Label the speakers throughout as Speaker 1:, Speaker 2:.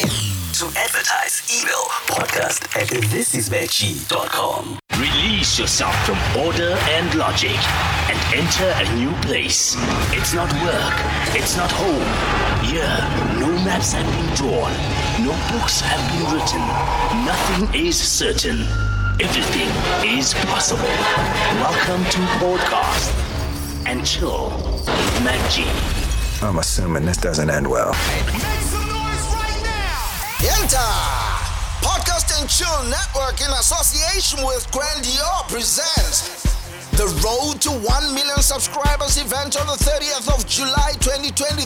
Speaker 1: to advertise, email podcast at thisisveggie.com.
Speaker 2: Release yourself from order and logic and enter a new place. It's not work, it's not home. Here, no maps have been drawn, no books have been written, nothing is certain. Everything is possible. Welcome to Podcast and Chill with Mac G.
Speaker 3: I'm assuming this doesn't end well.
Speaker 4: Make some noise right now!
Speaker 5: Enter Podcast and Chill Network in association with Grandior presents the Road to 1 Million Subscribers event on the 30th of July 2023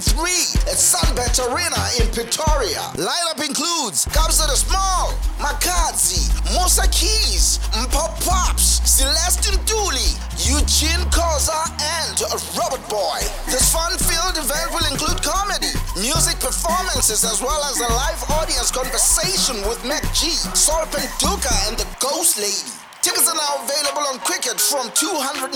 Speaker 5: at Sunbet Arena in Pretoria. Lineup includes Kabza the Small, Makazi, Musa Keys, Mpop Pops, Celestine Dooley, Eugene Koza, and Robert Boy. This fun-filled event will include comedy, music performances, as well as a live audience conversation with Mac G, Solpent Duka, and the Ghost Lady. Tickets are now available on Cricket from 295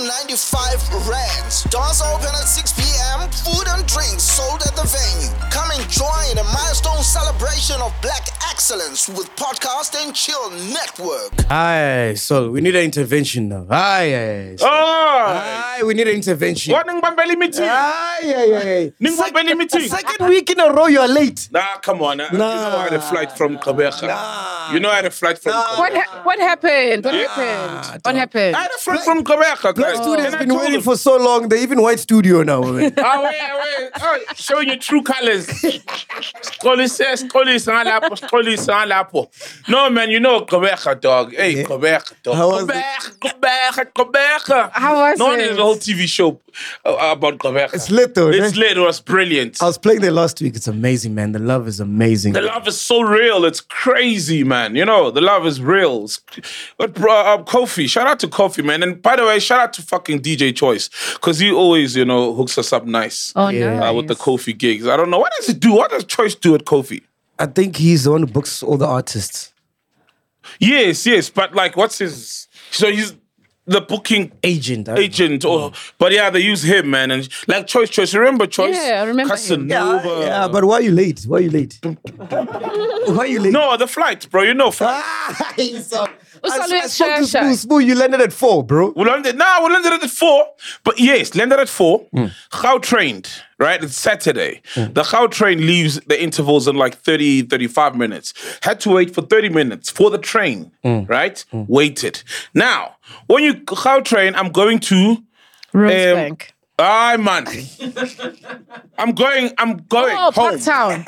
Speaker 5: rands. Doors open at 6 p.m. Food and drinks sold at the venue. Come and join a milestone celebration of Black excellence with Podcast and Chill Network.
Speaker 6: Aye, so we need an intervention now. Aye, aye, aye. So-
Speaker 7: Ah!
Speaker 6: aye we need an intervention.
Speaker 8: Wa Ningbambele meeting.
Speaker 6: Aye, aye, aye, aye.
Speaker 8: Ningbambele meeting.
Speaker 6: Ah, Second week in a row, you are late.
Speaker 8: Nah, come on. I,
Speaker 6: Nah.
Speaker 8: you know I had a flight from Kabeja.
Speaker 6: Nah.
Speaker 8: You know I had a flight from
Speaker 6: Nah.
Speaker 8: Kabeja.
Speaker 7: What, ha- what happened? What
Speaker 8: Ah,
Speaker 7: happened? What happened?
Speaker 8: I had a flight from Kabeja,
Speaker 6: Black
Speaker 8: guys.
Speaker 6: Studio has
Speaker 8: And I
Speaker 6: been
Speaker 8: told
Speaker 6: waiting
Speaker 8: him,
Speaker 6: for so long. They even white studio now. man.
Speaker 8: Ah, wait, wait. Oh, show your true colors. Scolise, scolise, lapo, scolise, lapo. No, man, you know Kabeja, dog. Hey,
Speaker 6: Yeah.
Speaker 8: Kabeja, dog.
Speaker 6: How was it?
Speaker 8: Kabeja, Kabeja, Kabeja.
Speaker 7: How was
Speaker 8: No one
Speaker 7: it?
Speaker 8: did a whole TV show uh, about Kabeja.
Speaker 6: It's lit though,
Speaker 8: It's
Speaker 6: eh?
Speaker 8: lit. It was brilliant.
Speaker 6: I was playing there last week. It's amazing, man. The love is amazing.
Speaker 8: The love is so real. It's crazy, man. You know, the love is real. It's- But bro, uh, Kofi, shout out to Kofi, man. And by the way, shout out to fucking DJ Choice because he always, you know, hooks us up nice
Speaker 7: Oh,
Speaker 6: Yeah.
Speaker 7: no.
Speaker 8: uh, with the Kofi gigs. I don't know what does he do. What does Choice do at Kofi?
Speaker 6: I think he's the one who books all the artists.
Speaker 8: Yes, yes, but like, what's his? So he's the booking
Speaker 6: Agent. I don't know.
Speaker 8: agent,
Speaker 7: Mm.
Speaker 8: or but yeah, they use him, man. And like Choice, Choice, remember Choice?
Speaker 7: Yeah, I remember him.
Speaker 8: Casanova.
Speaker 6: Yeah, yeah, but why are you late? Why are you late? why are you late?
Speaker 8: no, the flight, bro. You know, flight.
Speaker 6: Ah, he's so- I,
Speaker 7: Usalo
Speaker 6: I spoke to
Speaker 7: Shasha.
Speaker 6: Spoo. Spoo, you landed at four, bro.
Speaker 8: We landed. Nah, we landed at four. But yes, landed at four. How trained, right? It's Saturday. The how train leaves the intervals in like 30, 35 minutes. Had to wait for 30 minutes for the train, right? Waited. Now, when you how train, I'm going to Um,
Speaker 7: Rosebank.
Speaker 8: I man. I'm going, I'm going
Speaker 7: oh,
Speaker 8: home.
Speaker 7: Parktown.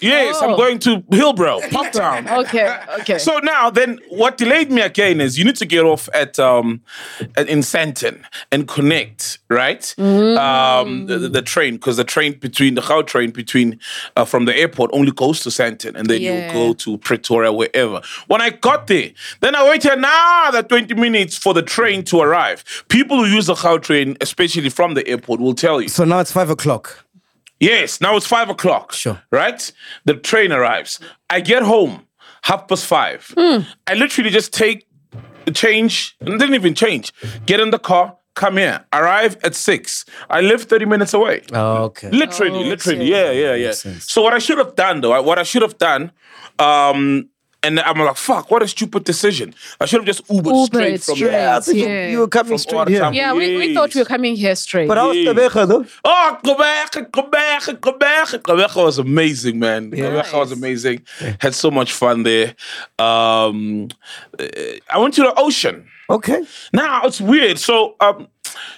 Speaker 8: Yes, I'm
Speaker 7: Oh.
Speaker 8: going to Hillbrow, Poptown.
Speaker 7: Okay, okay.
Speaker 8: So now, then, what delayed me again is you need to get off at um at, in Santon and connect, right?
Speaker 7: Mm.
Speaker 8: Um, the, the- the train because the train between the Gau train between uh, from the airport only goes to Santon, and then
Speaker 7: Yeah.
Speaker 8: you go to Pretoria wherever. When I got there, then I waited another twenty minutes for the train to arrive. People who use the Gau train, especially from the airport, will tell you.
Speaker 6: So now it's five o'clock.
Speaker 8: Yes, now it's five o'clock.
Speaker 6: Sure.
Speaker 8: Right? The train arrives. I get home, half past five.
Speaker 6: Hmm.
Speaker 8: I literally just take change, and didn't even change. Get in the car, come here, arrive at six. I live 30 minutes away.
Speaker 6: Oh, okay.
Speaker 8: Literally, literally. Yeah, yeah, yeah.
Speaker 6: sense.
Speaker 8: So what I should have done though, I- what I should have done, um, and I'm like, fuck, what a stupid decision. I should have just Ubered
Speaker 7: Ubered
Speaker 8: straight from
Speaker 7: straight.
Speaker 8: there.
Speaker 6: I think you-
Speaker 7: Yeah.
Speaker 6: you were coming
Speaker 8: From
Speaker 6: straight
Speaker 8: Old
Speaker 6: here.
Speaker 8: Town.
Speaker 7: Yeah, we, we
Speaker 8: Yes.
Speaker 7: thought we were coming here straight.
Speaker 6: But I was Tabeja though.
Speaker 8: Oh, Quebec, Quebec, Quebec. Quebec was amazing, man. Quebec was amazing. Had so much fun there. Um, uh, I went to the ocean.
Speaker 6: Okay.
Speaker 8: Now it's weird. So, um,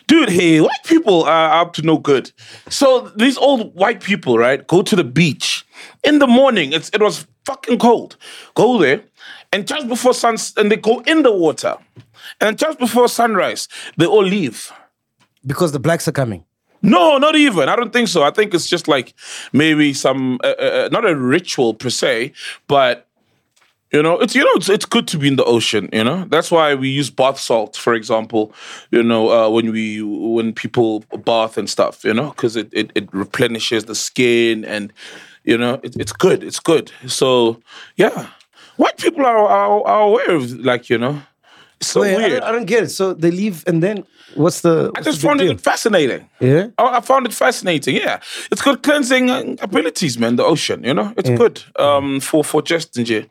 Speaker 8: dude, hey, white people are up to no good. So these old white people, right, go to the beach in the morning. It's it was fucking cold. Go there, and just before suns, and they go in the water, and just before sunrise, they all leave.
Speaker 6: Because the blacks are coming.
Speaker 8: No, not even. I don't think so. I think it's just like maybe some uh, uh, uh, not a ritual per se, but you know, it's you know, it's, it's good to be in the ocean. You know, that's why we use bath salt, for example. You know, uh, when we when people bath and stuff. You know, because it, it it replenishes the skin and you know, it, it's good. It's good. So yeah, white people are are, are aware of like you know so
Speaker 9: Wait, I
Speaker 8: weird.
Speaker 9: don't, I don't get it. So they leave, and then what's the?
Speaker 8: I
Speaker 9: what's
Speaker 8: just
Speaker 9: the big
Speaker 8: found
Speaker 9: deal?
Speaker 8: it fascinating.
Speaker 9: Yeah?
Speaker 8: Oh, I, I found it fascinating. Yeah, it's got cleansing uh, abilities, man. The ocean, you know, it's
Speaker 10: Mm.
Speaker 8: good um, for for just and yeah,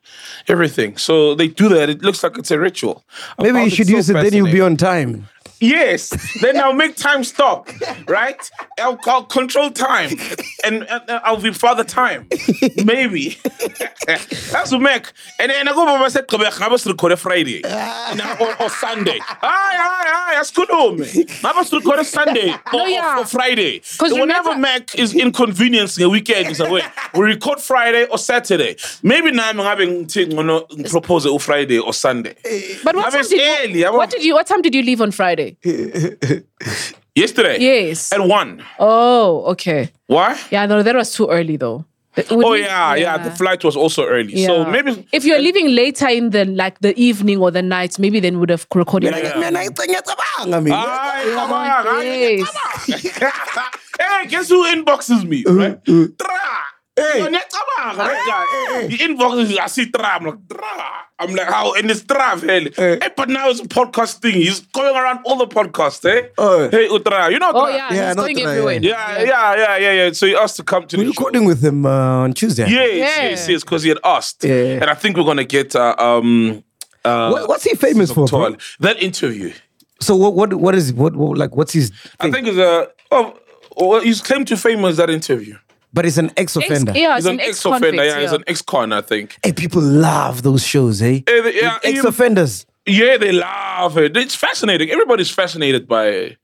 Speaker 8: everything. So they do that. It looks like it's a ritual. I
Speaker 10: Maybe
Speaker 8: found
Speaker 10: you should
Speaker 8: Oh, so
Speaker 10: use it, then you'll
Speaker 8: fascinating.
Speaker 10: be on time.
Speaker 8: Yes. Then I'll make time stop, right? I'll, I'll control time, and, and I'll be father time. Maybe that's what make. And then I go by myself. Come back. I must record a Friday Now, or, or Sunday. Aye, aye, aye. That's good, home. I must record a Sunday or,
Speaker 7: No, yeah.
Speaker 8: or, or Friday.
Speaker 7: 'Cause
Speaker 8: Whenever
Speaker 7: remember-
Speaker 8: Mac is inconveniencing a weekend is away, we record Friday or Saturday. Maybe now I'm having to propose it on Friday or Sunday.
Speaker 7: But what
Speaker 8: Have
Speaker 7: time,
Speaker 8: it
Speaker 7: did
Speaker 8: early,
Speaker 7: you,
Speaker 8: I want-
Speaker 7: what did you? What time did you leave on Friday?
Speaker 8: Yesterday,
Speaker 7: Yes.
Speaker 8: at one.
Speaker 7: Oh, okay.
Speaker 8: Why?
Speaker 7: Yeah, no, that was too early though. It would
Speaker 8: Oh
Speaker 7: be-
Speaker 8: yeah, yeah, The flight was also early, so
Speaker 7: Yeah.
Speaker 8: maybe
Speaker 7: if you're leaving later in the like the evening or the night, maybe then would have recorded.
Speaker 10: Like, man, I think it's a bang. I mean,
Speaker 8: Ay, come on, ay.
Speaker 7: Yes.
Speaker 8: hey, guess who inboxes me?
Speaker 10: Uh-huh.
Speaker 8: Right? Tra. Hey. Yo, ngiyacabanga, right guy. He inboxes me. I see tra. I'm like tra. I'm like how and it's tra vele. Hey, but now it's a podcast thing. He's going around all the podcasts, eh?
Speaker 10: Oh.
Speaker 8: Hey, Utra, you know
Speaker 7: Oh
Speaker 8: Tra?
Speaker 7: yeah,
Speaker 10: Yeah,
Speaker 7: he's
Speaker 10: not
Speaker 7: going
Speaker 10: tonight,
Speaker 7: everywhere.
Speaker 8: yeah, yeah, yeah, yeah, yeah. So he asked to come to
Speaker 10: we're
Speaker 8: the show.
Speaker 10: recording with him uh, on Tuesday.
Speaker 8: Yes,
Speaker 7: Yeah.
Speaker 8: yes, yes, because he had asked,
Speaker 10: Yeah.
Speaker 8: and I think we're gonna get uh, um
Speaker 10: What, what's he famous for? bro?
Speaker 8: Tuan- that interview.
Speaker 10: So what? What? What is? What? what like? What's his?
Speaker 8: I think it's a oh, well, he's claimed to fame was that interview.
Speaker 10: But he's an
Speaker 7: Ex-
Speaker 10: ex-offender.
Speaker 7: yeah,
Speaker 8: He's
Speaker 7: it's
Speaker 8: an ex-offender. Yeah, he's an ex-con, I think.
Speaker 10: Hey, people love those shows, eh?
Speaker 8: Eh, they- yeah,
Speaker 10: With ex-offenders.
Speaker 8: Yeah, they love it. It's fascinating. Everybody's fascinated by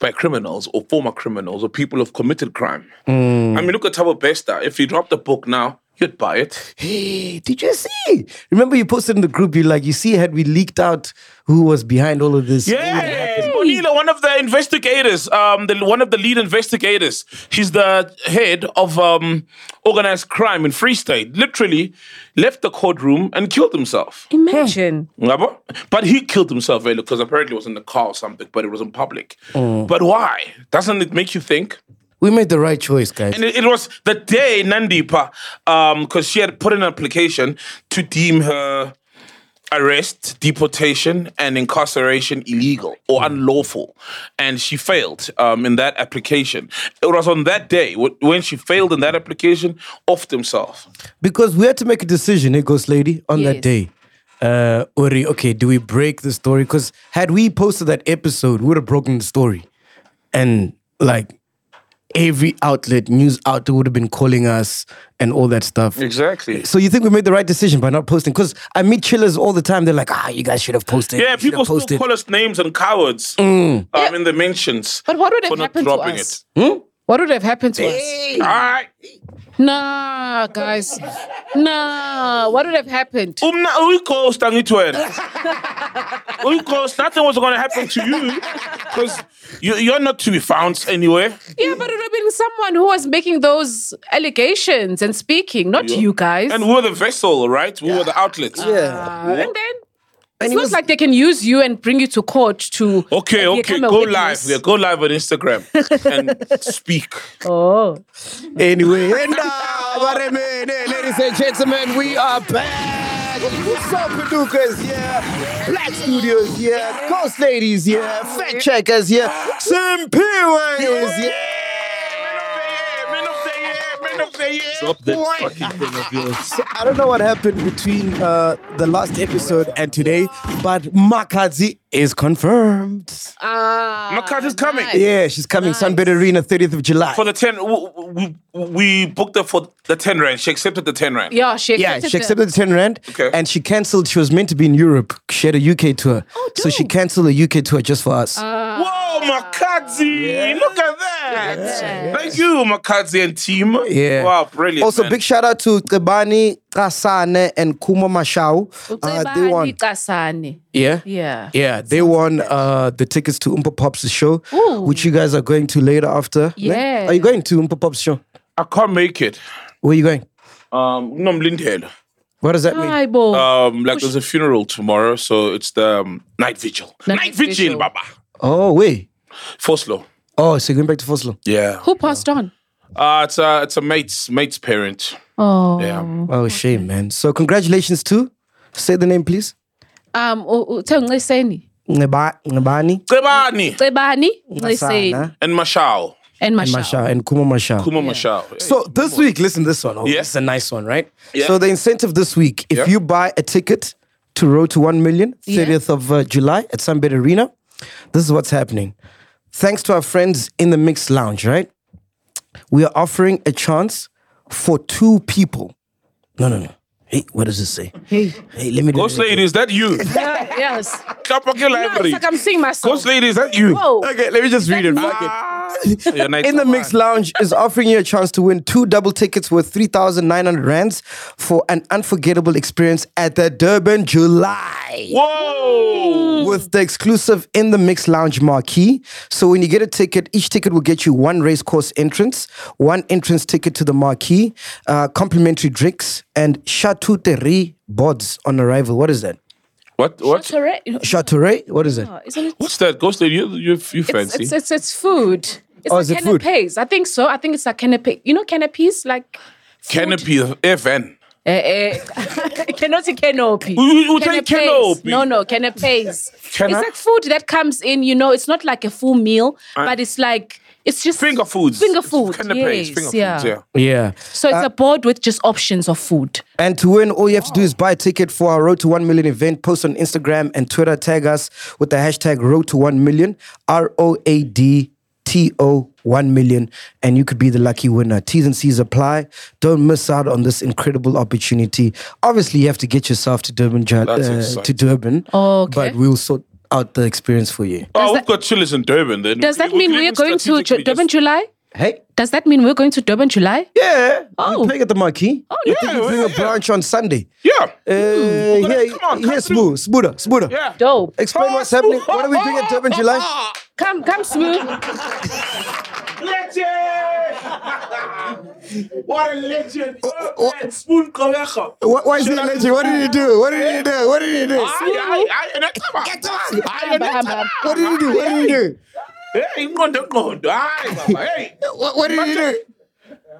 Speaker 8: by criminals or former criminals or people who've committed crime. I mean, look at Thabo Bester. If he dropped a book now, you'd buy it.
Speaker 10: Hey, did you see? Remember, you posted in the group. You like, you see, had we leaked out who was behind all of this?
Speaker 8: Yeah, Bonilla, one of the investigators, um, the, one of the lead investigators. He's the head of um, organized crime in Free State. Literally, left the courtroom and killed himself.
Speaker 7: Imagine.
Speaker 8: Ngabo? But he killed himself earlier because apparently it was in the car or something, but it was in public. But why? Doesn't it make you think?
Speaker 10: we made the right choice, guys.
Speaker 8: And it, it was the day Nandipa, because she had put in an application to deem her arrest, deportation, and incarceration illegal or unlawful. And she failed um, in that application. It was on that day wh- when she failed in that application, offed himself.
Speaker 10: because we had to make a decision, eh, Ghost Lady, on that
Speaker 7: Yes.
Speaker 10: day. Uh, Uri, okay, do we break the story? Because had we posted that episode, we would have broken the story. And like every outlet, news outlet would have been calling us and all that stuff.
Speaker 8: Exactly.
Speaker 10: So you think we made the right decision by not posting? Because I meet chillers all the time. They're like, ah, you guys should have posted.
Speaker 8: Yeah,
Speaker 10: you should
Speaker 8: people
Speaker 10: have
Speaker 8: still
Speaker 10: posted.
Speaker 8: call us names and cowards um, in the mentions.
Speaker 7: But what would
Speaker 8: for
Speaker 7: have
Speaker 8: not
Speaker 7: happened to
Speaker 8: dropping
Speaker 7: us? What would have happened to us?
Speaker 8: it. All right.
Speaker 7: Nah, guys. Nah. What would have happened?
Speaker 8: Umna uyikhosta ngithwena. Uyikhosta nothing was going to happen to you cuz you you're not to be found anywhere.
Speaker 7: Yeah, but it would have been someone who was making those allegations and speaking, not you guys.
Speaker 8: And we were the vessel, right? We were the Ah. outlet.
Speaker 10: Yeah.
Speaker 7: Uh, and then it's
Speaker 10: he
Speaker 7: not
Speaker 10: was-
Speaker 7: like they can use you and bring you to court to
Speaker 8: Okay,
Speaker 7: like,
Speaker 8: okay,
Speaker 7: become a
Speaker 8: go live.
Speaker 7: witness.
Speaker 8: Yeah, go live on Instagram and speak.
Speaker 7: Oh,
Speaker 10: Anyway, and, uh, but, eh, man, eh, ladies and gentlemen, we are back. Some Paducas here, Black Studios here, Ghost Ladies here, Fact Checkers here, Simpiwe is here.
Speaker 8: Man of the year, man of the year.
Speaker 5: Drop that fucking thing of yours.
Speaker 10: So I don't know what happened between uh, the last episode and today, but Makazi is confirmed.
Speaker 7: ah,
Speaker 8: My card is coming.
Speaker 7: nice.
Speaker 10: Yeah, she's coming Sunbed Arena, 30th of July.
Speaker 8: For the 10 we, we, we booked her for the 10 rand. She accepted the 10 rand.
Speaker 7: Yeah, she
Speaker 10: yeah,
Speaker 7: accepted.
Speaker 10: she
Speaker 7: the-
Speaker 10: accepted the 10 rand
Speaker 8: Okay.
Speaker 10: and she cancelled. She was meant to be in Europe. She had a UK tour.
Speaker 8: Oh,
Speaker 10: so she
Speaker 7: dope.
Speaker 10: cancelled a UK tour just for us.
Speaker 8: Whoa, Makazi! Look at that! Thank you, Makazi and team.
Speaker 10: Yeah.
Speaker 8: Wow, brilliant.
Speaker 10: Also,
Speaker 8: man.
Speaker 10: big shout out to Kebani, Kasane, and Kuma Mashau. Uh, they
Speaker 7: Ucebani
Speaker 10: won.
Speaker 7: Kasane.
Speaker 10: Yeah.
Speaker 7: Yeah.
Speaker 10: Yeah, they won uh, the tickets to Oompa Pop's show,
Speaker 7: Ooh.
Speaker 10: which you guys are going to later after. Ne?
Speaker 7: Yeah.
Speaker 10: Are you going to Oompa Pop's show?
Speaker 8: I can't make it.
Speaker 10: Where are you going?
Speaker 8: Um, Nomlindhel.
Speaker 10: What does that mean?
Speaker 7: Hi, bo.
Speaker 8: Um, like there's a funeral tomorrow, so it's the um, night vigil. Night,
Speaker 7: Night
Speaker 8: vigil,
Speaker 7: vigil.
Speaker 8: Baba.
Speaker 10: Oh, wait.
Speaker 8: Foslo.
Speaker 10: Oh, so you're going back to Foslo.
Speaker 8: Yeah.
Speaker 7: Who passed on?
Speaker 8: Uh, it's a it's a mate's mate's parent.
Speaker 7: Oh,
Speaker 8: Yeah.
Speaker 10: Oh, shame, man. So, congratulations to. Say the name, please.
Speaker 7: um u- uthe unciseni
Speaker 10: Ngeba- Ngebani,
Speaker 8: Cebani
Speaker 7: cebani unciseni
Speaker 10: Masana,
Speaker 8: and Mashao.
Speaker 7: and
Speaker 10: and
Speaker 7: mashallah
Speaker 10: Masha, and Kumo Masha.
Speaker 8: Kuma Mashao.
Speaker 10: So this week, listen this one. Oh,
Speaker 8: Yeah.
Speaker 10: This is a nice one, right?
Speaker 8: Yeah.
Speaker 10: So the incentive this week, if
Speaker 8: Yeah.
Speaker 10: you buy a ticket to Road to 1 Million,
Speaker 7: Yeah.
Speaker 10: 30th of uh, July at Sunbed Arena, this is what's happening. Thanks to our friends in the Mix Lounge, right? We are offering a chance for two people. No, no, no. Hey, what does this say?
Speaker 7: Hey.
Speaker 10: Hey, let me do
Speaker 8: Ghost
Speaker 10: it.
Speaker 8: lady, is that you?
Speaker 7: Yeah, yes
Speaker 8: Kapaki
Speaker 7: No, it's
Speaker 8: library.
Speaker 7: like I'm seeing Oh. myself
Speaker 8: Ghost lady, is that you?
Speaker 7: Whoa.
Speaker 10: Okay, let me just read it. Fuck it.
Speaker 8: You're nice
Speaker 10: In the
Speaker 8: one.
Speaker 10: Mix Lounge is offering you a chance to win two double tickets worth 3,900 rands for an unforgettable experience at the Durban July
Speaker 8: Whoa.
Speaker 10: with the exclusive In the Mix Lounge marquee. So when you get a ticket, each ticket will get you one race course entrance, one entrance ticket to the marquee, uh, complimentary drinks, and charcuterie boards on arrival. What is that?
Speaker 8: What? What?
Speaker 7: Charcuterie- you know,
Speaker 10: Charcuterie? What is it?
Speaker 7: isn't it-
Speaker 8: What's that? Ghost lady, you, you, you
Speaker 7: it's,
Speaker 8: fancy?
Speaker 7: it's, it's, it's food it's
Speaker 10: Oh,
Speaker 7: like
Speaker 10: is it food?
Speaker 7: canapes I think so I think it's like canapé you know canapes like food.
Speaker 8: Canopy of FN.
Speaker 7: Eh, eh. cannot say canopy.
Speaker 8: You- you- you say
Speaker 7: Canapes.
Speaker 8: canopy.
Speaker 7: No, no, canapes.
Speaker 8: Cana-
Speaker 7: it's like food that comes in, you know, it's not like a full meal, but it's like, it's just
Speaker 8: Uh, Finger foods.
Speaker 7: Finger food. yes,
Speaker 8: Canapes. finger
Speaker 7: yeah.
Speaker 8: foods, yeah.
Speaker 10: Yeah.
Speaker 7: So
Speaker 10: Uh,
Speaker 7: it's a board with just options of food.
Speaker 10: And to win, all you have to do is buy a ticket for our Road to 1 Million event. Post on Instagram and Twitter. Tag us with the hashtag Road to 1 Million, R O A D T O 1 Million. And you could be the lucky winner. T's and C's apply. Don't miss out on this incredible opportunity. Obviously, you have to get yourself to Durban. Ju-
Speaker 8: That's
Speaker 10: Uh,
Speaker 8: exciting.
Speaker 10: to Durban.
Speaker 7: Oh, okay.
Speaker 10: But we'll sort out the experience for you.
Speaker 8: Oh, we've
Speaker 7: that-
Speaker 8: got chillers in Durban then.
Speaker 7: Does that
Speaker 8: We- we
Speaker 7: mean
Speaker 8: could
Speaker 7: we're
Speaker 8: even
Speaker 7: going to Ju-
Speaker 8: strategically
Speaker 7: Durban
Speaker 8: just-
Speaker 7: July?
Speaker 10: Hey.
Speaker 7: Does that mean we're going to Durban July?
Speaker 10: Yeah.
Speaker 7: Oh.
Speaker 10: We're playing at the marquee. Oh, yeah.
Speaker 8: yeah,
Speaker 10: We're doing a
Speaker 8: yeah.
Speaker 10: branch on Sunday.
Speaker 8: Yeah.
Speaker 10: Uh, here,
Speaker 8: Hmm. come on, come
Speaker 10: here,
Speaker 8: through.
Speaker 10: Smoo, Smuda, Smuda.
Speaker 8: Yeah.
Speaker 7: Dope.
Speaker 10: Explain what's happening. What are we doing at Durban July?
Speaker 7: Come, come, smooth.
Speaker 8: What a legend.
Speaker 10: Oh, what-
Speaker 8: Spoon Komecha.
Speaker 10: Why, why is he alleging? What did he do? What did he do? What did he do? What did he do? What did he do? What, what did he do?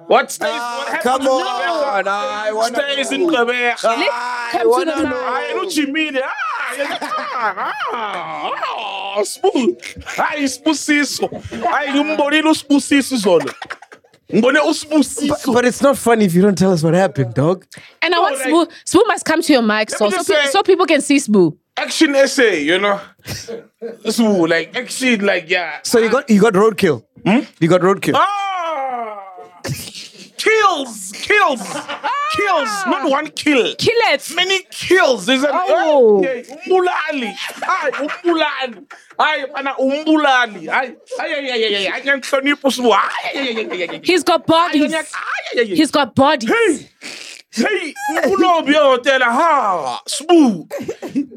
Speaker 8: What stays? What happens
Speaker 10: Come
Speaker 8: in Komecha?
Speaker 10: on. I want
Speaker 8: Stays in Komecha.
Speaker 10: I
Speaker 7: Come to
Speaker 10: want
Speaker 7: the
Speaker 10: to know.
Speaker 8: I
Speaker 7: mouth.
Speaker 8: know Jimmy. Ah, ah, smooth. Hayi isibusiso. Hayi Ah, ngimbonile usibusiso zona. Ngibone
Speaker 10: But,
Speaker 8: usibusiso.
Speaker 10: but it's not funny if you don't tell us what happened, dog.
Speaker 7: And I want
Speaker 8: like-
Speaker 7: Smoo. Smoo must come to your mic so,
Speaker 8: me
Speaker 7: so,
Speaker 8: just
Speaker 7: pe-
Speaker 8: say-
Speaker 7: so people can see Smoo.
Speaker 8: Action essay, you know. Smooth like action like yeah.
Speaker 10: So you got you got roadkill. You got roadkill.
Speaker 8: Ah! Kills, kills, kills. Not one kill.
Speaker 7: Kill it.
Speaker 8: Many kills. There's an
Speaker 7: Oh.
Speaker 8: Hey, umbulali. Ay, umbulali. Ay, bana umbulali. Ay, ay, ay, ay, ay, ay. Ay, ngiyanhlonipha uSibu. Ay, ay, ay, ay, ay, ay.
Speaker 7: He's got bodies.
Speaker 8: Ay, ay, ay, ay.
Speaker 7: He's got bodies.
Speaker 8: Hey. Hey, umlobi ehotela ha, Sibu.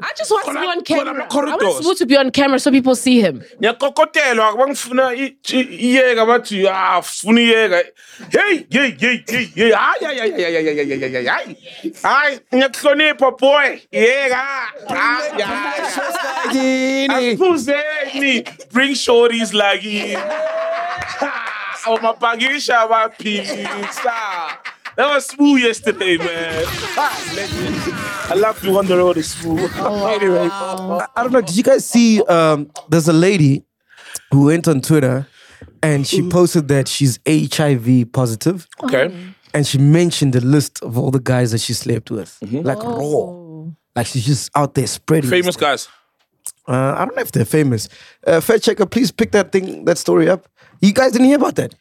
Speaker 7: I just want to
Speaker 8: Khona-
Speaker 7: be on
Speaker 8: khona
Speaker 7: camera. I
Speaker 8: ama-corridors.
Speaker 7: want Smoo to be on camera so people see him.
Speaker 8: Ngiyakokotelwa bangifuna i- i- iyeka bathi ah funa iyeka. Hey, hey, hey, hey, hey. Ay, ay, ay, ay, ay, ay, ay, ay, ay, ay. Ay, ngiyakuhlonipha boy. Yeka. Ay, ay, ay. Akuzeni bring shorties Oh, like you. Amapagisha waphilisa. That was smooth yesterday, man. Ah, legend. I love you on the road, it's smooth. anyway,
Speaker 10: I, I don't know. Did you guys see? Um, there's a lady who went on Twitter and she posted that she's HIV positive.
Speaker 8: okay.
Speaker 10: and she mentioned the list of all the guys that she slept with, like raw. Like she's just out there spreading.
Speaker 8: Mm-hmm. Famous
Speaker 10: this
Speaker 8: guys.
Speaker 10: thing. Uh, I don't know if they're famous. Uh, Fact checker, please pick that thing, that story up. You guys didn't hear about that.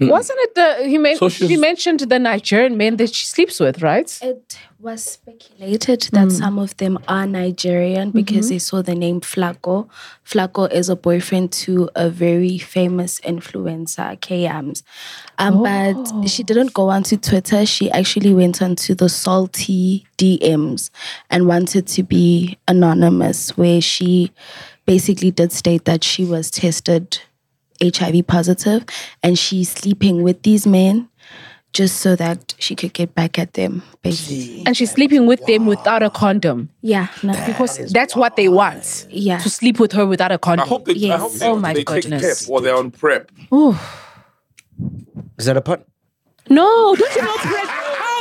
Speaker 7: Wasn't it the he, men-
Speaker 8: Hmm. So she's-
Speaker 7: he mentioned the Nigerian man that she sleeps with, right?
Speaker 11: It was speculated that some of them are Nigerian because they saw the name Flaco. Flaco is a boyfriend to a very famous influencer, KMs. Um, But she didn't go onto Twitter. She actually went onto the salty DMs and wanted to be anonymous, where she basically did state that she was tested HIV positive and she's sleeping with these men just so that she could get back at them, basically.
Speaker 7: And she's sleeping with them without a condom
Speaker 11: Yeah, no,
Speaker 7: because that's what they want
Speaker 11: yeah.
Speaker 7: to sleep with her without a condom.
Speaker 8: I hope they, I
Speaker 11: Yes.
Speaker 8: hope they,
Speaker 7: Oh my
Speaker 8: they take
Speaker 7: goodness.
Speaker 8: PEP or they're on PrEP.
Speaker 10: Is that a pun?
Speaker 7: no, don't you know prep?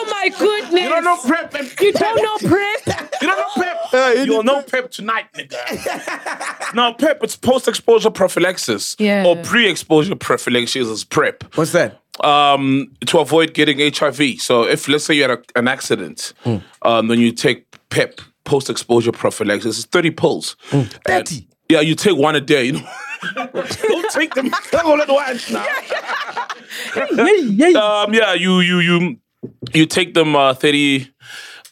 Speaker 7: Oh my goodness!
Speaker 8: You don't know PrEP.
Speaker 7: You don't know prep.
Speaker 8: You don't know Pep.
Speaker 6: Yeah, you
Speaker 8: You'll
Speaker 6: need
Speaker 8: know Pep tonight, nigga. now, Pep, it's post-exposure prophylaxis
Speaker 7: Yeah.
Speaker 8: or pre-exposure prophylaxis is PrEP.
Speaker 10: What's that?
Speaker 8: um, to avoid getting HIV. So if let's say you had a, an accident, um, then you take PEP, post exposure prophylaxis. It's thirty pills. And-
Speaker 10: 30?
Speaker 8: yeah, you take one a day. You know? Don't take them all at once. Now. Um, yeah, you you you you take them uh, thirty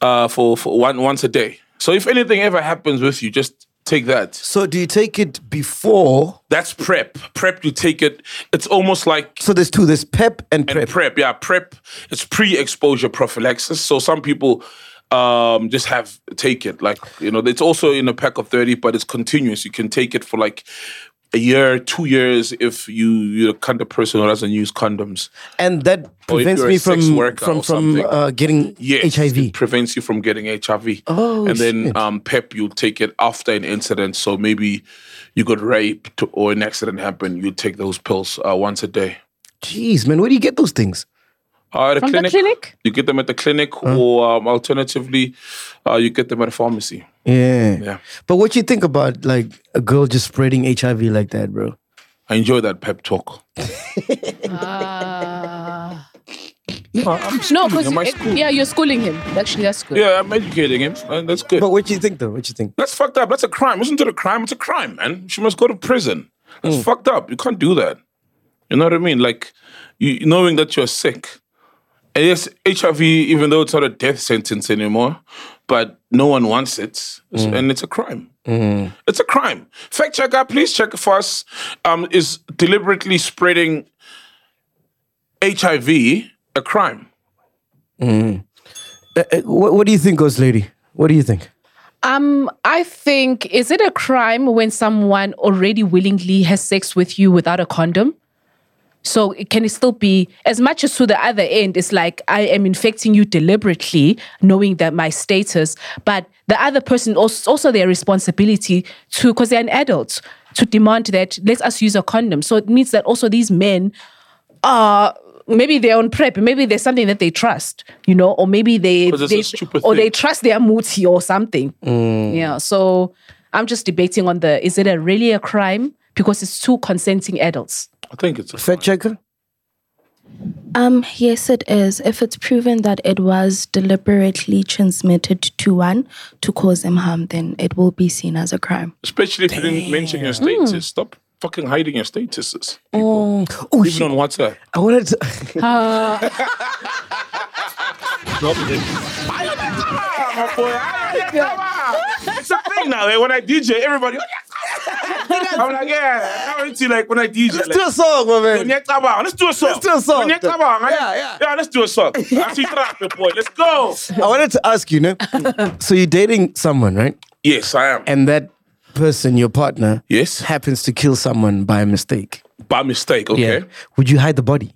Speaker 8: uh, for, for one once a day. So if anything ever happens with you, just take that.
Speaker 10: So do you take it before?
Speaker 8: That's E prep. Prep. You take it. It's almost like
Speaker 10: So there's two. There's pep and
Speaker 8: and
Speaker 10: prep.
Speaker 8: prep. Yeah, prep. It's pre-exposure prophylaxis. So some people um just have take it like you know it's also in a pack of 30 but it's continuous you can take it for like a year two years if you you're the kind of person who doesn't use condoms
Speaker 10: and that
Speaker 8: Or if
Speaker 10: prevents
Speaker 8: you're a
Speaker 10: me
Speaker 8: sex
Speaker 10: from
Speaker 8: worker
Speaker 10: from
Speaker 8: or
Speaker 10: from
Speaker 8: something.
Speaker 10: uh, getting
Speaker 8: yes
Speaker 10: HIV.
Speaker 8: it prevents you from getting hiv
Speaker 10: Oh,
Speaker 8: and then
Speaker 10: shit.
Speaker 8: um pep you take it after an incident so maybe you got raped or an accident happened you take those pills uh, once a day
Speaker 10: Jeez, man, where do you get those things?
Speaker 8: Uh, at a
Speaker 7: From the clinic?
Speaker 8: You get them at the clinic, or um, alternatively, uh, you get them at a pharmacy.
Speaker 10: Yeah.
Speaker 8: Yeah.
Speaker 10: But what you think about like a girl just spreading HIV like that, bro?
Speaker 8: I enjoy that pep talk.
Speaker 7: Ah. No, because
Speaker 8: Am I schooling?
Speaker 7: yeah, you're schooling him. Actually, that's good.
Speaker 8: Yeah, I'm educating him. and that's good.
Speaker 10: But what you think though? What you think?
Speaker 8: that's fucked up. That's a crime. Isn't it a crime? It's a crime, man. She must go to prison. That's
Speaker 10: Mm.
Speaker 8: fucked up. You can't do that. You know what I mean? Like, you knowing that you're sick. And yes, HIV, even though it's not a death sentence anymore, but no one wants it, It's-
Speaker 10: Mm.
Speaker 8: and it's a crime.
Speaker 10: Mm-hmm.
Speaker 8: It's a crime. Fact checker, please check for us. Um, is deliberately spreading HIV a crime?
Speaker 10: Uh, uh, what, what do you think, Ghost Lady? What do you think?
Speaker 7: Um, I think is it a crime when someone already willingly has sex with you without a condom? So it- can it still be as much as to the other end? It's like I am infecting you deliberately, knowing that my status, but the other person also also their responsibility to because they're an adult to demand that let us use a condom. So it means that also these men are. Maybe they're on prep. Maybe there's something that they trust, you know, or maybe they,
Speaker 8: 'Cause it's a
Speaker 7: they
Speaker 8: stupid
Speaker 7: or they
Speaker 8: thing.
Speaker 7: trust their mooty or something. Yeah. So I'm just debating on the is it a really a crime because it's two consenting adults.
Speaker 8: I think it's a crime.
Speaker 10: Fact checker?
Speaker 11: Um, yes, it is. If it's proven that it was deliberately transmitted to one to cause them harm, then it will be seen as a crime.
Speaker 8: Especially if you didn't mention your status. Stop fucking hiding your statuses. people.
Speaker 10: Hmm. Oh
Speaker 8: Even
Speaker 10: shit.
Speaker 8: on WhatsApp.
Speaker 10: I wanted to
Speaker 8: Drop it.
Speaker 10: Oh,
Speaker 8: my boy. It's a thing now. eh? When I DJ, everybody. I'm like, yeah. I'm into like when I DJ.
Speaker 10: Let's
Speaker 8: like,
Speaker 10: do a song, my man.
Speaker 8: Onyekabang. Let's do a song.
Speaker 10: Let's do a song.
Speaker 8: Onyekabang.
Speaker 10: Yeah, yeah.
Speaker 8: yeah, let's do a song. I see traffic, boy. Let's go.
Speaker 10: I wanted to ask you, no? so you're dating someone, right?
Speaker 8: Yes, I am.
Speaker 10: And that person, your partner,
Speaker 8: Yes.
Speaker 10: happens to kill someone by mistake.
Speaker 8: By mistake, okay.
Speaker 10: Would you hide the body?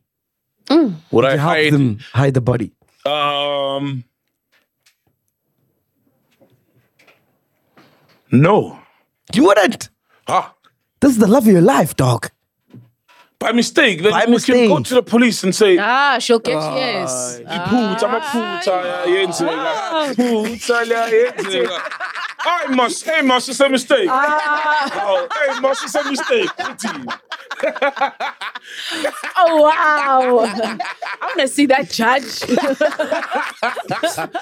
Speaker 8: Would I
Speaker 10: To help
Speaker 8: hide?
Speaker 10: them hide the body.
Speaker 8: Um, no.
Speaker 10: You wouldn't.
Speaker 8: Ah,
Speaker 10: This is the love of your life, dog.
Speaker 8: by mistake. Then
Speaker 10: By
Speaker 8: we can go
Speaker 10: mistake.
Speaker 8: to the police and say,
Speaker 7: Ah, she'll get yes.
Speaker 8: iphutha
Speaker 10: Ah.
Speaker 8: amaphutha ayenzeka phutha liyayenzeka hayi mos hey mos it's a mistake
Speaker 10: Ah.
Speaker 8: oh hey mos it's a mistake uthini
Speaker 7: Oh wow. I wanna see that judge.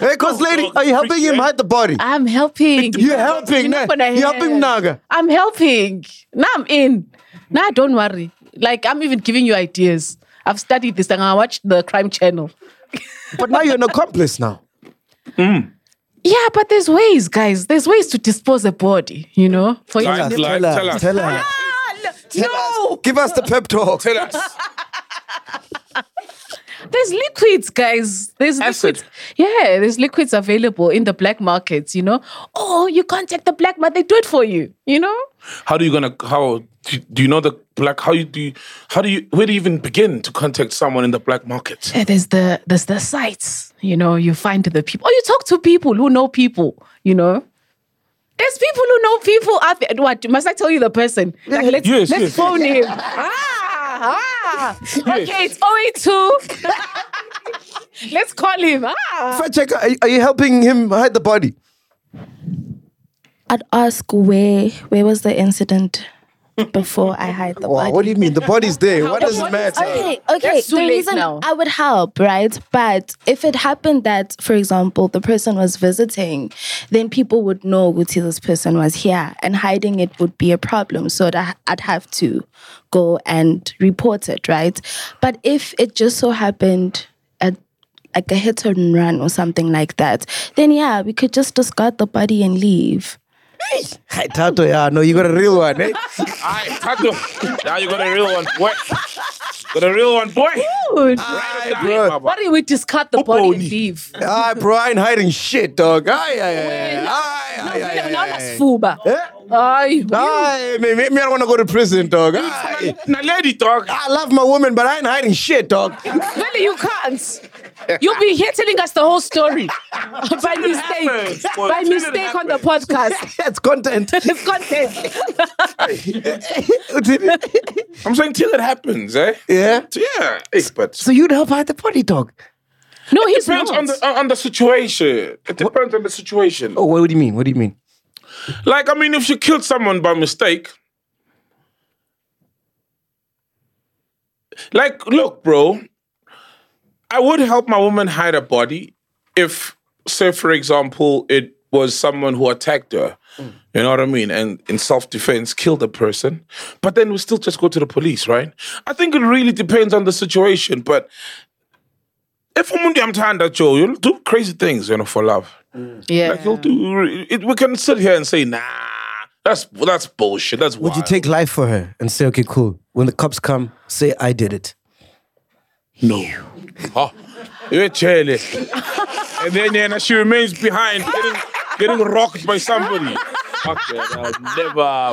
Speaker 10: Hey, Ghost Lady,
Speaker 8: dog,
Speaker 10: are you
Speaker 8: freak,
Speaker 10: helping him
Speaker 8: yeah.
Speaker 10: hide the body?
Speaker 7: I'm helping.
Speaker 10: You're helping,
Speaker 7: You're not
Speaker 10: nah.
Speaker 7: gonna
Speaker 10: You're helping
Speaker 7: help.
Speaker 10: Naga.
Speaker 7: I'm helping. Now I'm in. Now don't worry. Like I'm even giving you ideas. I've studied this and I watched the crime channel.
Speaker 10: But now you're an accomplice now.
Speaker 7: Yeah, but there's ways, guys. There's ways to dispose a body, you know? For
Speaker 8: Like-
Speaker 7: instance-
Speaker 8: like- tell us.
Speaker 10: Tell us.
Speaker 7: Ah, no,
Speaker 10: Give us the pep talk.
Speaker 8: tell us
Speaker 7: there's liquids, guys. There's
Speaker 8: Acid.
Speaker 7: liquids. Yeah, there's liquids available in the black markets, you know. Oh, you contact the black market, they do it for you, you know?
Speaker 8: how do you gonna how do, do you know the black how you do you, how do you where do you even begin to contact someone in the black market
Speaker 7: Yeah, there's the there's the sites, you know, you find the people. Or you talk to people who know people, you know. There's people who know people out there. What must I tell you the person? Like, let's
Speaker 8: Yes,
Speaker 7: let's
Speaker 8: yes,
Speaker 7: phone him. Ah, ah. Okay, it's 082. let's call him. Ah.
Speaker 10: Fact checker, are, are you helping him hide the body?
Speaker 11: I'd ask where where was the incident before I hide the
Speaker 10: Wow,
Speaker 11: body.
Speaker 10: what do you mean? The body's there. What
Speaker 7: The
Speaker 10: does it
Speaker 7: body's
Speaker 10: matter?
Speaker 11: Okay, okay.
Speaker 7: That's too
Speaker 11: The
Speaker 7: late
Speaker 11: reason
Speaker 7: now.
Speaker 11: I would help, right? But if it happened that, for example, the person was visiting, then people would know Guti this person was here, and hiding it would be a problem. So that I'd have to go and report it, right? But if it just so happened at like a hit and run or something like that, then yeah, we could just discard the body and leave.
Speaker 10: Hey, Tato, yeah, no, you got a real one, eh?
Speaker 8: Aye, Tato. Now you got a real one, boy. Got a real one, boy.
Speaker 10: Aye, bro.
Speaker 7: Why do we discard the body and leave?
Speaker 10: Aye, bro, I ain't hiding shit, dog. Aye, aye, aye. Aye,
Speaker 7: No, no,
Speaker 10: aye, aye,
Speaker 7: no,
Speaker 10: aye,
Speaker 7: not
Speaker 10: aye.
Speaker 7: as Fuba.
Speaker 8: Eh?
Speaker 7: Ay,
Speaker 10: Aye, me, me, me, I don't want to go to prison, dog. Aye.
Speaker 8: Now, lady, dog.
Speaker 10: I love my woman, but I ain't hiding shit, dog.
Speaker 7: really, you can't. You'll be here telling us the whole story by
Speaker 8: happens,
Speaker 7: mistake.
Speaker 8: boy.
Speaker 7: By
Speaker 8: Till it
Speaker 7: mistake on the podcast.
Speaker 10: That's content.
Speaker 7: It's content.
Speaker 8: I'm saying till it happens, eh?
Speaker 10: yeah.
Speaker 8: Yeah. Hey, but
Speaker 10: So you'd help hide the body, dog.
Speaker 7: No, he's
Speaker 8: depends
Speaker 7: not.
Speaker 8: on the uh, on the situation. It depends on the situation.
Speaker 10: Oh, what, what do you mean? What do you mean?
Speaker 8: Like, I mean, if you killed someone by mistake, like, look, bro, I would help my woman hide her body if, say, for example, it was someone who attacked her. You know what I mean? And in self defense, killed a person. But then we still just go to the police, right? I think it really depends on the situation. But if umuntu yamthanda Joe, you'll do crazy things, you know, for love.
Speaker 7: yeah.
Speaker 8: Like you'll do. It, we can sit here and say, nah, that's that's bullshit. That's
Speaker 10: Would you
Speaker 8: wild."
Speaker 10: take life for her and say, okay, cool. When the cops come, say I did it.
Speaker 8: No. Huh? You're chilly. and then yeah, she remains behind, getting getting rocked by somebody. Okay, no, uh,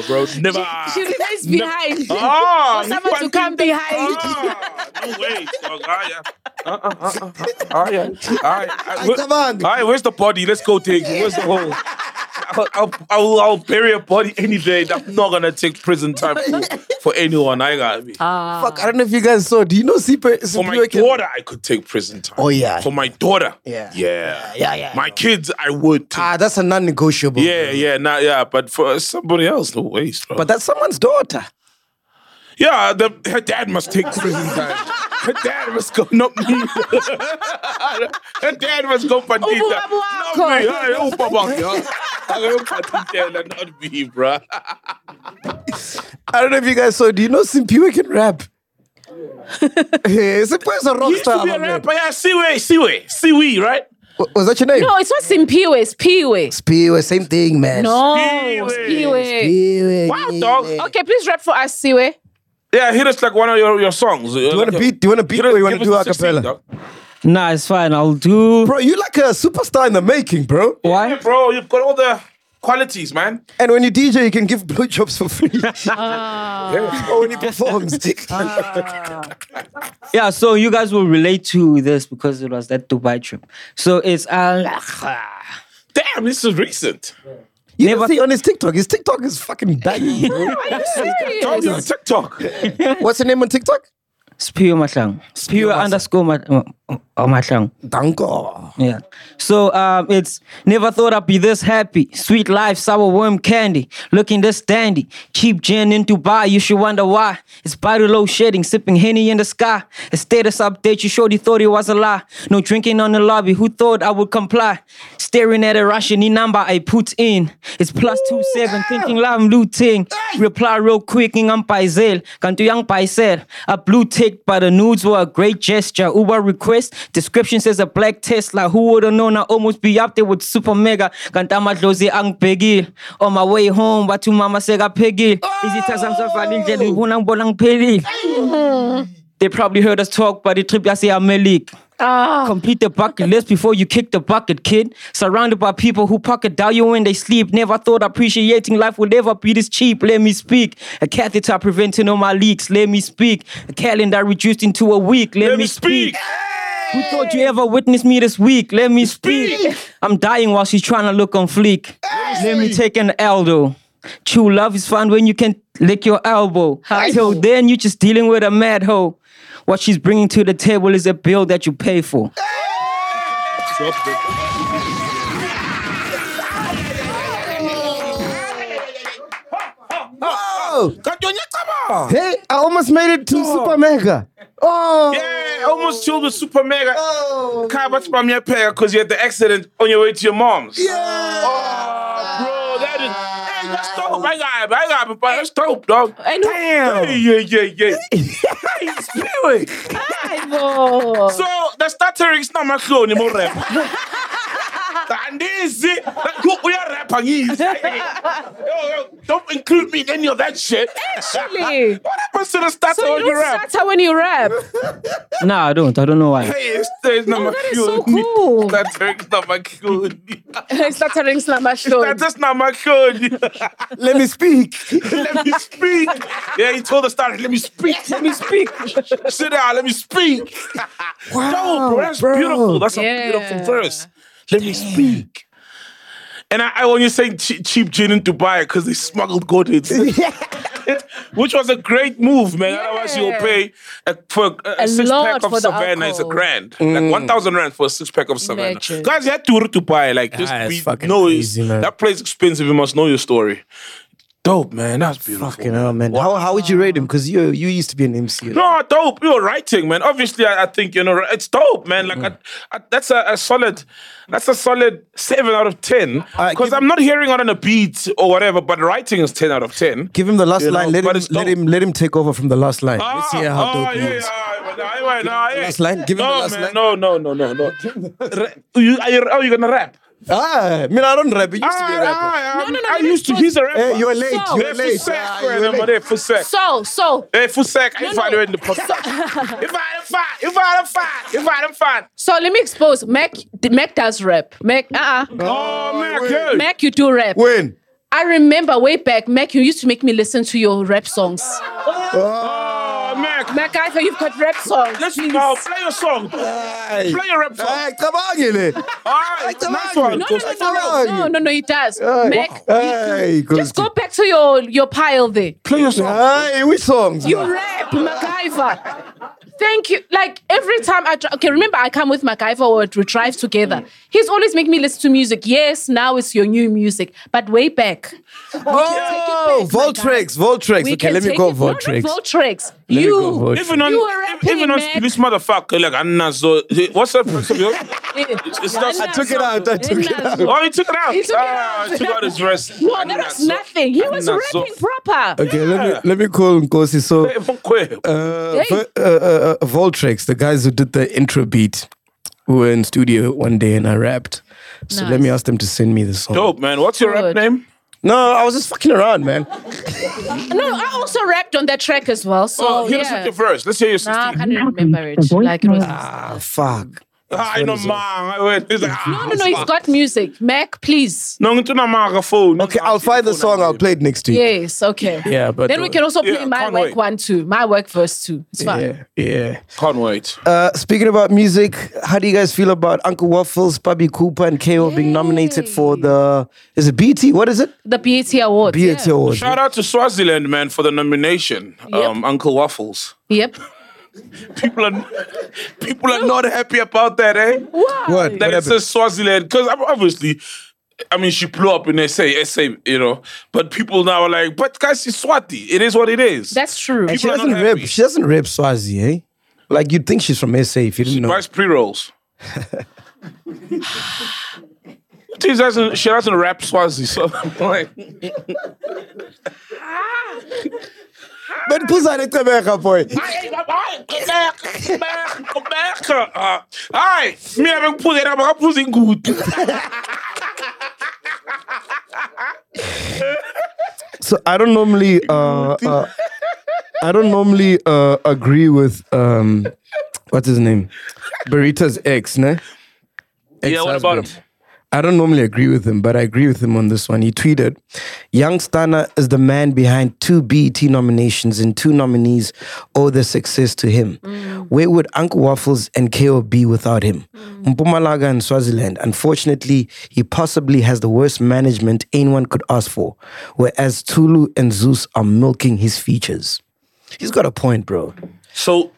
Speaker 8: never, bro, never.
Speaker 7: she remains behind.
Speaker 8: Ah,
Speaker 7: For someone to come behind.
Speaker 8: Ah, no way, dog. Ah, yeah. Uh, uh, uh, uh, uh. Ah, yeah. Ah, yeah. Ah, where-
Speaker 10: come on.
Speaker 8: ah, yeah, where's the body? Let's go take it. Where's the hole? I'll, I'll, I'll, I'll bury a body any day. I'm not gonna take prison time for, for anyone. I gotta be.
Speaker 7: Ah,
Speaker 10: Fuck, I don't know if you guys saw. Do you know Sipa?
Speaker 8: for Oh my daughter, I could take prison time.
Speaker 10: Oh, yeah.
Speaker 8: For my daughter.
Speaker 10: Yeah.
Speaker 8: Yeah.
Speaker 10: Yeah, yeah.
Speaker 8: My kids, I would. Take.
Speaker 10: Ah, that's a non-negotiable.
Speaker 8: yeah, yeah, nah, yeah. But for somebody else, no ways, bro.
Speaker 10: But that's someone's daughter.
Speaker 8: yeah, the, her dad must take prison time. Her dad must go. No, me. her dad must go pandita.
Speaker 7: Ubu babu wako.
Speaker 8: Not me. Hey, ubu babu wako. I go pandita, not me, bro.
Speaker 10: I don't know if you guys saw. Do you know Simpiwe can rap? Hey, Simpiwe is a rock
Speaker 8: He used to
Speaker 10: star.
Speaker 8: be
Speaker 10: my
Speaker 8: a
Speaker 10: man.
Speaker 8: rapper. Yeah, Siwe, Siwe, Siwe, right?
Speaker 10: Wa- Was that your name?
Speaker 7: No, it's not Simpiwe, it's Piwe.
Speaker 10: Spiwe, same thing, man.
Speaker 7: No,
Speaker 8: Spiwe.
Speaker 7: Spiwe.
Speaker 10: Spiwe.
Speaker 8: Wow, dog.
Speaker 7: Okay, please rap for us, Siwe.
Speaker 8: Yeah, hit us like one of your, your songs. Do
Speaker 10: You want to beat? Do you want to beat or you want to do a cappella?
Speaker 12: Nah, it's fine. I'll do.
Speaker 10: Bro, you like a superstar in the making, bro.
Speaker 8: Yeah, bro, you've got all the qualities, man.
Speaker 10: And when you DJ, you can give blowjobs for free.
Speaker 7: Ah.
Speaker 10: or when he performs.
Speaker 12: Yeah, so you guys will relate to this because it was that Dubai trip. So it's uh, Al.
Speaker 8: Damn, this is recent.
Speaker 10: you
Speaker 12: Never-
Speaker 10: never see on his TikTok. His TikTok is fucking banging, bro.
Speaker 8: Don't use TikTok.
Speaker 10: What's your name on TikTok?
Speaker 12: Spiwa Matlang. Spiwa underscore Mat- oh, oh, Matlang.
Speaker 10: Danko.
Speaker 12: Yeah. So um, it's never thought I'd be this happy. Sweet life, sour worm candy. Looking this dandy. Cheap gin in Dubai. You should wonder why. It's body low shedding, sipping henny in the sky. A status update. You shorty thought it was a lie. No drinking on the lobby. Who thought I would comply? Staring at a Russian e number I put in. It's plus two seven. Thinking love I'm looting. Reply real quick. I'm paisel. Kantu yang paisel. A blue tick, but the nudes were a great gesture. Uber request. Description says a black Tesla. Who would've known I almost be up there with Super Mega? Kantama Dlozi ang pegil. On my way home, but to mama sega pegil. Easy task I'm so valid. Unang bolang pegil. They probably heard us talk, but the trip I say I'm Malik. Complete the bucket list before you kick the bucket, kid. Surrounded by people who pocket dial you when they sleep. Never thought appreciating life would ever be this cheap. Let me speak. A catheter preventing all my leaks. Let me speak. A calendar reduced into a week. Let,
Speaker 8: Let me speak.
Speaker 12: Who thought you ever witnessed me this week? Let me speak. I'm dying while she's trying to look on fleek. Let me take an L though. True love is found when you can lick your elbow. Till then, you're just dealing with a mad hoe. What she's bringing to the table is a bill that you pay for.
Speaker 10: Yo! Hey, I almost made it to Super Mega. Oh!
Speaker 8: Yeah, almost chilled with Super Mega. Kai, what's my mere pair? Because you had the accident on your way to your mom's. Yeah. Oh, bro, that is. Hey, that's dope. I got it. I got it. That's dope, dog.
Speaker 7: And
Speaker 8: Damn. Yeah, yeah, yeah. hey, spirit.
Speaker 7: Aibo.
Speaker 8: So, the stuttering is not my flow anymore, rap. Andizi, like, you we are rapping. Yo, yo, don't include me in any of that shit.
Speaker 7: Actually.
Speaker 8: what happens to the stutter
Speaker 7: So
Speaker 8: when
Speaker 7: you
Speaker 8: you rap?
Speaker 7: don't stutter when you rap.
Speaker 12: Nah, I don't. I don't know why.
Speaker 8: Hey, it's, it's not
Speaker 7: No,
Speaker 8: my
Speaker 7: Oh, that is
Speaker 8: cue.
Speaker 7: so cool.
Speaker 8: That's not my cue.
Speaker 7: Stuttering slamashlon.
Speaker 8: That's not my cue.
Speaker 10: Let me speak.
Speaker 8: let me speak. Yeah, he told the starter, let me speak. Let me speak. Sit down, let me speak. Wow, bro, that's
Speaker 10: bro.
Speaker 8: beautiful. That's
Speaker 7: Yeah.
Speaker 8: a beautiful verse. Let me speak. And I, I when you saying che- cheap gin in Dubai because they smuggled gold in. Which was a great move, man. Otherwise, you'll
Speaker 7: Yeah.
Speaker 8: pay a, for a, a
Speaker 7: A
Speaker 8: six pack
Speaker 7: lot
Speaker 8: of
Speaker 7: for the
Speaker 8: Savannah is a
Speaker 7: alcohol.
Speaker 8: grand,
Speaker 10: Mm.
Speaker 8: like one thousand rand for a six pack of Savannah.
Speaker 7: Imagine.
Speaker 8: Guys, you had to to buy like just
Speaker 6: Ah, it's
Speaker 8: be-
Speaker 6: fucking
Speaker 8: know
Speaker 6: crazy,
Speaker 8: it's-
Speaker 6: man.
Speaker 8: that place expensive. You must know your story. Dope, man. That's beautiful.
Speaker 10: Fucking hell, man. How, how would you rate him? Because you you used to be an MC.
Speaker 8: No, dope. You're writing, man. Obviously, I, I think you know it's dope, man. Like
Speaker 10: Mm.
Speaker 8: I, I, that's a, a solid, that's a solid seven out of ten.
Speaker 10: right,
Speaker 8: Because
Speaker 10: Uh, give-
Speaker 8: I'm not hearing out on a beat or whatever, but writing is ten out of ten.
Speaker 10: Give him the last
Speaker 8: You know,
Speaker 10: line. let,
Speaker 8: but
Speaker 10: him,
Speaker 8: it's
Speaker 10: let
Speaker 8: dope.
Speaker 10: him let him take over from the last line.
Speaker 8: Ah,
Speaker 10: Let's hear how
Speaker 8: ah,
Speaker 10: dope
Speaker 8: yeah,
Speaker 10: he is.
Speaker 8: yeah, yeah, yeah, yeah, ah, yeah, yeah.
Speaker 10: last line. Give him
Speaker 8: no,
Speaker 10: the last
Speaker 8: man,
Speaker 10: line.
Speaker 8: No, no, no, no, no. Ra- you, are you, are you gonna rap? Ah,
Speaker 10: Ah, I mean, I don't rap. You used to be a rapper.
Speaker 8: I,
Speaker 7: No, no, no,
Speaker 8: I
Speaker 7: no,
Speaker 8: used to.
Speaker 7: no.
Speaker 8: He's a rapper.
Speaker 10: Hey, you're late.
Speaker 7: So-
Speaker 10: You're
Speaker 8: They're
Speaker 10: late.
Speaker 8: Fusek,
Speaker 10: Ah,
Speaker 8: man,
Speaker 10: you're
Speaker 8: I'm
Speaker 10: late.
Speaker 8: there, Fusek.
Speaker 7: So, so,
Speaker 8: Hey, Fusek, I ain't
Speaker 7: no.
Speaker 8: find you in the podcast. If I am fine, if I am fine, if I am fine.
Speaker 7: so let me expose. Mac, Mac does rap. Mac, uh uh
Speaker 10: Ah,
Speaker 8: Oh, man, good.
Speaker 7: Mac, you do rap.
Speaker 10: When?
Speaker 7: I remember way back, Mac, you used to make me listen to your rap songs.
Speaker 8: Oh, Mac.
Speaker 7: Mac, I you've got rap songs.
Speaker 8: Let's
Speaker 7: please.
Speaker 8: no, play your song.
Speaker 10: Hey.
Speaker 8: Play your rap song.
Speaker 10: Hey, come on, you late.
Speaker 8: All right,
Speaker 10: come
Speaker 8: nice
Speaker 10: on.
Speaker 8: one.
Speaker 7: No, no, no, no, no, no, no, no, he does. Mac,
Speaker 10: Hey,
Speaker 7: just go back to your, your pile there.
Speaker 10: play your song. Hey, which songs?
Speaker 7: You rap, MacGyver. Thank you. Like every time I dri- okay, remember I come with MacGyver or we drive together. He's always making me listen to music. Yes, now it's your new music, but way back.
Speaker 10: Oh,
Speaker 7: take it back, my
Speaker 10: Voltrex, Voltrex.
Speaker 7: We
Speaker 10: Okay,
Speaker 7: can
Speaker 10: let me
Speaker 7: take
Speaker 10: go
Speaker 7: it- no, not
Speaker 10: Voltrex.
Speaker 7: Voltrex.
Speaker 10: me
Speaker 7: you,
Speaker 10: go Voltrex.
Speaker 8: Even on,
Speaker 7: you were rapping,
Speaker 8: even on
Speaker 7: Mac.
Speaker 8: this motherfucker, like Anna Zo. What's up? What's up, yo? it's not-
Speaker 10: I took it out, I took it out.
Speaker 8: Oh, he took it out.
Speaker 7: He took it
Speaker 8: Ah,
Speaker 7: out.
Speaker 8: he took out his dress.
Speaker 7: No, that was nothing. He was
Speaker 8: Anna Zo.
Speaker 7: rapping proper.
Speaker 10: Okay, let me let me call Nkosi. So,
Speaker 8: Hey, Mkwe.
Speaker 10: uh,
Speaker 7: Hey.
Speaker 10: Vo- uh, uh, uh, Voltrex, the guys who did the intro beat, we were in studio one day and I rapped. So let
Speaker 7: Nice.
Speaker 10: me ask them to send me the song.
Speaker 8: Dope, man. What's your rap
Speaker 7: Good.
Speaker 8: name?
Speaker 10: No, I was just fucking around, man.
Speaker 7: No, I also rapped on that track as well. So
Speaker 8: Oh, hit us
Speaker 7: yeah.
Speaker 8: with your first. Let's hear your 16.
Speaker 7: No, I can't remember it. Like it was.
Speaker 10: Ah, fuck.
Speaker 8: Ah, I know, man. I went. He's like, ah,
Speaker 7: No, no, no. He's got music. Mac, please.
Speaker 8: No, ngitsi unamaka phone.
Speaker 10: Okay, I'll find the song. I'll play it next week.
Speaker 7: Yes, okay.
Speaker 10: Yeah, but-
Speaker 7: then we can also
Speaker 8: Yeah,
Speaker 7: play my
Speaker 8: can't
Speaker 7: work
Speaker 8: wait.
Speaker 7: one too, my work verse two. It's fine.
Speaker 10: Yeah, yeah.
Speaker 8: Can't wait.
Speaker 10: Uh, speaking about music, how do you guys feel about Uncle Waffles, Bobby Cooper, and KO being nominated for the is it BT? What is it?
Speaker 7: The BET Awards.
Speaker 10: BET
Speaker 7: yeah.
Speaker 10: Awards.
Speaker 8: Shout out to Swaziland, man, for the nomination. Um, Uncle Waffles.
Speaker 7: Yep.
Speaker 8: People are people are not happy about that, eh?
Speaker 7: Wow.
Speaker 10: What?
Speaker 8: That it says Swaziland because obviously, I mean, she blew up in SA, SA, you know. But people now are like, but guys, she's Swati. It is what it is.
Speaker 7: That's true.
Speaker 10: She
Speaker 8: people are
Speaker 10: doesn't
Speaker 8: not
Speaker 10: rap.
Speaker 8: happy.
Speaker 10: She doesn't rap Swazi, eh? Like you'd think she's from SA if you didn't know.
Speaker 8: Vice pre rolls. She doesn't, she doesn't rap Swazi, so I'm like,
Speaker 10: But Puzan and Kabeka, boy.
Speaker 8: Uh, hayi mina bengiphuze nabo kaphuza ingudu
Speaker 10: So I don't normally, uh, uh, I don't normally uh, agree with um, what's his name, Burrito's ex, ne?
Speaker 8: Yeah, what about him?
Speaker 10: I don't normally agree with him, but I agree with him on this one. He tweeted, Young Stana is the man behind two BET nominations and two nominees owe their success to him. Where would Uncle Waffles and KO be without him? Mpumalanga and Swaziland, unfortunately, he possibly has the worst management anyone could ask for, whereas Tulu and Zeus are milking his features. He's got a point, bro.
Speaker 8: so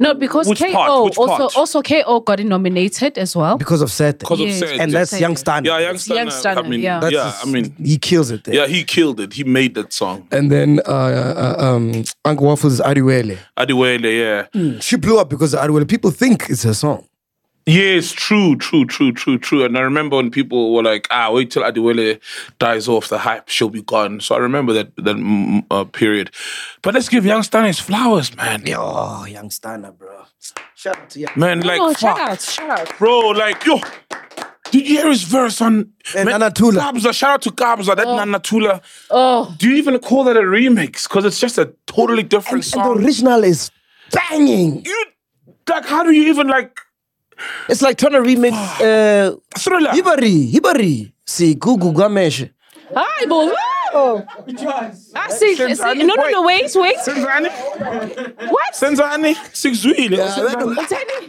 Speaker 7: No, because
Speaker 8: Which
Speaker 7: KO
Speaker 8: part? Which
Speaker 7: also
Speaker 8: part?
Speaker 7: also KO got it nominated as well.
Speaker 10: because of Seth.
Speaker 8: Because of
Speaker 7: Yeah,
Speaker 8: Seth.
Speaker 10: and that's
Speaker 7: Seth.
Speaker 10: Young Stan.
Speaker 8: Yeah, Young
Speaker 7: Young
Speaker 8: Stunner. I
Speaker 7: Stunner,
Speaker 8: mean,
Speaker 7: yeah.
Speaker 8: yeah,
Speaker 10: That's his-
Speaker 8: I mean,
Speaker 10: he kills it. There.
Speaker 8: yeah, he killed it. He made that song.
Speaker 10: And then uh, uh, um, Uncle Waffles Adiwele.
Speaker 8: Adiwele, yeah.
Speaker 10: She blew up because of Adiwele. People think it's her song.
Speaker 8: Yes, true, true, true, true, true. And I remember when people were like, "Ah, wait till Adiwele dies off, the hype, she'll be gone." So I remember that that mm, uh, period. But let's give Young Stan his flowers, man.
Speaker 10: Oh, Young Stunner, bro. Shout out to Young.
Speaker 8: Man, like,
Speaker 7: oh,
Speaker 8: fuck,
Speaker 7: shout out, shout out.
Speaker 8: bro, like, yo. Did you hear his verse on
Speaker 10: And
Speaker 8: Man,
Speaker 10: Eh, Nanatula.
Speaker 8: Kabza, shout out to Kabza, that Nanatula.
Speaker 7: Oh,
Speaker 8: Do you even call that a remix? Because it's just a totally different
Speaker 10: And,
Speaker 8: song.
Speaker 10: the original is banging.
Speaker 8: you like how do you even like
Speaker 10: It's like trying to remix uh,
Speaker 8: thriller?
Speaker 10: Hibari, Hibari. See, Gugu Gamesh.
Speaker 7: hi, boy. Oh. I see, see, no, no, no, wait, wait.
Speaker 8: Senzani?
Speaker 7: What?
Speaker 8: Senzani? Sikzwile.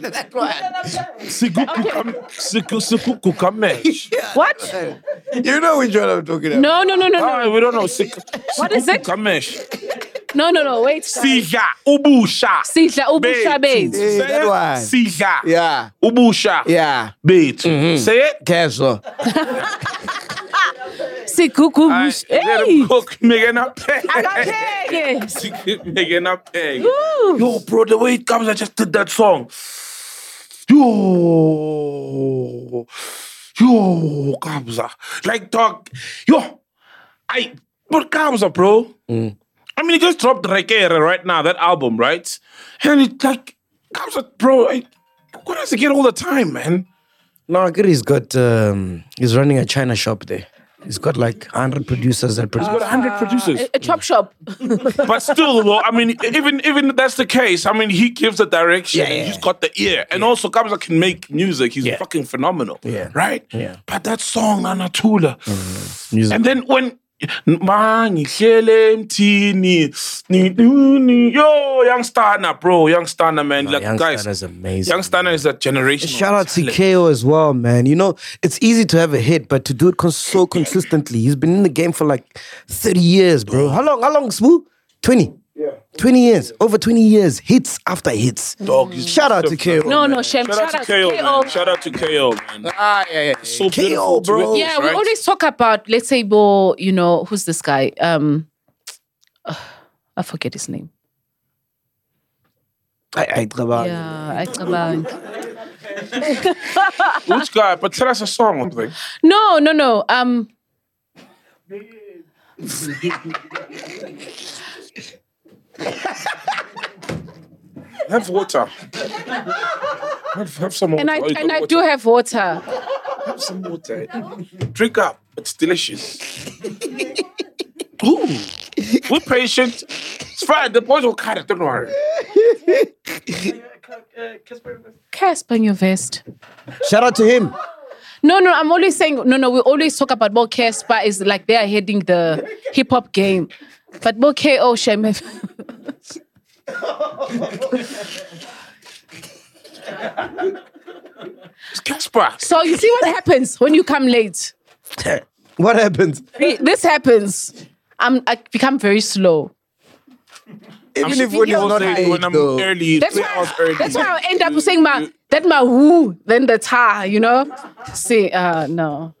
Speaker 10: That one.
Speaker 8: Sikuku kamesh.
Speaker 7: What?
Speaker 10: You know which one I'm talking about.
Speaker 7: No, no, no, no, no,
Speaker 8: Ah, we don't know. Sik-
Speaker 7: What is it?
Speaker 8: Kamesh.
Speaker 7: no, no, no, wait.
Speaker 8: Sija, ubusha.
Speaker 7: Sidla Ubusha
Speaker 8: Bethu.
Speaker 7: Bates.
Speaker 10: Hey,
Speaker 8: Say
Speaker 10: that
Speaker 8: it.
Speaker 10: one.
Speaker 8: Sija.
Speaker 10: Yeah,
Speaker 8: Ubusha.
Speaker 10: yeah.
Speaker 8: Bethu. Say it.
Speaker 10: Casual.
Speaker 7: Sikuku
Speaker 8: Ay,
Speaker 7: Bush.
Speaker 8: Let
Speaker 7: Hey!
Speaker 8: him cook, nigga, na peg.
Speaker 7: Akakeke.
Speaker 8: Nigga, na peg. Yo, bro, the way it comes, I just did that song. Yo, yo, Kabza. Like, dog, yo, I, but Kabza, bro. I mean, he just dropped Rekere right now, that album, right? And it, like, Kabza, bro, I, what does he get all the time, man?
Speaker 10: No, I get he's got, um, he's running a China shop there. He's got like 100 producers that produce.
Speaker 8: Got 100 producers.
Speaker 7: A chop shop.
Speaker 8: But still, though, I mean, even even if that's the case, I mean, he gives the direction. and He's got the ear, and also Kamza can make music. He's fucking phenomenal.
Speaker 10: Yeah.
Speaker 8: Right.
Speaker 10: Yeah. Mm-hmm.
Speaker 8: But that song Anatula,
Speaker 10: music.
Speaker 8: and then when. Mangihlele emthini, niduni- Yo, young Stunner, bro, young Stunner, man. like,
Speaker 10: Oh, Young
Speaker 8: guys,
Speaker 10: Stunner's amazing,
Speaker 8: Young Stunner is a generation.
Speaker 10: Shout out to KO as well, man. You know, it's easy to have a hit, but to do it cons- so consistently. He's been in the game for like 30 years, bro. How long? How long, Smooth? 20. Yeah. 20 years. Over 20 years. Hits after hits. Dog. Shout out to KO.
Speaker 7: No, no, Shem.
Speaker 8: Shout out to KO, man. Shout out to KO, man.
Speaker 10: Ah, yeah, yeah.
Speaker 8: So
Speaker 10: KO,
Speaker 8: beautiful to
Speaker 10: bro.
Speaker 8: witness,
Speaker 7: Yeah, we
Speaker 8: right?
Speaker 7: always talk about, let's say, Bo, you know, who's this guy? Um, uh, I forget his name.
Speaker 10: I, I, about
Speaker 7: Yeah, I cabang.
Speaker 8: Which guy? But tell us a song, I'm like.
Speaker 7: No, no, no. Um,
Speaker 8: Have water. Have, have some water.
Speaker 7: and I
Speaker 8: Oh, you
Speaker 7: and
Speaker 8: got
Speaker 7: I
Speaker 8: water.
Speaker 7: do have water.
Speaker 8: have some water. Drink up. It's delicious. Ooh. We're patient. It's fine. The boys will cut it. Don't worry.
Speaker 7: Casper in your vest.
Speaker 10: Shout out to him.
Speaker 7: No, no, I'm always saying no, no. We always talk about Bo Casper is like they are heading the hip hop game, but Bo KO Shem.
Speaker 8: It's Casper.
Speaker 7: So you see what happens when you come late.
Speaker 10: What happens?
Speaker 7: This happens. I'm I become very slow.
Speaker 10: Even
Speaker 7: should
Speaker 10: if when
Speaker 7: be
Speaker 10: he's
Speaker 7: your
Speaker 10: not
Speaker 7: time.
Speaker 10: late,
Speaker 8: when I'm
Speaker 10: though.
Speaker 8: early,
Speaker 7: That's
Speaker 8: three hours early.
Speaker 7: why, that's why I end up saying my that my woo, then the ta, you know? See, uh no.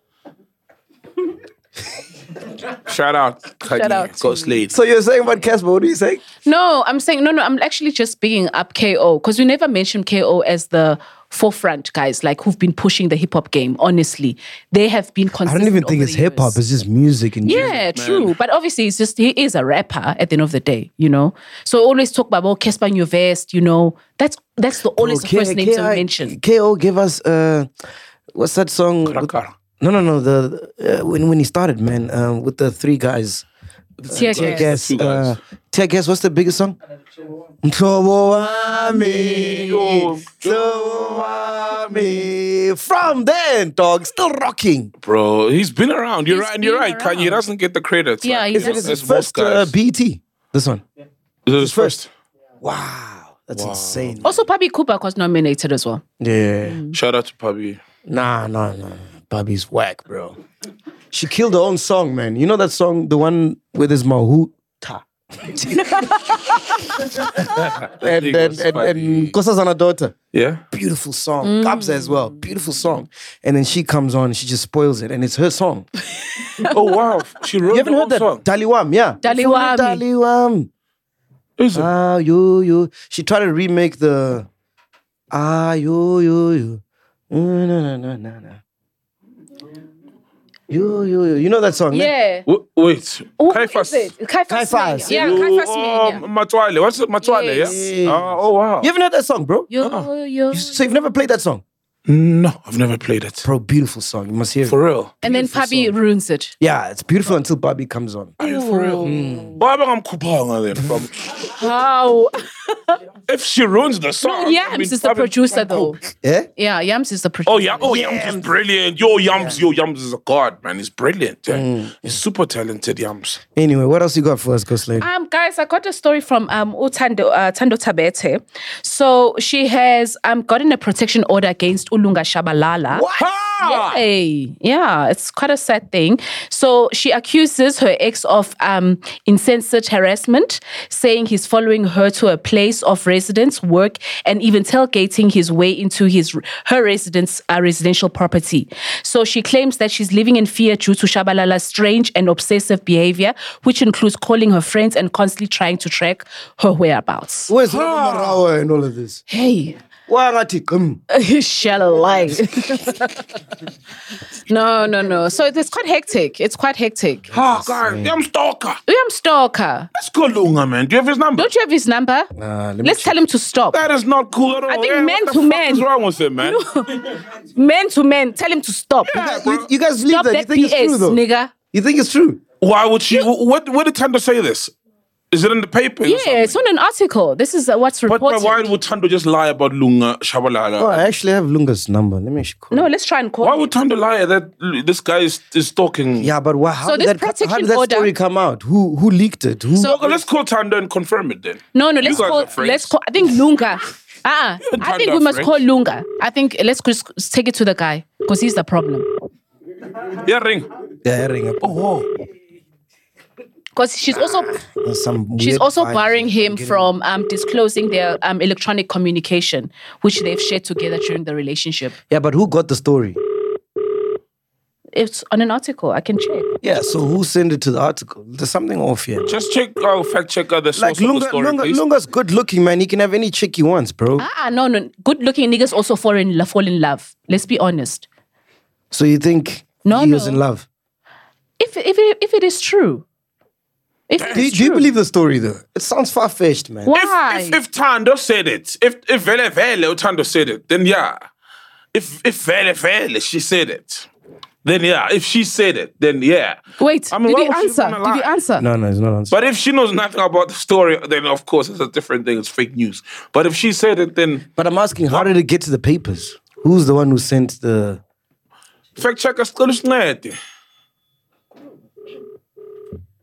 Speaker 8: Shout out. Shout
Speaker 7: out to-
Speaker 8: Got slayed.
Speaker 10: So you're saying about Casper? What are you saying?
Speaker 7: No, I'm saying no, no. I'm actually just bringing up KO because we never mentioned KO as the forefront guys like who've been pushing the hip hop game. Honestly, they have been.
Speaker 10: I don't even think it's hip hop. It's just music and
Speaker 7: Yeah, true. But obviously, it's just he is a rapper at the end of the day, you know. So always talk about oh, Casper in your vest, you know. That's that's the always the first names I mention.
Speaker 10: KO gave us uh, what's that song?
Speaker 8: Krakara.
Speaker 10: No, no, no. The uh, when when he started, man, um, with the three guys.
Speaker 7: Tear
Speaker 10: Tear
Speaker 7: gas.
Speaker 10: gas. Uh, tear gas. What's the biggest song? Mtobo wami, mtobo wami. From then, dog, still rocking.
Speaker 8: Bro, he's been around. You're
Speaker 7: He's
Speaker 8: right. You're
Speaker 7: been
Speaker 8: right. Kanye
Speaker 7: around.
Speaker 8: doesn't get the credit.
Speaker 7: Yeah, he
Speaker 8: like,
Speaker 7: doesn't.
Speaker 8: That's most
Speaker 10: First uh,
Speaker 8: guys.
Speaker 10: BT. This one.
Speaker 8: This is first.
Speaker 10: Wow, that's insane.
Speaker 7: Also, Papi Cooper was nominated as well.
Speaker 10: Yeah.
Speaker 7: Mm.
Speaker 8: Shout out to Pabi.
Speaker 10: Nah, nah, nah. Bobby's whack, bro. She killed her own song, man. You know that song, the one with his Mahuta? and
Speaker 8: think
Speaker 10: and
Speaker 8: was
Speaker 10: and,
Speaker 8: funny.
Speaker 10: and Kosazana daughter.
Speaker 8: Yeah.
Speaker 10: Beautiful song. Kabza as well. Beautiful song. And then she comes on and she just spoils it. And it's her song.
Speaker 8: Oh wow, she wrote
Speaker 10: You haven't
Speaker 8: the
Speaker 10: heard
Speaker 8: whole
Speaker 10: that?
Speaker 8: song.
Speaker 10: Daliwam, yeah.
Speaker 7: Daliwami.
Speaker 10: Daliwam.
Speaker 8: Is it?
Speaker 10: Ah, yo, yo. She tried to remake the Ah, yo, yo, yo. Mm, No, no, no, no, no. Yo, yo, yo. You know that song? ne?
Speaker 7: Yeah.
Speaker 8: W- wait,
Speaker 7: Who
Speaker 8: Kaifas.
Speaker 7: is it? Kaifas.
Speaker 10: Kaifas.
Speaker 7: Mania. Yeah,
Speaker 8: Oh,
Speaker 7: Kaifas.
Speaker 8: oh,
Speaker 7: Mania.
Speaker 8: Matwale. What's it? Matwale,
Speaker 7: Yes.
Speaker 8: yeah? Ah, oh, wow.
Speaker 10: You haven't heard that song, bro?
Speaker 8: Oh.
Speaker 7: Yo, yo.
Speaker 10: So you've never played that song?
Speaker 8: No, I've never played it.
Speaker 10: Bro, beautiful song. You must hear it.
Speaker 8: For real.
Speaker 7: And then Pabi ruins it.
Speaker 10: Yeah, it's beautiful until Bobby comes on.
Speaker 8: Are you for real?
Speaker 7: Hmm.
Speaker 8: Baba Ngam then from
Speaker 7: Wow.
Speaker 8: if she ruins the song.
Speaker 7: Yams
Speaker 8: I mean,
Speaker 7: is the
Speaker 8: Baba-
Speaker 7: producer, though.
Speaker 10: Yeah?
Speaker 7: Yeah, Yams is the producer.
Speaker 8: Oh yeah, oh Yams is brilliant. Yo Yams, yo Yams is a god, man. He's brilliant. Yeah.
Speaker 7: Hmm.
Speaker 8: He's super talented, Yams.
Speaker 10: Anyway, what else you got for us, Ghost Lady?
Speaker 7: Um, guys, I got a story from um Utando uh, Tando Tabete. So she has um gotten a protection order against Ulunga Shabalala.
Speaker 8: Ah!
Speaker 7: Yay. Yeah, it's quite a sad thing. So she accuses her ex of um, insensate harassment, saying he's following her to a place of residence, work, and even tailgating his way into his her residence uh, residential property. So she claims that she's living in fear due to Shabalala's strange and obsessive behavior, which includes calling her friends and constantly trying to track her whereabouts.
Speaker 10: Where's Robert Marawa and all of this?
Speaker 7: Hey,
Speaker 10: Why not it? Mm.
Speaker 7: Uh, shallow life. no, no, no. So it's quite hectic. It's quite hectic.
Speaker 8: Ah,
Speaker 7: Hmm.
Speaker 8: God, Yams stalker.
Speaker 7: William Stalker.
Speaker 8: That's good, Lunga, man. Do you have his number?
Speaker 7: Don't you have his number?
Speaker 10: Nah, let me
Speaker 7: Let's
Speaker 10: check.
Speaker 7: tell him to stop.
Speaker 8: That is not cool at all.
Speaker 7: I think
Speaker 8: yeah,
Speaker 7: man
Speaker 8: what
Speaker 7: to
Speaker 8: the fuck
Speaker 7: man.
Speaker 8: is wrong with him, man?
Speaker 7: Men to men, tell him to stop.
Speaker 10: You, you guys believe
Speaker 7: Stop
Speaker 10: that? You
Speaker 7: that
Speaker 10: think it's true,
Speaker 7: BS,
Speaker 10: though?
Speaker 7: nigga.
Speaker 10: You think it's true?
Speaker 8: Why would she? wh- What? What did Tando say this? Is it in the paper? or
Speaker 7: Yeah,
Speaker 8: something?
Speaker 7: it's on an article. This is uh, what's
Speaker 8: But,
Speaker 7: reported.
Speaker 8: but why would Tando just lie about Lunga Shabalala?
Speaker 10: Oh, I actually have Lunga's number. Let me call.
Speaker 7: no, let's try and call.
Speaker 8: Why
Speaker 7: him.
Speaker 8: would Tando lie that l- this guy is, is stalking?
Speaker 10: Yeah, but wha- how,
Speaker 7: So
Speaker 10: did
Speaker 7: this
Speaker 10: that, co- how
Speaker 7: protection
Speaker 10: did that
Speaker 7: order-
Speaker 10: story come out? Who who leaked it? Who?
Speaker 7: So-
Speaker 8: Okay, let's call Tando and confirm it then.
Speaker 7: no, no,
Speaker 8: You
Speaker 7: let's
Speaker 8: guys
Speaker 7: call.
Speaker 8: are friends.
Speaker 7: Let's call. I think Lunga. Ah, uh
Speaker 8: and
Speaker 7: I think
Speaker 8: Tanda
Speaker 7: we must
Speaker 8: friends.
Speaker 7: call Lunga. I think let's just take it to the guy because he's the problem.
Speaker 8: Yeah, ring.
Speaker 10: yeah, I ring up.
Speaker 8: Oh,
Speaker 7: Because she's also
Speaker 10: Some
Speaker 7: she's
Speaker 10: weird
Speaker 7: also
Speaker 10: vibes.
Speaker 7: barring him from um, disclosing their um, electronic communication, which they've shared together during the relationship.
Speaker 10: Yeah, but who got the story?
Speaker 7: It's on an article. I can check.
Speaker 10: Yeah, so who sent it to the article? There's something off here.
Speaker 8: just check. Oh, fact check uh, the source
Speaker 10: Like
Speaker 8: of
Speaker 10: Lunga,
Speaker 8: the story,
Speaker 10: Lunga,
Speaker 8: please.
Speaker 10: Lunga's good looking, man. He can have any chick he wants, bro.
Speaker 7: Ah, no, no. Good looking niggas also fall in, lo- fall in love. Let's be honest.
Speaker 10: So you think
Speaker 7: No,
Speaker 10: he was
Speaker 7: no.
Speaker 10: in love?
Speaker 7: If, if, it, if it is true. If it
Speaker 10: Do you,
Speaker 7: is
Speaker 10: do you
Speaker 7: true.
Speaker 10: believe the story though? It sounds far fetched, man.
Speaker 7: Why?
Speaker 8: If, if if Tando said it, if if Vele Vele Tando said it, then yeah. If if Vele Vele she said it, then yeah. If she said it, then yeah.
Speaker 7: Wait,
Speaker 8: I mean,
Speaker 7: did
Speaker 8: why
Speaker 7: he
Speaker 8: would she
Speaker 7: answer?
Speaker 8: wanna
Speaker 7: Did he
Speaker 8: lie?
Speaker 7: answer?
Speaker 10: No, no, it's not answered.
Speaker 8: But if she knows nothing about the story, then of course it's a different thing. It's fake news. But if she said it, then
Speaker 10: But I'm asking, how did it get to the papers? Who's the one who sent the?
Speaker 8: fact checker still is not.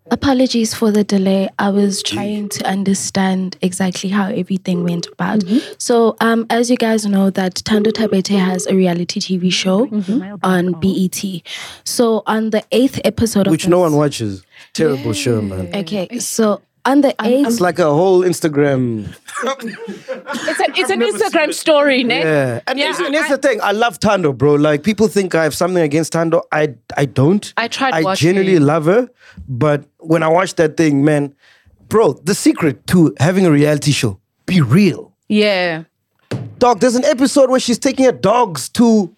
Speaker 11: Apologies for the delay. I was
Speaker 10: Mm-hmm.
Speaker 11: trying to understand exactly how everything went about. So, um, as you guys know, that Tando Tabete has a reality TV show on BET. So, on the eighth episode of
Speaker 10: Which
Speaker 11: the-
Speaker 10: no one watches. Terrible show, man.
Speaker 11: Okay, so on the
Speaker 10: It's
Speaker 11: eighth,
Speaker 10: like a whole Instagram.
Speaker 7: It's, an it's an Instagram story, ne?
Speaker 10: Yeah, Uh, and,
Speaker 7: Yeah,
Speaker 10: it's- and here's
Speaker 7: I-
Speaker 10: the thing. I love Tando, bro. Like people think I have something against Tando. I I don't.
Speaker 7: I tried
Speaker 10: I
Speaker 7: watching.
Speaker 10: genuinely love her, but when I watch that thing, man, bro, the secret to having a reality show be real.
Speaker 7: Yeah.
Speaker 10: Dog, there's an episode where she's taking her dogs to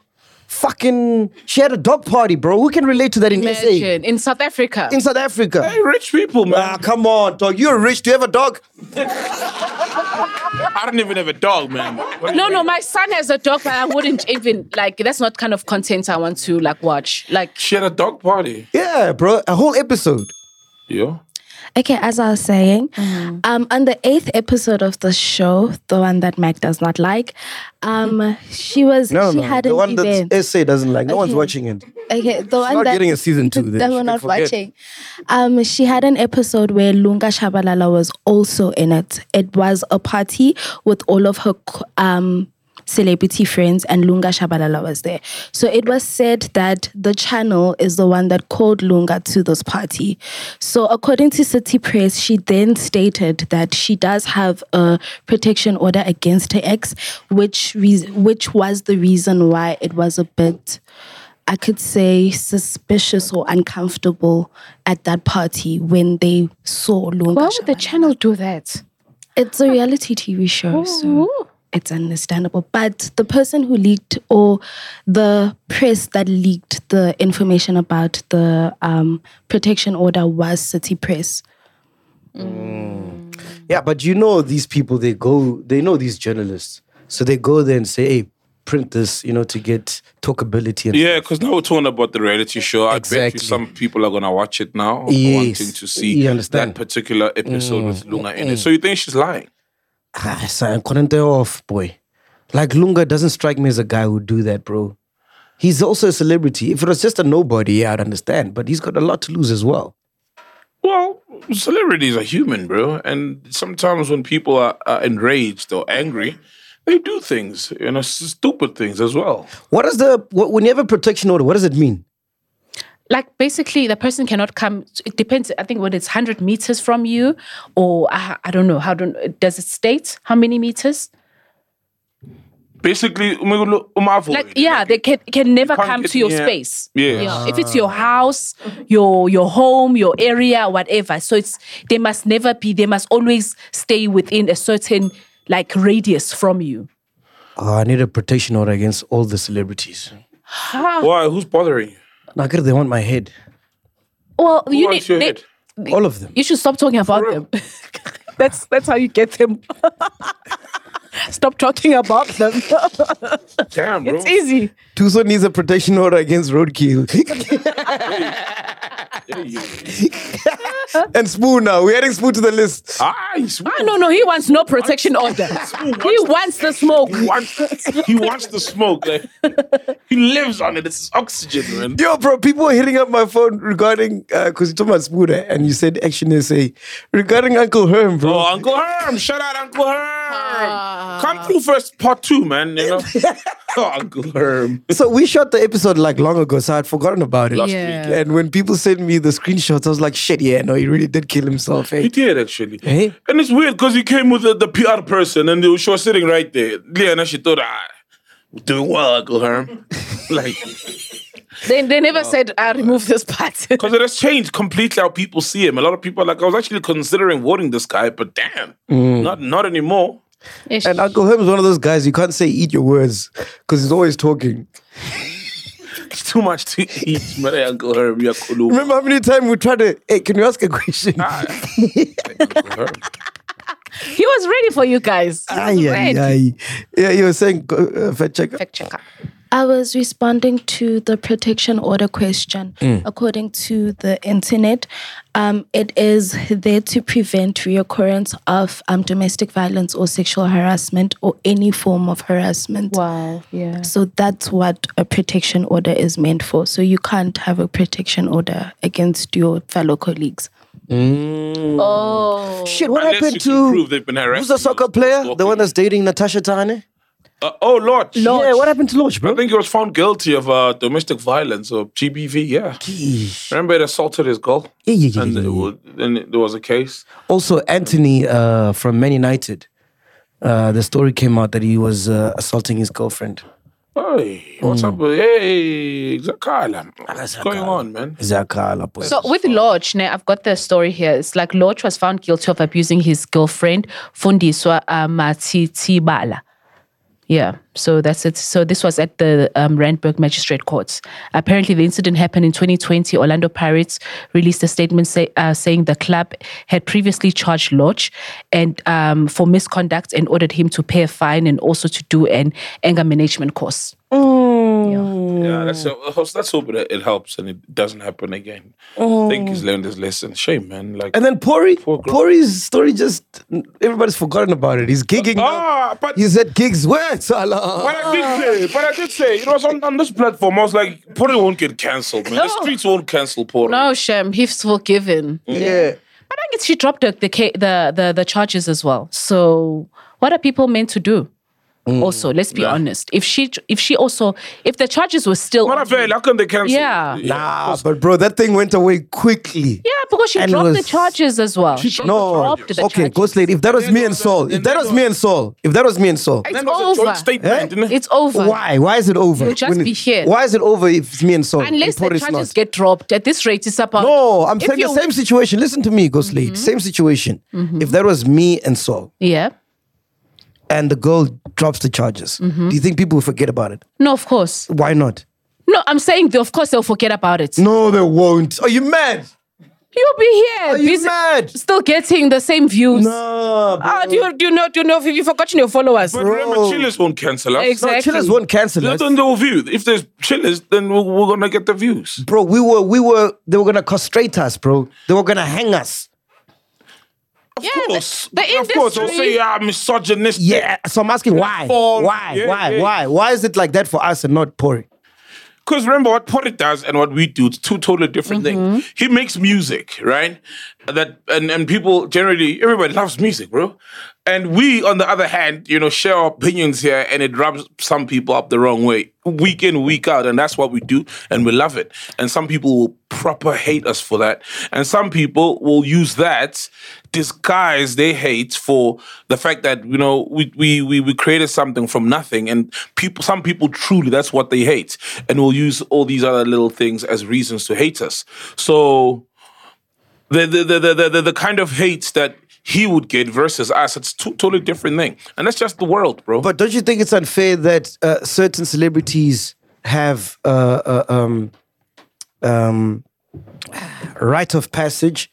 Speaker 10: fucking. She had a dog party, bro. Who can relate to that in SA?
Speaker 7: Imagine. In South Africa.
Speaker 10: In South Africa.
Speaker 8: Hey, rich people,
Speaker 10: Ah,
Speaker 8: man.
Speaker 10: come on, dog. You're rich. Do you have a dog?
Speaker 8: I don't even have a dog, man.
Speaker 7: no, no, my son has a dog, but I wouldn't even like. That's not kind of content I want to like watch. Like,
Speaker 8: She had a dog party.
Speaker 10: Yeah, bro. A whole episode.
Speaker 8: Yeah.
Speaker 11: okay, as I was saying, um, on the eighth episode of the show, the one that Mac does not like, um, she was
Speaker 10: No,
Speaker 11: she
Speaker 10: no.
Speaker 11: had
Speaker 10: the
Speaker 11: an
Speaker 10: one
Speaker 11: event.
Speaker 10: that SA doesn't like. No one's
Speaker 11: Okay.
Speaker 10: watching it.
Speaker 11: Okay, the one
Speaker 10: not
Speaker 11: that,
Speaker 10: getting a season two, then
Speaker 11: That
Speaker 10: she
Speaker 11: we're
Speaker 10: can
Speaker 11: not
Speaker 10: forget.
Speaker 11: watching. Um, she had an episode where Lunga Shabalala was also in it. It was a party with all of her co- um celebrity friends, and Lunga Shabalala was there. So it was said that the channel is the one that called Lunga to this party. So according to City Press, she then stated that she does have a protection order against her ex, which re- which was the reason why it was a bit. I could say suspicious or uncomfortable at that party when they saw Lunga.
Speaker 7: Why would the channel Oh. do that?
Speaker 11: It's a reality TV show, so it's understandable. But the person who leaked or the press that leaked the information about the um, protection order was City Press.
Speaker 10: Yeah, but you know these people, they go, they know these journalists. So they go there and say, hey, print this, you know, to get talkability. And
Speaker 8: Yeah, because now we're talking about the reality show. I bet you
Speaker 10: Exactly.
Speaker 8: some people are gonna watch it now,
Speaker 10: Yes.
Speaker 8: wanting to see
Speaker 10: You
Speaker 8: that
Speaker 10: understand?
Speaker 8: particular episode with Lunga in it. So you think she's lying?
Speaker 10: Ah, son, couldn't they off, boy. Like Lunga doesn't strike me as a guy who would do that, bro. He's also a celebrity. If it was just a nobody, yeah, I'd understand. But he's got a lot to lose as well.
Speaker 8: Well, celebrities are human, bro, and sometimes when people are, are enraged or angry, they do things, you know, s- stupid things as well.
Speaker 10: What is the what, when you have a protection order? What does it mean?
Speaker 7: Like basically, the person cannot come. It depends. I think whether it's hundred meters from you, or I, I don't know how. Don't, does it state how many meters?
Speaker 8: Basically, umavu.
Speaker 7: Like yeah, they can can never
Speaker 8: can't
Speaker 7: come
Speaker 8: get
Speaker 7: to your
Speaker 8: near-
Speaker 7: space.
Speaker 8: Yeah.
Speaker 7: if it's your house, your your home, your area, whatever. So it's they must never be. They must always stay within a certain like radius from you.
Speaker 10: Oh, I need a protection order against all the celebrities.
Speaker 8: Why? Who's bothering you?
Speaker 10: Nakir, they want my head.
Speaker 7: Well,
Speaker 8: Who
Speaker 7: you need.
Speaker 8: wants your
Speaker 7: they-
Speaker 8: head?
Speaker 10: All of them.
Speaker 7: You should stop talking about them. that's that's how you get them. stop talking about them.
Speaker 8: Damn, bro.
Speaker 7: it's easy.
Speaker 10: Tuso needs a protection order against roadkill.
Speaker 8: Yeah, you-
Speaker 10: and Spoon now. We're adding Spoon to the list.
Speaker 8: Ah, he's-
Speaker 7: Ah, no, no, he wants no protection order. He wants the smoke.
Speaker 8: He wants, he wants the smoke. Like, he lives on it. It's his oxygen, man.
Speaker 10: Yo, bro, people were hitting up my phone regarding, because you talking about Spoon eh, and you said Action SA. Regarding Uncle Herm, bro.
Speaker 8: Oh, Uncle Herm. Shout out, Uncle Herm.
Speaker 7: Ah.
Speaker 8: Come through first part two, man. You know? oh, Uncle Herm.
Speaker 10: So we shot the episode like long ago, so I'd forgotten about it.
Speaker 8: Last
Speaker 7: Yeah.
Speaker 8: week.
Speaker 10: And when people sent me the screenshots, I was like, shit, yeah, no, he really did kill himself. eh?
Speaker 8: He did, actually.
Speaker 7: Eh?
Speaker 10: Hey.
Speaker 8: And it's weird because he came with the, the PR person and she was sitting right there. Yeah, and she thought, ah, we're doing well, Uncle Herm. like,
Speaker 7: They, they never said, I remove this part.
Speaker 8: because it has changed completely how people see him. A lot of people are like, I was actually considering voting this guy, but damn,
Speaker 10: Mm.
Speaker 8: not not anymore.
Speaker 10: And Uncle Herm's one of those guys you can't say eat your words because he's always talking.
Speaker 8: It's too much to eat. Mary Uncle Herm, you're cool.
Speaker 10: Remember how many times we tried to, hey, can you ask a question?
Speaker 8: Ah. Uncle Herm.
Speaker 7: he was ready for you guys. He was
Speaker 10: Ay, ay,
Speaker 7: ready.
Speaker 10: ay. Yeah, you were saying, go- uh, fact checker.
Speaker 7: Fact checker.
Speaker 11: I was responding to the protection order question. According to the internet, um, it is there to prevent reoccurrence of um, domestic violence or sexual harassment or any form of harassment.
Speaker 7: Wow. Yeah.
Speaker 11: So that's what a protection order is meant for. So you can't have a protection order against your fellow colleagues.
Speaker 10: Shit, what
Speaker 8: Unless
Speaker 10: happened
Speaker 8: you can
Speaker 10: to
Speaker 8: prove they've been harassing
Speaker 10: who's the soccer
Speaker 8: you,
Speaker 10: player? The
Speaker 8: stalking
Speaker 10: one that's dating Natasha Tane?
Speaker 8: Uh, oh, Lord.
Speaker 10: Yeah, what happened to Lodge,
Speaker 8: I
Speaker 10: bro?
Speaker 8: think he was found guilty of uh, domestic violence or GBV. Yeah,
Speaker 10: Yeesh.
Speaker 8: remember it assaulted his girl,
Speaker 10: Yeah, yeah, yeah,
Speaker 8: and
Speaker 10: yeah,
Speaker 8: it
Speaker 10: yeah.
Speaker 8: wa- then it- there was a case.
Speaker 10: Also, Anthony uh, from Man United. Uh, the story came out that he was uh, assaulting his girlfriend.
Speaker 8: Hey,
Speaker 10: Mm.
Speaker 8: what's up? with- Hey, Zakala, what's going on, man?
Speaker 10: Zakala, boy.
Speaker 7: So with Lodge, now I've got the story here. It's like Lodge was found guilty of abusing his girlfriend Fundiswa uh, Matitibala. Yeah, so that's it. So this was at the um, Randburg Magistrate Courts. Apparently, the incident happened in 2020. Orlando Pirates released a statement say, uh, saying the club had previously charged Lodge and um, for misconduct and ordered him to pay a fine and also to do an anger management course.
Speaker 8: Yeah,
Speaker 7: Mm.
Speaker 8: that's that's hope that it helps and it doesn't happen again. I think
Speaker 7: Oh.
Speaker 8: he's learned his lesson. Shame, man. Like,
Speaker 10: and then Pori,
Speaker 8: Poor girl.
Speaker 10: Pori's story just, everybody's forgotten about it. He's gigging. now.
Speaker 8: ah, but
Speaker 10: He's at gigs. Where, Salah?
Speaker 8: But I
Speaker 7: Ah.
Speaker 8: did say, but I did say, it was on, on this platform. I was like, Pori won't get cancelled, man. The streets won't cancel Pori.
Speaker 7: No, Shem, Oh, he's forgiven.
Speaker 10: Yeah.
Speaker 7: I think it's, she dropped the the, ca- the the the charges as well. So what are people meant to do?
Speaker 10: Mm.
Speaker 7: Also, let's be honest. If she, if she also, if the charges were still,
Speaker 8: What
Speaker 7: on
Speaker 8: a fail. How can they cancel?
Speaker 7: Yeah.
Speaker 10: Nah, but bro, that thing went away quickly.
Speaker 7: yeah, because she
Speaker 10: And it
Speaker 7: dropped the
Speaker 10: was-
Speaker 7: charges as well. She,
Speaker 10: No,
Speaker 7: dropped the
Speaker 10: okay,
Speaker 7: charges.
Speaker 10: Ghost Lady. If that was me and Saul, if that was me and Saul, if that was me and Saul,
Speaker 7: It's
Speaker 8: That was a
Speaker 7: over. Eh?
Speaker 8: joint statement, didn't it?
Speaker 7: It's over.
Speaker 10: why? Why is it over?
Speaker 7: You'll just
Speaker 10: When-
Speaker 7: be here.
Speaker 10: Why is it over if it's me and Saul?
Speaker 7: Unless
Speaker 10: and Port
Speaker 7: the
Speaker 10: is
Speaker 7: charges
Speaker 10: not?
Speaker 7: get dropped, at this rate, it's about.
Speaker 10: No, I'm
Speaker 7: If
Speaker 10: saying the
Speaker 7: you- Mm-hmm.
Speaker 10: same situation. Listen to me, Ghost Lady. Same situation. If that was me and Saul,
Speaker 7: Yeah.
Speaker 10: and the girl drops the charges,
Speaker 7: Mm-hmm.
Speaker 10: do you think people will forget about it?
Speaker 7: No, of course.
Speaker 10: Why not?
Speaker 7: No, I'm saying, they, of course, they'll forget about it.
Speaker 10: No, they won't. Are you mad?
Speaker 7: You'll be here.
Speaker 10: Are you
Speaker 7: busy-
Speaker 10: mad?
Speaker 7: Still getting the same views.
Speaker 10: No, bro.
Speaker 7: Ah, do you do you know do you know if you've forgotten your followers?
Speaker 8: But remember,
Speaker 10: Bro.
Speaker 8: chillers won't cancel us.
Speaker 7: Exactly.
Speaker 10: no, chillers won't cancel
Speaker 8: Then
Speaker 10: us.
Speaker 8: then they'll view. If there's chillers, then we're, we're gonna get the views.
Speaker 10: Bro, we were, we were, they were gonna castrate us, bro. They were gonna hang us.
Speaker 8: Of
Speaker 7: the-
Speaker 8: course,
Speaker 7: the
Speaker 8: of course, they'll
Speaker 7: industry-
Speaker 8: say yeah, misogynistic.
Speaker 10: Yeah, so I'm asking why,
Speaker 8: Platform.
Speaker 10: why,
Speaker 8: Yeah,
Speaker 10: why,
Speaker 8: yeah.
Speaker 10: why, why is it like that for us and not Pori?
Speaker 8: Because remember what Potty does and what we do, it's two totally different things. He makes music, right? That and, and people generally everybody loves music, bro. And we, on the other hand, you know, share our opinions here and it rubs some people up the wrong way, week in, week out, and that's what we do, and we love it. And some people will proper hate us for that. And some people will use that disguise their hate for the fact that, you know, we we we, we created something from nothing and people some people truly that's what they hate and will use all these other little things as reasons to hate us so the the the the, the, the, the kind of hate that he would get versus us it's two totally different thing and that's just the world bro
Speaker 10: But don't you think it's unfair that uh, certain celebrities have uh, uh, um, um, rite of passage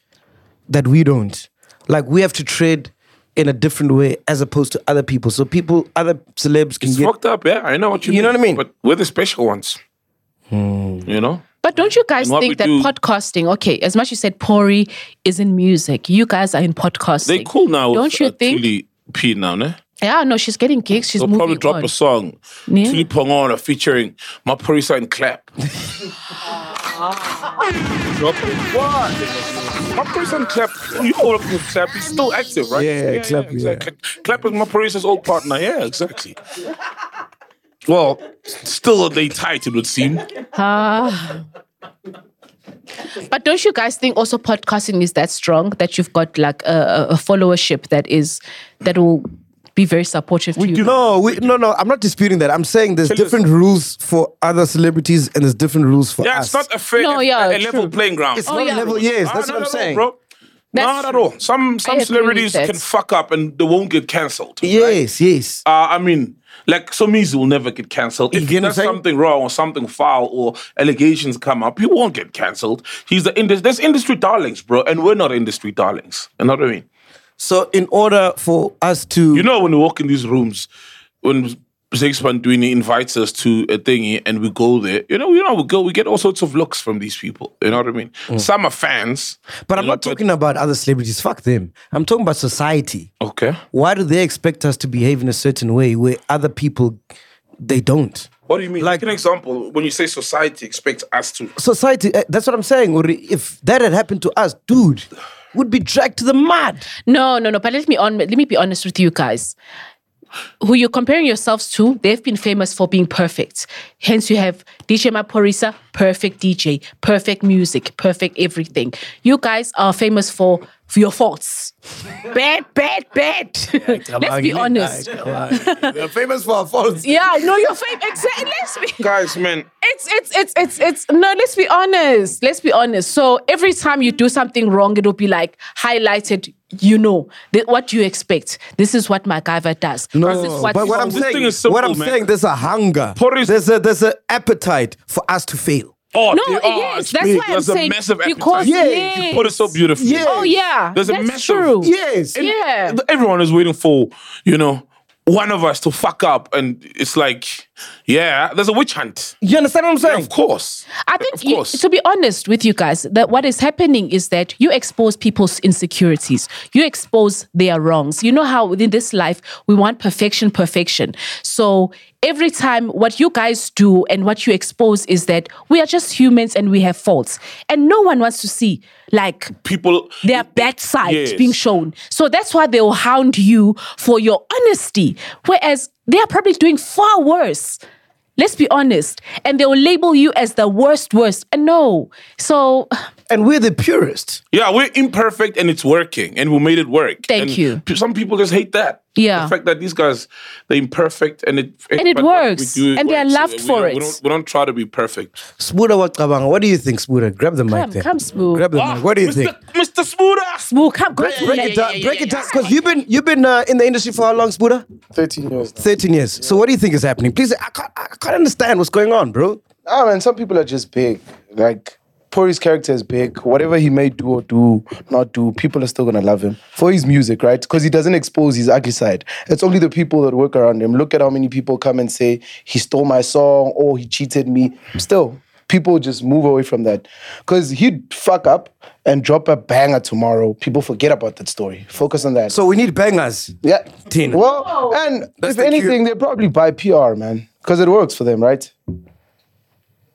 Speaker 10: that we don't? Like we have to tread in a different way as opposed to other people. So people, other celebs can
Speaker 8: it's
Speaker 10: get.
Speaker 8: fucked up yeah i know what you
Speaker 10: You
Speaker 8: mean
Speaker 10: know what I mean? Hmm.
Speaker 8: but we're the special ones you know
Speaker 7: But don't you guys
Speaker 8: And what we
Speaker 7: think that
Speaker 8: do-
Speaker 7: podcasting, okay, as much as you said Pori is in music, you guys are in podcasting.
Speaker 8: they cool now with,
Speaker 7: Don't you
Speaker 8: uh,
Speaker 7: think?
Speaker 8: Tilly P now ne?
Speaker 7: Yeah, no, she's getting gigs. She's
Speaker 8: they'll
Speaker 7: moving
Speaker 8: probably drop
Speaker 7: on.
Speaker 8: a song
Speaker 7: Yeah.
Speaker 8: Tilly Pongona featuring Maporisa and Clap drop it what Maporisa and Clap you all of them Clap he's still active right
Speaker 10: Yeah, Clap, yeah.
Speaker 8: exactly. Clap is Maporisa's old partner yeah exactly well still they tight it would seem
Speaker 7: But don't you guys think also podcasting is that strong that you've got like a, a- a followership that is that will be very supportive to you?
Speaker 10: No, we, no, no. I'm not disputing that. I'm saying there's different rules for other celebrities and there's different rules for
Speaker 8: yeah
Speaker 10: us.
Speaker 8: it's not a fair
Speaker 7: No,
Speaker 8: a-
Speaker 7: yeah,
Speaker 8: a level
Speaker 7: true.
Speaker 8: playing ground
Speaker 10: It's
Speaker 7: Oh,
Speaker 10: not
Speaker 7: yeah.
Speaker 10: level. Yes,
Speaker 8: Ah,
Speaker 10: that's
Speaker 8: not
Speaker 10: what I'm
Speaker 8: at all,
Speaker 10: saying.
Speaker 8: bro.
Speaker 7: That's
Speaker 8: not at
Speaker 7: true.
Speaker 8: all. Some
Speaker 7: agree
Speaker 8: some
Speaker 7: with
Speaker 8: celebrities
Speaker 7: that.
Speaker 8: can fuck up and they won't get cancelled.
Speaker 10: Yes, yes.
Speaker 8: Uh, I mean, like Somizi will never get cancelled. If
Speaker 10: get what I'm
Speaker 8: there's
Speaker 10: saying?
Speaker 8: something wrong or something foul or allegations come up, he won't get cancelled. He's the industry. There's industry darlings, bro, and we're not industry darlings. You know what I mean?
Speaker 10: So in order for us to,
Speaker 8: You know when we walk in these rooms, when Zix Panduini invites us to a thingy and we go there, you know, you know, we go, we get all sorts of looks from these people. You know what I mean?
Speaker 10: Mm.
Speaker 8: Some are fans,
Speaker 10: But I'm
Speaker 8: you know,
Speaker 10: not talking about other celebrities. Fuck them. I'm talking about society.
Speaker 8: Okay.
Speaker 10: Why do they expect us to behave in a certain way where other people they don't?
Speaker 8: What do you mean?
Speaker 10: Like-
Speaker 8: Like an example, when you say society expects us to.
Speaker 10: Society. eh, That's what I'm saying. Or if that had happened to us, dude, would be dragged to the mud.
Speaker 7: No, no, no. But let me on. Let me be honest with you guys. Who you're comparing yourselves to? They've been famous for being perfect. Hence, you have DJ Maporisa, perfect DJ, perfect music, perfect everything. You guys are famous for, for your faults. Bad, bad, bad. Let's be honest.
Speaker 10: We're famous for our faults.
Speaker 7: Yeah, no, you're famous. Exactly. Let's be.
Speaker 8: Guys, man,
Speaker 7: It's it's it's it's it's no. Let's be honest. Let's be honest. So every time you do something wrong, it'll be like highlighted. You know Th- what you expect. This is what MacGyver does.
Speaker 10: No,
Speaker 7: this is what
Speaker 10: but what
Speaker 7: you
Speaker 10: I'm
Speaker 8: This
Speaker 10: saying,
Speaker 8: thing is simple,
Speaker 10: what I'm
Speaker 8: man.
Speaker 10: saying, there's a hunger.
Speaker 8: Porridge-
Speaker 10: There's a there's an appetite for us to fail.
Speaker 8: oh,
Speaker 7: No,
Speaker 8: they are.
Speaker 7: yes,
Speaker 8: It's
Speaker 7: that's
Speaker 8: big.
Speaker 7: why I'm
Speaker 8: There's a
Speaker 7: saying
Speaker 8: massive
Speaker 7: because
Speaker 8: appetite.
Speaker 7: yes.
Speaker 8: You put it so beautifully.
Speaker 10: Yes.
Speaker 7: Oh yeah,
Speaker 8: There's a
Speaker 7: that's
Speaker 8: massive-
Speaker 7: true.
Speaker 10: Yes.
Speaker 7: yeah.
Speaker 8: Everyone is waiting for, you know, one of us to fuck up. And it's like, yeah, there's a witch hunt.
Speaker 10: You understand what I'm saying?
Speaker 8: Of course.
Speaker 7: I think,
Speaker 8: Of
Speaker 7: you-
Speaker 8: course.
Speaker 7: to be honest with you guys, that what is happening is that you expose people's insecurities, you expose their wrongs. You know how within this life we want perfection, perfection. So every time what you guys do and what you expose is that we are just humans and we have faults, and no one wants to see like
Speaker 8: People.
Speaker 7: their bad side
Speaker 8: Yes.
Speaker 7: being shown. So that's why they will hound you for your honesty. Whereas they are probably doing far worse. Let's be honest. And they will label you as the worst, worst. And no. So
Speaker 6: And we're the purest.
Speaker 8: Yeah, we're imperfect and it's working and we made it work.
Speaker 7: Thank
Speaker 8: And
Speaker 7: you.
Speaker 8: p- Some people just hate that.
Speaker 7: Yeah.
Speaker 8: The fact that these guys, they're imperfect and it,
Speaker 7: And it
Speaker 8: but what we
Speaker 7: works.
Speaker 8: do, it
Speaker 7: And they are
Speaker 8: works.
Speaker 7: loved
Speaker 8: We
Speaker 7: for
Speaker 8: don't- We
Speaker 7: it.
Speaker 8: don't, we don't try to be perfect.
Speaker 10: Smuda Wakabanga, what do you think, Smuda? Grab the mic
Speaker 7: come,
Speaker 10: there.
Speaker 7: come smooth.
Speaker 10: Grab the mic. What do you think?
Speaker 8: Ah, Mr. Smuda!
Speaker 7: Smooth, come go
Speaker 10: Break,
Speaker 7: through
Speaker 10: break
Speaker 7: that.
Speaker 10: it down. break it down. Because you've been you've been uh, in the industry for how long, Smuda?
Speaker 13: 13 years now.
Speaker 10: Thirteen years. So what do you think is happening? Please, I can't, I can't understand what's going on, bro.
Speaker 13: Ah, man, some people are just big. Like, Pori's character is big. Whatever he may do or do, not do, people are still going to love him for his music, right? Because he doesn't expose his ugly side. It's only the people that work around him. Look at how many people come and say, he stole my song or he cheated me. Still, people just move away from that. Because he'd fuck up and drop a banger tomorrow. People forget about that story. Focus on that.
Speaker 10: So we need bangers.
Speaker 13: Yeah.
Speaker 10: Tina.
Speaker 13: Well, and
Speaker 10: That's
Speaker 13: if
Speaker 10: the cute-
Speaker 13: anything, they probably buy PR, man, because it works for them, right?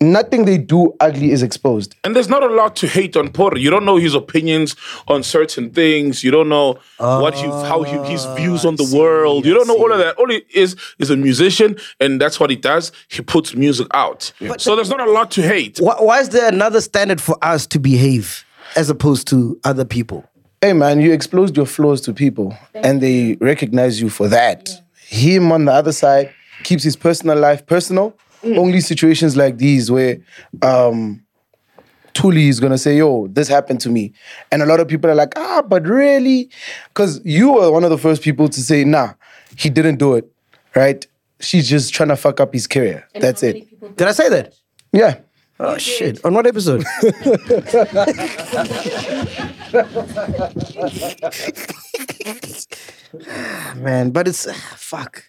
Speaker 13: Nothing they do ugly is exposed.
Speaker 8: And there's not a lot to hate on Porter. You don't know his opinions on certain things. You don't know what he, how he, his views on the world. You don't know all of that. All he is is a musician, and that's what he does. He puts music out. So there's not a lot to hate.
Speaker 10: Why, why is there another standard for us to behave as opposed to other people?
Speaker 13: Hey, man, you exposed your flaws to people, and they recognize you for that. Him on the other side keeps his personal life personal. Only situations like these where um, Tuli is gonna say, "Yo, this happened to me," and a lot of people are like, "Ah, but really?" Because you were one of the first people to say, "Nah, he didn't do it," right? She's just trying to fuck up his career. That's it.
Speaker 10: Did I say that?
Speaker 13: Yeah.
Speaker 10: Oh shit! On what episode? man, but it's ah, fuck.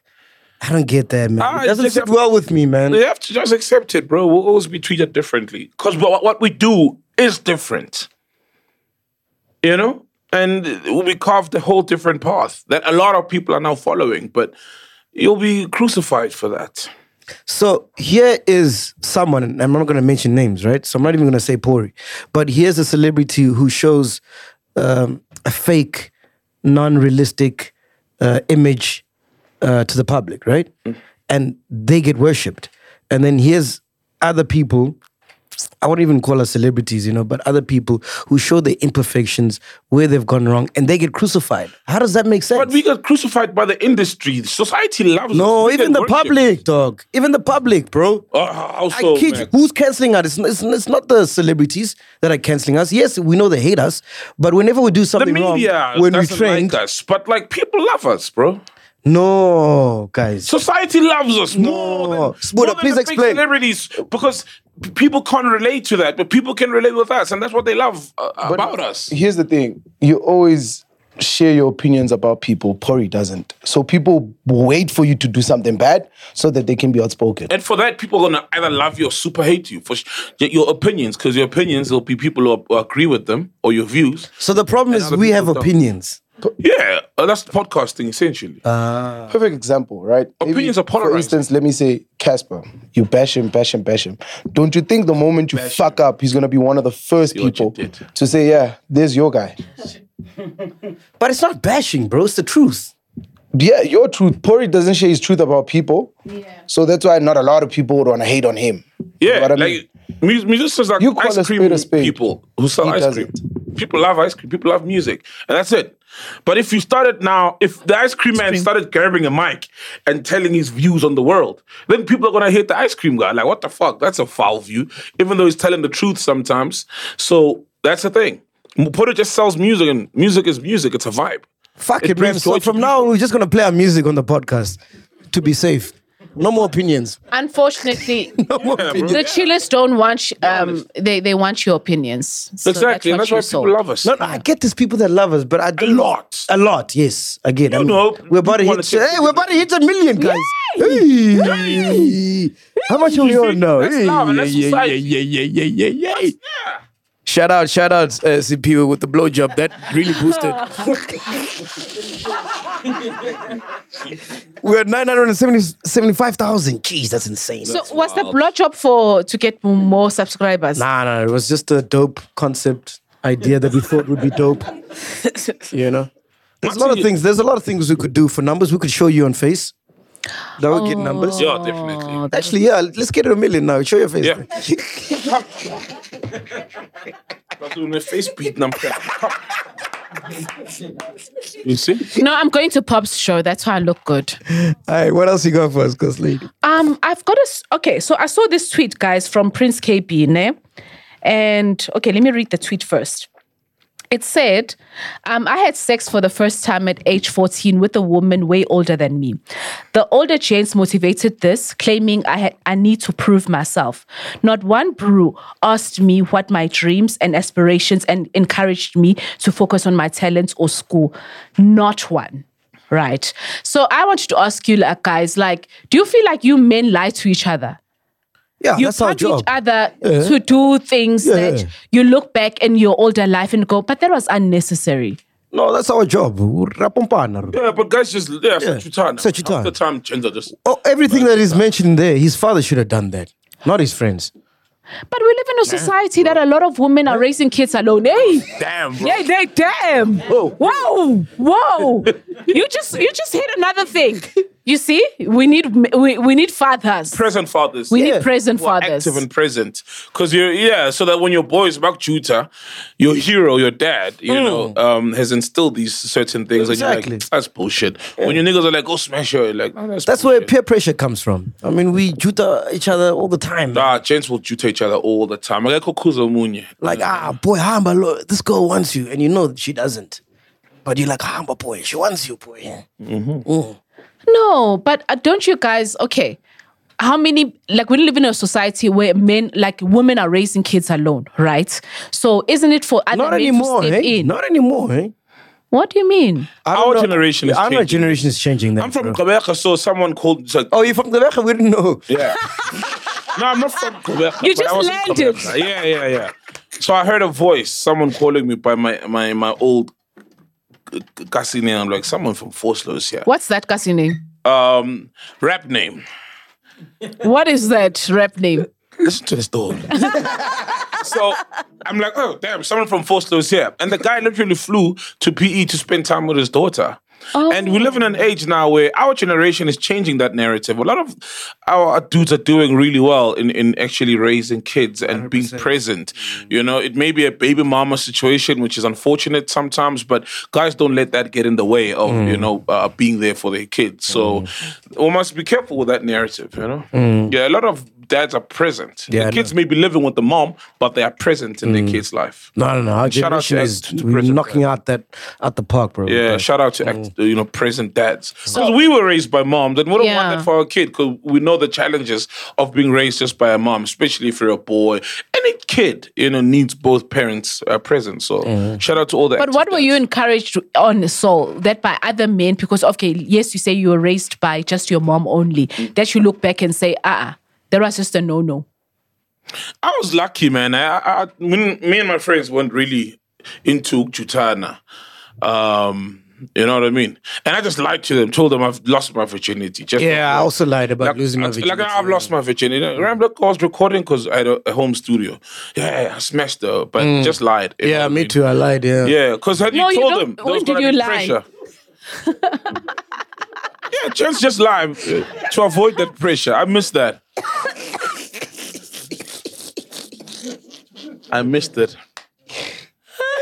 Speaker 10: I don't get that, man.
Speaker 8: Ah,
Speaker 10: it doesn't
Speaker 8: it's
Speaker 10: sit
Speaker 8: just-
Speaker 10: well with me, man.
Speaker 8: You have to just accept it, bro. We'll always be treated differently because what, what we do is different. You know, and we carved a whole different path that a lot of people are now following, but you'll be crucified for that.
Speaker 10: So here is someone, and I'm not going to mention names, right? So I'm not even going to say Pori, but here's a celebrity who shows um, a fake, non-realistic uh, image uh, to the public, right? And they get worshipped. And then here's other people. I won't even call us celebrities, you know, but other people who show their imperfections, where they've gone wrong, and they get crucified. How does that make sense?
Speaker 8: But we got crucified by the industry. Society loves
Speaker 10: no,
Speaker 8: us. We
Speaker 10: even
Speaker 8: get
Speaker 10: the
Speaker 8: worshipped.
Speaker 10: public, dog. Even the public, bro.
Speaker 8: Oh, how
Speaker 10: I
Speaker 8: so,
Speaker 10: kid
Speaker 8: man?
Speaker 10: you. Who's canceling us? It's, it's, it's not the celebrities that are canceling us. Yes, we know they hate us, but whenever we do
Speaker 8: the
Speaker 10: something
Speaker 8: media
Speaker 10: wrong, when we
Speaker 8: doesn't
Speaker 10: trend,
Speaker 8: like us, but like people love us, bro.
Speaker 10: no, guys.
Speaker 8: Society loves us more than,
Speaker 10: No.
Speaker 8: more
Speaker 10: Smuda,
Speaker 8: than
Speaker 10: please
Speaker 8: the big
Speaker 10: explain.
Speaker 8: celebrities because p- people can't relate to that, but people can relate with us, and that's what they love uh, about us.
Speaker 13: Here's the thing: you always share your opinions about people. Pori doesn't, so people wait for you to do something bad so that they can be outspoken.
Speaker 8: And for that, people are gonna either love you or super hate you for sh- y- your opinions, because your opinions will be people who, who agree with them or your views.
Speaker 10: so the problem is
Speaker 8: other
Speaker 10: we have
Speaker 8: people don't.
Speaker 10: opinions.
Speaker 8: Yeah, uh, that's podcasting essentially.
Speaker 13: Perfect example, right?
Speaker 8: Opinions are
Speaker 13: For
Speaker 8: polarized.
Speaker 13: instance, let me say Casper. You bash him, bash him, bash him. Don't you think the moment you fuck up, he's gonna be one of the first
Speaker 8: what you
Speaker 13: people
Speaker 8: did.
Speaker 13: to say, "Yeah, there's your guy."
Speaker 10: But it's not bashing, bro. It's the truth.
Speaker 13: yeah, your truth. Pori doesn't share his truth about people. Yeah. So that's why not a lot of people would want to hate on him.
Speaker 8: yeah,
Speaker 13: You know what I mean?
Speaker 8: like mu- musicians are
Speaker 13: You call a
Speaker 8: ice cream
Speaker 13: spade a spade.
Speaker 8: people who sell
Speaker 13: He
Speaker 8: ice cream. People love ice cream. People love music, and that's it. But if you started now, if the ice cream man started grabbing a mic and telling his views on the world, then people are gonna hate the ice cream guy. Like, what the fuck? That's a foul view, even though he's telling the truth sometimes. So that's the thing. Porter just sells music, and music is music. It's a vibe.
Speaker 10: Fuck it,
Speaker 8: It
Speaker 10: man.
Speaker 8: brings
Speaker 10: So
Speaker 8: joy to
Speaker 10: from now on, we're just gonna play our music on the podcast to be safe. No more opinions.
Speaker 7: Unfortunately,
Speaker 10: No more opinions.
Speaker 7: the chillers don't want sh- um they, they want your opinions. So
Speaker 8: exactly, and that's
Speaker 7: you
Speaker 8: why
Speaker 7: sold.
Speaker 8: people love us.
Speaker 10: No, no, I get these people that love us, but I
Speaker 8: a
Speaker 10: don't
Speaker 8: lot.
Speaker 10: A lot, yes. Again, I mean,
Speaker 8: know,
Speaker 10: we're about to
Speaker 8: people wanna
Speaker 10: hit.
Speaker 8: take
Speaker 10: Hey, we're about to hit a million, guys. Hey. How much are we on now?
Speaker 8: That's
Speaker 10: Hey,
Speaker 8: love and that's
Speaker 10: yeah, yeah,
Speaker 8: society.
Speaker 10: yeah, yeah, yeah, yeah, yeah.
Speaker 8: Yeah.
Speaker 10: Shout out, shout out, uh, CP with the blowjob. That really boosted. we're at 975,000. Jeez, that's insane.
Speaker 7: So was the blood job for to get more subscribers?
Speaker 10: nah, nah, it was just a dope concept idea that we thought would be dope. You know? There's a lot of
Speaker 8: you-
Speaker 10: things. There's a lot of things we could do for numbers. We could show you on face. That would get numbers.
Speaker 8: Yeah, definitely.
Speaker 10: Actually, yeah, let's get a million now. Show your face.
Speaker 8: Yeah. That's when my face beat and I'm You see?
Speaker 7: No, I'm going to Pop's show. That's why I look good.
Speaker 10: All right, what else you got for us, Cause lady?
Speaker 7: Um, I've got a s- okay. So I saw this tweet, guys, from Prince KB, ne? And okay, let me read the tweet first. It said, um, I had sex for the first time at age 14 with a woman way older than me. The older James motivated this, claiming I had I need to prove myself. Not one brew asked me what my dreams and aspirations and encouraged me to focus on my talents or school. Not one. Right. So I wanted to ask you like guys, like, do you feel like you men lie to each other?
Speaker 10: Yeah,
Speaker 7: you
Speaker 10: that's our
Speaker 7: pump each
Speaker 10: job.
Speaker 7: other
Speaker 10: Yeah.
Speaker 7: to do things
Speaker 10: Yeah.
Speaker 7: that you look back in your older life and go, but that was unnecessary.
Speaker 10: No, that's our job. Rapompana.
Speaker 8: Yeah, but guys just yeah, such a time.
Speaker 10: such a time.
Speaker 8: Half the time gender just
Speaker 10: Oh, everything that is mentioned there, his father should have done that, not his friends.
Speaker 7: But we live in a society that a lot of women are raising kids alone. Hey,
Speaker 8: damn bro.
Speaker 7: yeah, they damn. Whoa, whoa, whoa! you just you just hit another thing. You see, we need we, we need fathers.
Speaker 8: present fathers.
Speaker 7: We need present
Speaker 8: Who are
Speaker 7: fathers.
Speaker 8: Active and present. Because you're yeah, so that when your boy is Mark Juta, your hero, your dad, you
Speaker 7: Hmm.
Speaker 8: know, um, has instilled these certain things and you're
Speaker 10: Exactly.
Speaker 8: like, that's bullshit. When your niggas are like, go smash her, you're
Speaker 7: Oh,
Speaker 8: like, "Nah, that's,
Speaker 10: That's where peer pressure comes from. I mean, we juta each other all the time.
Speaker 8: Nah, gents will juta each other all the time. Like Kokuzo Munye.
Speaker 10: Like, ah, boy, hamba, lo- this girl wants you, and you know she doesn't. But you're like, hamba, boy, she wants you, boy.
Speaker 7: No, but uh, don't you guys? Okay, how many? Like we live in a society where men, like women, are raising kids alone, right? So isn't it for other
Speaker 10: Not
Speaker 7: men
Speaker 10: anymore,
Speaker 7: to step
Speaker 10: hey?
Speaker 7: in?
Speaker 10: Not anymore, hey?
Speaker 7: what do you mean?
Speaker 10: I don't
Speaker 8: Our
Speaker 10: know-
Speaker 8: generation is
Speaker 10: Our
Speaker 8: changing.
Speaker 10: generation is changing that.
Speaker 8: I'm from
Speaker 10: bro.
Speaker 8: Quebec, so someone called it's like,
Speaker 10: Oh, you're from Quebec? We didn't know.
Speaker 8: yeah. no, I'm not from Quebec.
Speaker 7: You
Speaker 8: but I
Speaker 7: just
Speaker 8: was in
Speaker 7: landed.
Speaker 8: Quebec. Yeah, yeah, yeah. So I heard a voice, someone calling me by my my my old Kasi name. I'm like, someone from Forceless here.
Speaker 7: What's that guy's name?
Speaker 8: um rap name.
Speaker 7: What is that rap name?
Speaker 8: Listen to this dog. so I'm like, oh damn, someone from Forceless here. And the guy literally flew to PE to spend time with his daughter. And we live in an age now where our generation is changing that narrative. A lot of our dudes are doing really well in, in actually raising kids and being present. You know, it may be a baby mama situation, which is unfortunate sometimes, but guys don't let that get in the way of, you know, uh, being there for their kids. So we must be careful with that narrative, you know? Yeah, a lot of dads are present.
Speaker 10: Yeah, I
Speaker 8: the kids may be living with the mom, but they are present in their kid's life.
Speaker 10: Mm. No, no, no. Our
Speaker 8: Shout out to
Speaker 10: generation
Speaker 8: us
Speaker 10: is
Speaker 8: to the
Speaker 10: we're
Speaker 8: present,
Speaker 10: knocking out that at the park, bro.
Speaker 8: Yeah,
Speaker 10: Like,
Speaker 8: shout out to act, you know present dads because we were raised by moms and we don't want
Speaker 7: Yeah.
Speaker 8: that for our kid because we know the challenges of being raised just by a mom, especially if you're a boy. Any kid you know needs both parents uh, present. So
Speaker 10: Mm.
Speaker 8: shout out to all the.
Speaker 7: But
Speaker 8: active
Speaker 7: what were you
Speaker 8: dads.
Speaker 7: encouraged on, Saul? That by other men, because okay, yes, you say you were raised by just your mom only. That you look back and say, ah, uh-uh, that was just a no-no.
Speaker 8: I was lucky, man. I, I, I when me and my friends weren't really into Jutana. Um, you know what I mean? And I just lied to them, told them I've lost my virginity. Just
Speaker 10: yeah, I also lied about losing my
Speaker 8: I-
Speaker 10: virginity.
Speaker 8: Like I've lost my virginity. Remember, I was recording because I had a, a home studio. Yeah, I smashed her, but just lied. you know
Speaker 10: Mm. Yeah,
Speaker 8: what I
Speaker 10: me
Speaker 8: mean?
Speaker 10: too. I lied. Yeah.
Speaker 8: Yeah, because had
Speaker 7: No,
Speaker 8: you
Speaker 7: you
Speaker 8: told
Speaker 7: don't-
Speaker 8: them, there
Speaker 7: when
Speaker 8: was
Speaker 7: did
Speaker 8: gonna
Speaker 7: you
Speaker 8: be
Speaker 7: lie?
Speaker 8: pressure. yeah, just just lie uh, to avoid that pressure. I missed that. I missed it.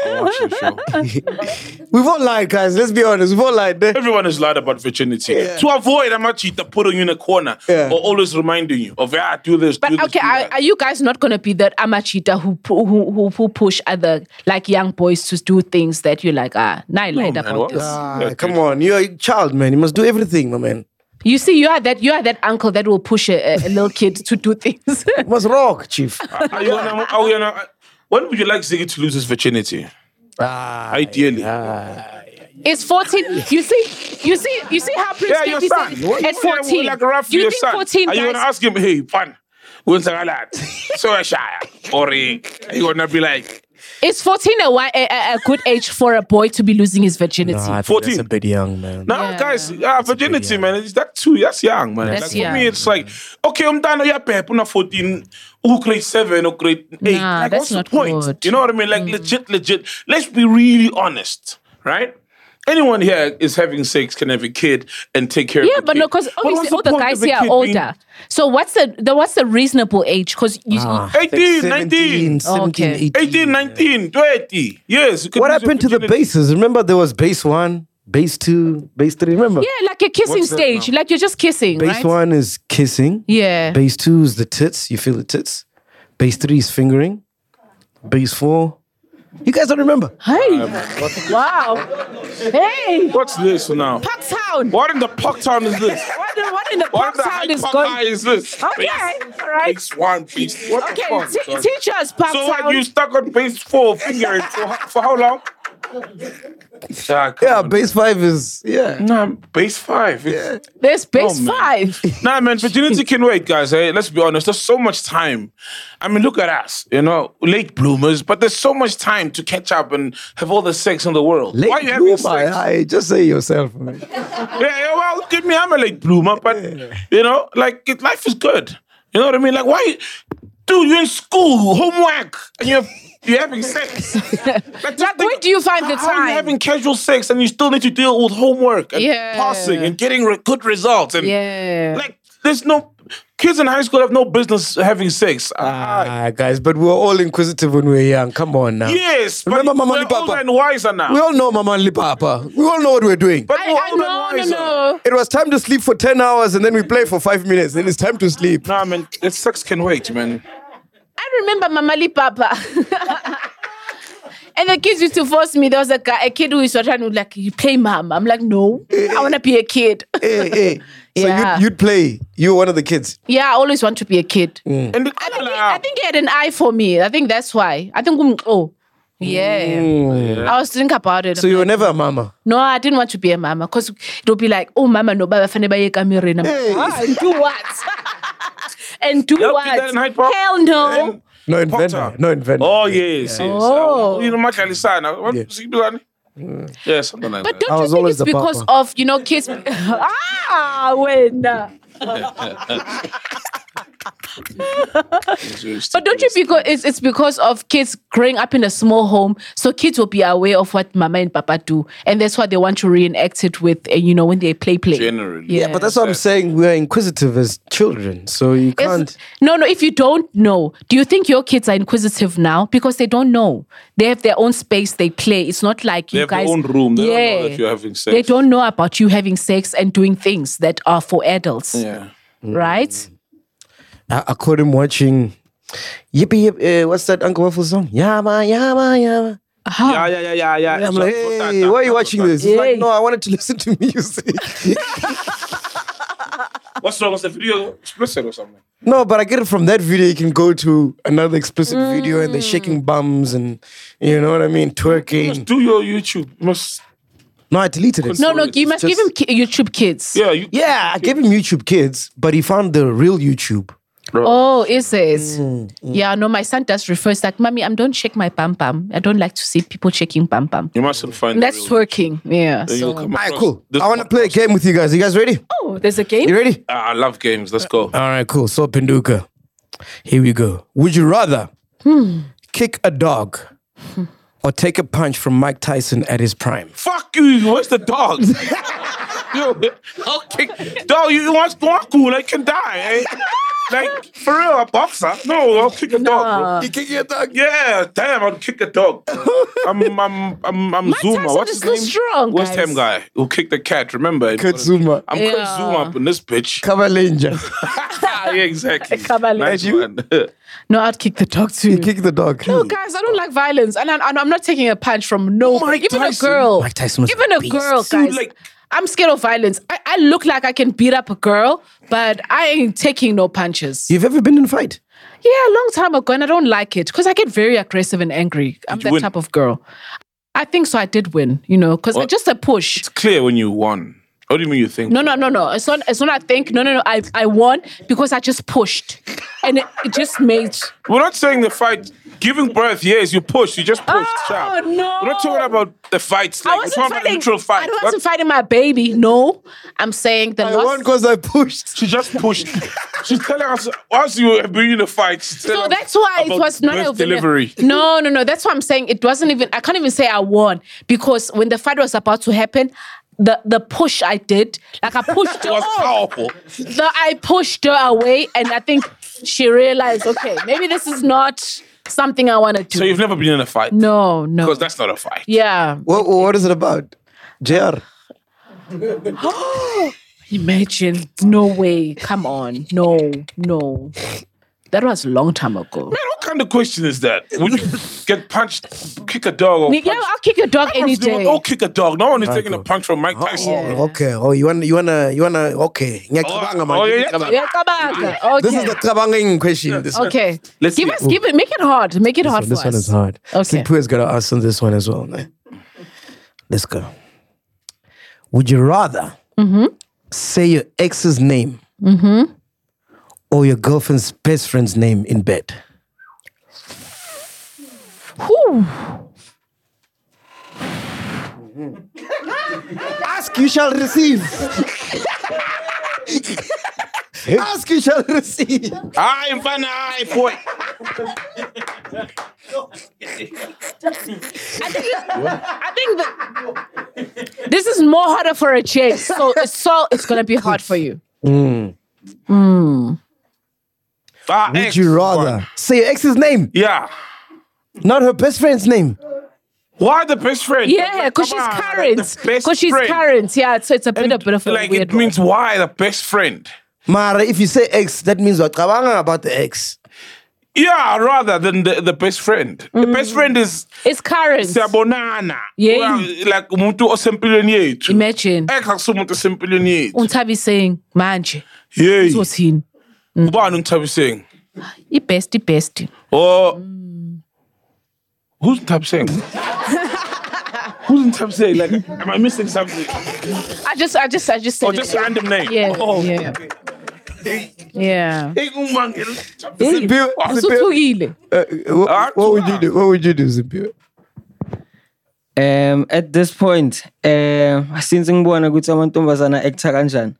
Speaker 8: I watched the show.
Speaker 10: We've all lied, guys. Let's be honest. We've all lied. eh?
Speaker 8: Everyone has lied about virginity. To avoid, I'm not cheating, putting you in a corner
Speaker 10: Yeah.
Speaker 8: or always reminding you of, yeah, do this, do
Speaker 7: But
Speaker 8: this,
Speaker 7: okay,
Speaker 8: do
Speaker 7: are,
Speaker 8: that."
Speaker 7: are you guys not gonna be that I'm a cheater who pu- who who, who push other like young boys to do things that you like ah nah, I lied
Speaker 8: man,
Speaker 7: about
Speaker 8: what?
Speaker 7: this.
Speaker 10: Ah,
Speaker 8: Yeah,
Speaker 10: come on, you're a child, man. You must do everything, my man.
Speaker 7: You see, you are that you are that uncle that will push a, a- a little kid to do things.
Speaker 10: You must rock, chief.
Speaker 8: Are you gonna, are you gonna, when would you like Ziggy to lose his virginity?
Speaker 10: ah,
Speaker 8: Ideally.
Speaker 7: it's fourteen. You see, you see, you see how Prince
Speaker 8: yeah, your
Speaker 7: Katie
Speaker 8: son.
Speaker 7: said
Speaker 8: What-
Speaker 7: at fourteen.
Speaker 8: Like roughly
Speaker 7: do you
Speaker 8: your
Speaker 7: think
Speaker 8: son.
Speaker 7: fourteen
Speaker 8: Are you
Speaker 7: guys?
Speaker 8: gonna ask him, hey, fun? When's the lad? So a shy. Or are you gonna be like,
Speaker 7: Is fourteen a, wi- a, a a good age for a boy to be losing his virginity?
Speaker 10: Nah,
Speaker 8: 14.
Speaker 10: That's a bit young, man.
Speaker 8: no,
Speaker 7: Yeah.
Speaker 8: guys, uh, virginity, man, is that too? That's young, man.
Speaker 7: That's
Speaker 8: like, For
Speaker 7: young.
Speaker 8: me, it's like, okay, I'm done. oh, Yeah, pep, not 14, who grade 7 or grade 8.
Speaker 7: Nah, that's
Speaker 8: like, what's
Speaker 7: not
Speaker 8: the point?
Speaker 7: good. Mm.
Speaker 8: You know what I mean? Like, legit, legit. Let's be really honest, right? anyone here is having sex can have a kid and take care
Speaker 7: Yeah,
Speaker 8: of the
Speaker 7: but no,
Speaker 8: kid.
Speaker 7: because obviously
Speaker 8: what's the
Speaker 7: all the
Speaker 8: point
Speaker 7: guys
Speaker 8: of a
Speaker 7: here are
Speaker 8: kid
Speaker 7: older.
Speaker 8: being-
Speaker 7: so what's the, the what's the reasonable age? Because you,
Speaker 8: Ah, 18, 19,
Speaker 7: 17,
Speaker 8: 18, 19, 20. Yes. you could
Speaker 10: What
Speaker 8: use
Speaker 10: happened to the bases? Remember there was base one, base two, base three. Remember?
Speaker 7: yeah, like a kissing
Speaker 10: What's that
Speaker 7: stage, like you're just kissing,
Speaker 10: Base
Speaker 7: right?
Speaker 10: one is kissing.
Speaker 7: Yeah.
Speaker 10: Base two is the tits. You feel the tits. Base three is fingering. Base four. You guys don't remember.
Speaker 7: Hey.
Speaker 8: Um,
Speaker 7: wow. Hey.
Speaker 8: What's this now?
Speaker 7: Parktown.
Speaker 8: What in the Parktown is this?
Speaker 7: what, in- what in the
Speaker 8: What in the
Speaker 7: Parktown
Speaker 8: high
Speaker 7: is
Speaker 8: cock
Speaker 7: going?
Speaker 8: high is this?
Speaker 7: Okay,
Speaker 8: Base-
Speaker 7: Oh, all right.
Speaker 8: Base one, base. What
Speaker 7: Okay,
Speaker 8: the
Speaker 7: te-
Speaker 8: fuck? son?
Speaker 7: teach us, Parktown.
Speaker 8: So what, you stuck on base four fingering for, ho- for how long?
Speaker 10: yeah, base five is yeah.
Speaker 7: Mm.
Speaker 8: Nah, base five. Yeah.
Speaker 7: There's base
Speaker 8: oh, man.
Speaker 7: five.
Speaker 8: Nah, man, virginity can wait, guys. Hey, let's be honest. There's so much time. I mean, look at us, you know, late bloomers, but there's so much time to catch up and have all the sex in the world. Why are you having sex?
Speaker 10: I just say yourself. Man.
Speaker 8: Yeah, yeah, well, give me, I'm a late bloomer, but you know, like it, life is good. You know what I mean? Like, why, dude? You're in school, homework, and you're you're having sex. like, where
Speaker 7: do you find the
Speaker 8: How are
Speaker 7: time?
Speaker 8: you having casual sex, and you still need to deal with homework and
Speaker 7: Yeah.
Speaker 8: passing and getting re- good results? And
Speaker 7: Yeah.
Speaker 8: like, there's no kids in high school have no business having sex.
Speaker 10: Ah, guys, but we were all inquisitive when we were young. Come on now.
Speaker 8: Yes,
Speaker 10: Remember
Speaker 8: but
Speaker 10: Mama
Speaker 8: we're
Speaker 10: Lipapa?
Speaker 8: older and wiser now.
Speaker 10: We all know Mama and Papa. We all know what we're doing.
Speaker 8: but we're older and wiser.
Speaker 10: It was time to sleep for 10 hours and then we play for 5 minutes. Then it's time to sleep.
Speaker 8: Nah, man, it sex can wait, man.
Speaker 7: I remember Mamali Papa. And the kids used to force me. There was a guy, a kid who used to try to like, you play mom. I'm like, no, I want to be a kid.
Speaker 10: Eh, eh. So
Speaker 7: Yeah.
Speaker 10: you'd, you'd play. You were one of the kids.
Speaker 7: yeah, I always want to be a kid.
Speaker 10: Mm.
Speaker 8: And the,
Speaker 7: I think, he, I think he had an eye for me. I think that's why. I think, oh, yeah.
Speaker 8: Mm.
Speaker 7: I was thinking about it.
Speaker 10: So you were never a mama.
Speaker 7: no, I didn't want to be a mama because it would be like, oh, mama, no, baba, fane baye kamereni." I'm like,
Speaker 10: Hey.
Speaker 7: "Ah, and do what? and do
Speaker 8: Yep, did that in Hyde Park.
Speaker 7: what? Hell no.
Speaker 8: And-
Speaker 10: No inventor. No inventor.
Speaker 8: Oh yes, yes.
Speaker 7: Oh.
Speaker 8: You know, my Kalisana. What
Speaker 10: Yeah.
Speaker 8: yeah. yeah, something like
Speaker 7: But
Speaker 8: that.
Speaker 7: don't you
Speaker 10: was
Speaker 7: think
Speaker 10: always
Speaker 7: it's
Speaker 10: the
Speaker 7: because
Speaker 10: papa.
Speaker 7: of you know kids? ah, when. But don't you because it's, it's because of kids growing up in a small home, so kids will be aware of what mama and papa do, and that's why they want to reenact it with uh, you know when they play play.
Speaker 8: Generally.
Speaker 7: yeah,
Speaker 10: But that's what I'm saying. We're inquisitive as children. So you
Speaker 7: If-
Speaker 10: can't.
Speaker 7: no, no. If you don't know, do you think your kids are inquisitive now because they don't know? They have their own space. They play. It's not like
Speaker 8: They
Speaker 7: you
Speaker 8: have
Speaker 7: guys.
Speaker 8: their own room. They
Speaker 7: yeah,
Speaker 8: don't know that you're having sex.
Speaker 7: they don't know about you having sex and doing things that are for adults,
Speaker 8: Yeah.
Speaker 7: right?
Speaker 10: I, I caught uh, him watching. Yippee, yip, eh, what's that Uncle Waffle song? Yama, yama, yama.
Speaker 7: Huh.
Speaker 8: Yeah, yeah, yeah, yeah, yeah.
Speaker 10: I'm like, hey, why are you watching this? He's like, no, I wanted to listen to music.
Speaker 8: What's wrong? Was the video explicit or something?
Speaker 10: no, but I get it from that video. You can go to another explicit video and they're
Speaker 7: Mm.
Speaker 10: shaking bums and, you know what I mean, twerking.
Speaker 8: Do your YouTube. You Must.
Speaker 10: No, I deleted it.
Speaker 7: No, no, you must give him
Speaker 10: Just-
Speaker 7: ki- YouTube Kids.
Speaker 8: Yeah. You,
Speaker 10: Yeah, I gave him YouTube Kids, but he found the real YouTube.
Speaker 7: Oh, is it? Yeah, no, my son does refers like, Mommy, I am don't shake my bum bum. I don't like to see people shaking bum bum.
Speaker 8: you mustn't find.
Speaker 7: That's
Speaker 8: the real-
Speaker 7: twerking. Yeah.
Speaker 8: then you'll
Speaker 7: so-
Speaker 8: come
Speaker 10: All right,
Speaker 8: across
Speaker 10: cool.
Speaker 8: this
Speaker 10: I want to
Speaker 8: one.
Speaker 10: play a game with you guys. You guys ready?
Speaker 7: oh, there's a game?
Speaker 10: You ready?
Speaker 8: Ah, I love games. Let's go.
Speaker 10: All right, cool. So, Pinduka, here we go. Would you rather
Speaker 7: Hmm.
Speaker 10: kick a dog or take a punch from Mike Tyson at his prime?
Speaker 8: Fuck you. Where's the dogs? Yo, I'll kick. Dog, you, you want Kwaku? Like, can die. Eh? Like, for real, a boxer? No, I'll kick a dog. Bro.
Speaker 10: You kick a dog?
Speaker 8: Yeah, damn, I'll kick a dog. I'm I'm I'm I'm
Speaker 7: Mike
Speaker 8: Zuma.
Speaker 7: Tyson
Speaker 8: What's
Speaker 7: is
Speaker 8: his
Speaker 7: so
Speaker 8: name?
Speaker 7: strong,
Speaker 8: West Ham
Speaker 7: guys.
Speaker 8: guy who kicked the cat. Remember?
Speaker 10: Kurt Zuma.
Speaker 8: I'm Kurt
Speaker 7: Yeah.
Speaker 8: Zuma up in this bitch.
Speaker 10: Kavalinja.
Speaker 8: yeah, exactly.
Speaker 7: Kabale.
Speaker 8: Nice
Speaker 7: And you?
Speaker 8: one. That's
Speaker 7: No, I'd kick the dog too.
Speaker 10: you kick the dog.
Speaker 7: No, guys, I don't like violence. And I, am not taking a punch from no
Speaker 8: Mm. Mike
Speaker 7: even
Speaker 8: Tyson.
Speaker 7: a girl.
Speaker 10: Mike Tyson was
Speaker 7: even
Speaker 10: a
Speaker 7: a
Speaker 10: beast.
Speaker 7: girl,
Speaker 8: Dude,
Speaker 7: guys.
Speaker 8: like-
Speaker 7: I'm scared of violence. I, I look like I can beat up a girl, but I ain't taking no punches.
Speaker 10: You've ever been in a fight?
Speaker 7: Yeah, a long time ago, and I don't like it because I get very aggressive and angry. I'm
Speaker 8: you
Speaker 7: that
Speaker 8: win?
Speaker 7: type of girl. I think so. I did win, you know, because
Speaker 8: What?
Speaker 7: just a push.
Speaker 8: clear when you won. What do you mean you think?
Speaker 7: No, no, no, no. It's not. It's not. I think. No, no, no. I I won because I just pushed, and it, it just made.
Speaker 8: We're not saying the fight Giving birth, yes, you push. You just pushed.
Speaker 7: Oh, no.
Speaker 8: We're not talking about the fights. Like,
Speaker 7: I
Speaker 8: we're
Speaker 7: wasn't
Speaker 8: talking about
Speaker 7: fighting.
Speaker 8: literal
Speaker 7: I
Speaker 8: fights.
Speaker 7: wasn't fighting my baby. No, I'm saying the loss.
Speaker 10: because I pushed.
Speaker 8: She just pushed. She's telling us once you have been in a fight. she's
Speaker 7: So
Speaker 8: telling
Speaker 7: that's
Speaker 8: us
Speaker 7: why it
Speaker 8: about
Speaker 7: was not
Speaker 8: birth
Speaker 7: a
Speaker 8: delivery.
Speaker 7: No, no, no. That's why I'm saying it wasn't even. I can't even say I won because when the fight was about to happen, the the push I did, like I pushed her
Speaker 8: was
Speaker 7: off.
Speaker 8: powerful.
Speaker 7: The, I pushed her away, and I think she realized, okay, maybe this is not something I want to do.
Speaker 8: So you've never been in a fight.
Speaker 7: No, no.
Speaker 8: Because that's not a fight.
Speaker 7: yeah.
Speaker 10: What, what is it about? JR.
Speaker 7: Imagine. No way. Come on. No, no. That was a long time ago.
Speaker 8: Man, what kind of question is that? Would you get punched, kick a dog, or
Speaker 7: Yeah, I'll kick a dog any day.
Speaker 8: Oh, kick a dog. No one is taking a punch from Mike Tyson.
Speaker 10: Okay. Oh, you want you wanna you wanna okay. Ngiyacabanga manje,
Speaker 8: oh, yeah, yeah.
Speaker 10: ngiyacabanga.
Speaker 7: Yeah, come back. Okay.
Speaker 10: This is the cabanging question.
Speaker 8: Oh,
Speaker 10: This
Speaker 7: Okay.
Speaker 8: Let's
Speaker 7: give
Speaker 8: see.
Speaker 7: us, give it, make it hard. Make it hard
Speaker 10: one,
Speaker 7: for
Speaker 10: this
Speaker 7: us.
Speaker 10: one is hard.
Speaker 7: Okay.
Speaker 10: Sleepy has got to ask on this one as well. man. Let's go. Would you rather
Speaker 7: Mm-hmm.
Speaker 10: say your ex's name or your girlfriend's best friend's name in bed?
Speaker 7: Whew.
Speaker 10: Ask, you shall receive. Ask, you shall receive.
Speaker 8: I'm fine, I boy.
Speaker 7: I think that this is more harder for a chick, so so it's gonna be hard for you.
Speaker 8: Ah,
Speaker 10: Would
Speaker 8: ex.
Speaker 10: you rather say your ex's name,
Speaker 8: Yeah.
Speaker 10: not her best friend's name?
Speaker 8: Why the best friend?
Speaker 7: Yeah,
Speaker 8: Like,
Speaker 7: because
Speaker 8: come
Speaker 7: she's
Speaker 8: on, like,
Speaker 7: current.
Speaker 8: the best
Speaker 7: Because she's
Speaker 8: friend.
Speaker 7: current. Yeah, so it's a bit,
Speaker 8: And,
Speaker 7: a bit of a
Speaker 8: like
Speaker 7: weird
Speaker 8: it means why the best friend?
Speaker 10: Mara, if you say ex, that means what? Cabanga about the ex.
Speaker 7: Ah,
Speaker 8: Yeah, rather than the, the best friend.
Speaker 7: Mm.
Speaker 8: The best friend is
Speaker 7: one. It's current.
Speaker 8: siyabonana.
Speaker 7: Yeah.
Speaker 8: Well, Like umuntu osempilweni yethu.
Speaker 7: Imagine.
Speaker 8: Ex akusumuntu osempilweni yethu.
Speaker 7: Untabi saying, manje,
Speaker 8: Yey.
Speaker 7: uzothini?
Speaker 8: Ubani ungithabiseng?
Speaker 7: Ibest, ibest.
Speaker 8: Oh.
Speaker 7: Mm.
Speaker 8: Who's tabseng? Who's tabseng? Like, am I missing something?
Speaker 7: I just, I just, I just said
Speaker 8: Or
Speaker 7: it.
Speaker 8: Oh, just random name?
Speaker 7: Yeah,
Speaker 8: Oh.
Speaker 7: yeah. Yeah.
Speaker 8: Hey, umangele. Oh,
Speaker 7: Hey, usuthukile.
Speaker 10: Uh,
Speaker 8: Ah,
Speaker 10: what, what would you do? What would you do, Zipio?
Speaker 12: um at this point um since ngibona ukuthi amantombazana actor kanjani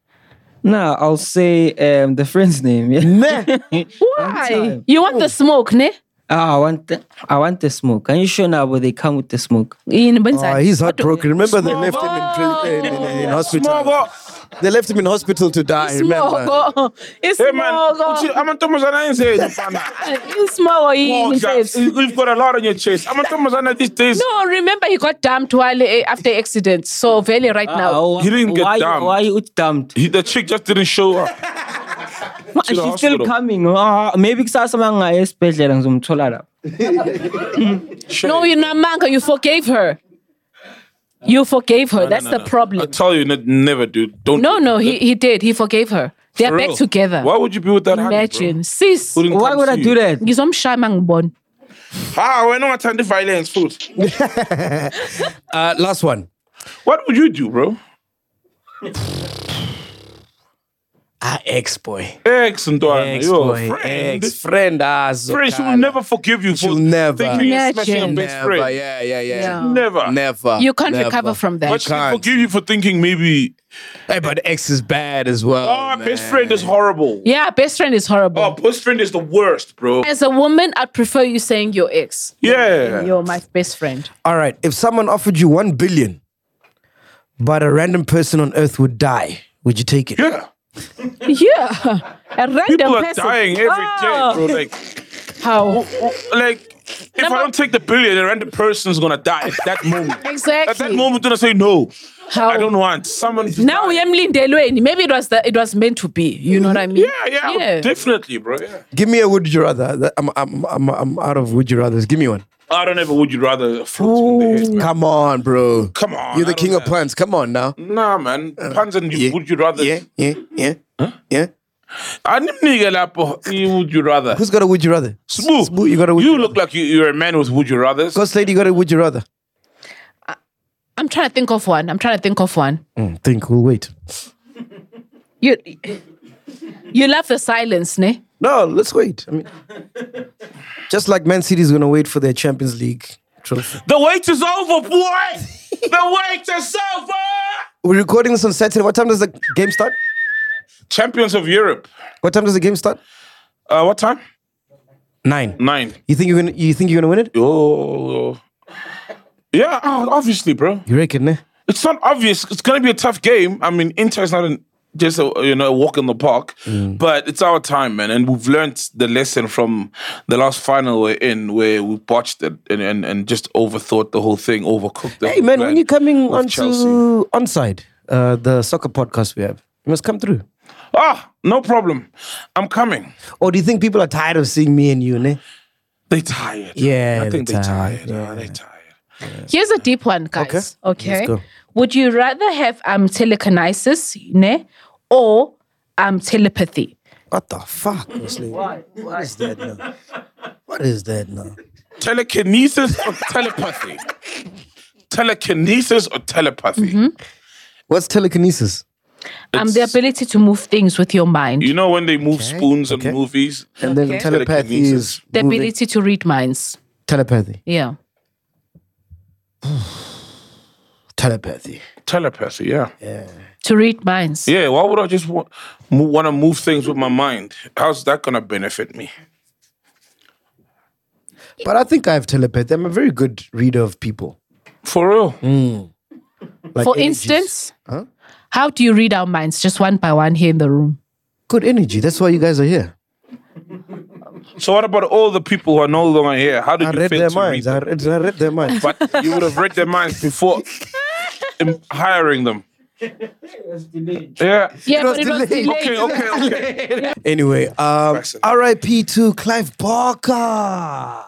Speaker 12: Nah, I'll say um, the friend's name. Yeah.
Speaker 7: Why? You want the smoke, ne?
Speaker 12: Ah, I want the, I want the smoke. Are you sure now where they come with the smoke?
Speaker 7: Yini
Speaker 10: Oh,
Speaker 7: benzani?
Speaker 10: he's heartbroken. Remember they left him in, prison, in, in, in hospital. They left him in hospital to die. Remember?
Speaker 7: Ismoko.
Speaker 8: Hey man, uthi
Speaker 7: Ismoko.
Speaker 8: amantombazana ayenzeni mfana?
Speaker 7: Ismoko yini
Speaker 8: Phoxa,
Speaker 7: Mfethu?
Speaker 8: you- You've got a lot on your chest. Amantombazana these days.
Speaker 7: No, remember he got dumped while eh, after accident. So very right now.
Speaker 12: Ah,
Speaker 8: He didn't get
Speaker 12: why,
Speaker 8: dumped.
Speaker 12: Why you dumped?
Speaker 8: He, the chick just didn't show up.
Speaker 12: Ma,
Speaker 8: the
Speaker 12: She's
Speaker 8: hospital.
Speaker 12: still coming. Ah, maybe kusasa mangaye esibhedlela ngizomthola lapho.
Speaker 8: oh.
Speaker 7: No, you Namanga, you forgave her. You forgave her.
Speaker 8: No, no,
Speaker 7: That's
Speaker 8: no, no.
Speaker 7: the problem.
Speaker 8: I tell you, n- never do. Don't.
Speaker 7: No,
Speaker 8: do
Speaker 7: no,
Speaker 8: that.
Speaker 7: he, he did. He forgave her. They are
Speaker 8: For
Speaker 7: back
Speaker 8: real.
Speaker 7: together.
Speaker 8: Why would you be with that?
Speaker 7: Imagine. Sis.
Speaker 12: Why would I do that?
Speaker 7: Ngizomshaya mangibona.
Speaker 8: Ah, we're not attending violence, food.
Speaker 10: Uh, last one.
Speaker 8: What would you do, bro?
Speaker 10: Ah, ex boy.
Speaker 8: Ex and daughter,
Speaker 10: Ex
Speaker 8: you're
Speaker 10: boy.
Speaker 8: a friend.
Speaker 10: Ex friend. Ah,
Speaker 8: Friend, she will
Speaker 10: Zokala.
Speaker 8: never forgive you.
Speaker 10: She'll
Speaker 8: for
Speaker 10: never.
Speaker 8: Thinking you're smashing your
Speaker 7: Imagine.
Speaker 8: best
Speaker 10: Never.
Speaker 8: friend.
Speaker 10: Yeah, yeah, yeah.
Speaker 7: Yeah.
Speaker 8: Never.
Speaker 10: Never.
Speaker 7: You can't
Speaker 10: never.
Speaker 7: recover from that.
Speaker 8: But she can
Speaker 10: Can't.
Speaker 8: forgive you for thinking maybe,
Speaker 10: Hey, but ex is bad as well.
Speaker 8: oh,
Speaker 10: man.
Speaker 8: best friend is horrible.
Speaker 7: Yeah, best friend is horrible.
Speaker 8: Oh, best friend is the worst, bro.
Speaker 7: As a woman, I'd prefer you saying your ex.
Speaker 8: Yeah.
Speaker 7: You're my best friend.
Speaker 10: All right. If someone offered you one billion, but a random person on earth would die, would you take it?
Speaker 8: Yeah.
Speaker 7: Yeah. A random
Speaker 8: People are
Speaker 7: person. Ah.
Speaker 8: dying every day, bro. Like,
Speaker 7: How?
Speaker 8: like if
Speaker 7: Ah. Number-
Speaker 8: I don't take the billion, a random person's gonna die at that moment.
Speaker 7: Exactly.
Speaker 8: At that moment, then I say no.
Speaker 7: How?
Speaker 8: I don't want someone. To
Speaker 7: Now
Speaker 8: die.
Speaker 7: uyamlindelweni. Maybe it was the, it was meant to be. You know what I mean?
Speaker 8: Yeah, yeah, definitely, bro. Yeah.
Speaker 10: Give me a would you rather. That- I'm, I'm, I'm, I'm out of would you rathers. Give me one.
Speaker 8: I don't ever would you rather float in the head, man.
Speaker 10: Come on, bro.
Speaker 8: Come on,
Speaker 10: You're
Speaker 8: I
Speaker 10: the
Speaker 8: don't
Speaker 10: king of
Speaker 8: know. Mm.
Speaker 10: puns. Come on now.
Speaker 8: Nah, man. Puns and you,
Speaker 10: Yeah.
Speaker 8: would you rather?
Speaker 10: Yeah, yeah, yeah. Yeah.
Speaker 8: Animnike lapho, i- would you rather?
Speaker 10: Who's got a would you rather?
Speaker 8: Smooth.
Speaker 10: Smooth, you got a would
Speaker 8: You
Speaker 10: you
Speaker 8: look like you, you're a man with would you rathers.
Speaker 10: Ghost lady got a would you rather?
Speaker 7: I'm trying
Speaker 10: Hmm,
Speaker 7: to think of one. I'm trying to think of one.
Speaker 10: Mm, think we'll wait.
Speaker 7: You You love the silence, ne?
Speaker 10: No, let's wait. I mean, just like Man City is gonna wait for their Champions League trophy.
Speaker 8: The wait is over, boy. the wait is over.
Speaker 10: We're recording this on Saturday. What time does the game start?
Speaker 8: Champions of Europe.
Speaker 10: What time does the game start?
Speaker 8: Uh, what time?
Speaker 10: Nine.
Speaker 8: Nine.
Speaker 10: You think you're gonna? You think you're gonna win it?
Speaker 8: Oh, yeah. oh, Obviously, bro.
Speaker 10: You reckon? Eh?
Speaker 8: It's not obvious. It's going to be a tough game. I mean, Inter is not an, just a you know a walk in the park,
Speaker 10: Mm.
Speaker 8: but it's our time, man, and we've learned the lesson from the last final we're in, where we botched it and and, and just overthought the whole thing, overcooked it.
Speaker 10: Hey man, when you're coming
Speaker 8: with
Speaker 10: onto
Speaker 8: Chelsea.
Speaker 10: onside, uh, the soccer podcast we have, you must come through.
Speaker 8: Ah, no problem. I'm coming.
Speaker 10: Or do you think people are tired of seeing me and you, ne?
Speaker 8: They tired.
Speaker 10: Yeah,
Speaker 8: I think they
Speaker 10: they're
Speaker 8: tired.
Speaker 10: tired,
Speaker 8: Yeah, they tired.
Speaker 7: Here's a deep one, guys. Okay.
Speaker 10: Let's go.
Speaker 7: Would you rather have um telekinesis, ne? Or um telepathy?
Speaker 10: What the fuck? Honestly, what is that now? What is that now?
Speaker 8: Telekinesis or telepathy? Telekinesis or telepathy?
Speaker 10: Mm-hmm. What's telekinesis?
Speaker 7: Um the ability to move things with your mind.
Speaker 8: You know when they move spoons in movies,
Speaker 10: And then
Speaker 7: Okay.
Speaker 10: telepathy is
Speaker 7: the
Speaker 10: moving-
Speaker 7: ability to read minds.
Speaker 10: telepathy.
Speaker 7: Yeah.
Speaker 10: Telepathy.
Speaker 8: telepathy. Yeah,
Speaker 7: To read minds.
Speaker 8: yeah. Why would I just want want to move things with my mind? How's that gonna benefit me?
Speaker 10: But I think I have telepathy. I'm a very good reader of people.
Speaker 8: For real.
Speaker 10: Mm. Like
Speaker 7: For
Speaker 10: energies.
Speaker 7: instance, how do you read our minds just one by one here in the room?
Speaker 10: good energy. That's why you guys are here.
Speaker 8: So what about all the people who are no longer here? How did
Speaker 10: I
Speaker 8: you
Speaker 10: read
Speaker 8: fail
Speaker 10: their
Speaker 8: to
Speaker 10: minds.
Speaker 8: read
Speaker 10: I read, I read their minds.
Speaker 8: them? But you would have read their minds before em- hiring them. Yeah.
Speaker 7: Yeah,
Speaker 10: was
Speaker 7: but it was
Speaker 10: delayed.
Speaker 7: delayed.
Speaker 8: Okay. Okay. Okay.
Speaker 10: Anyway, um, R.I.P. to Clive Barker.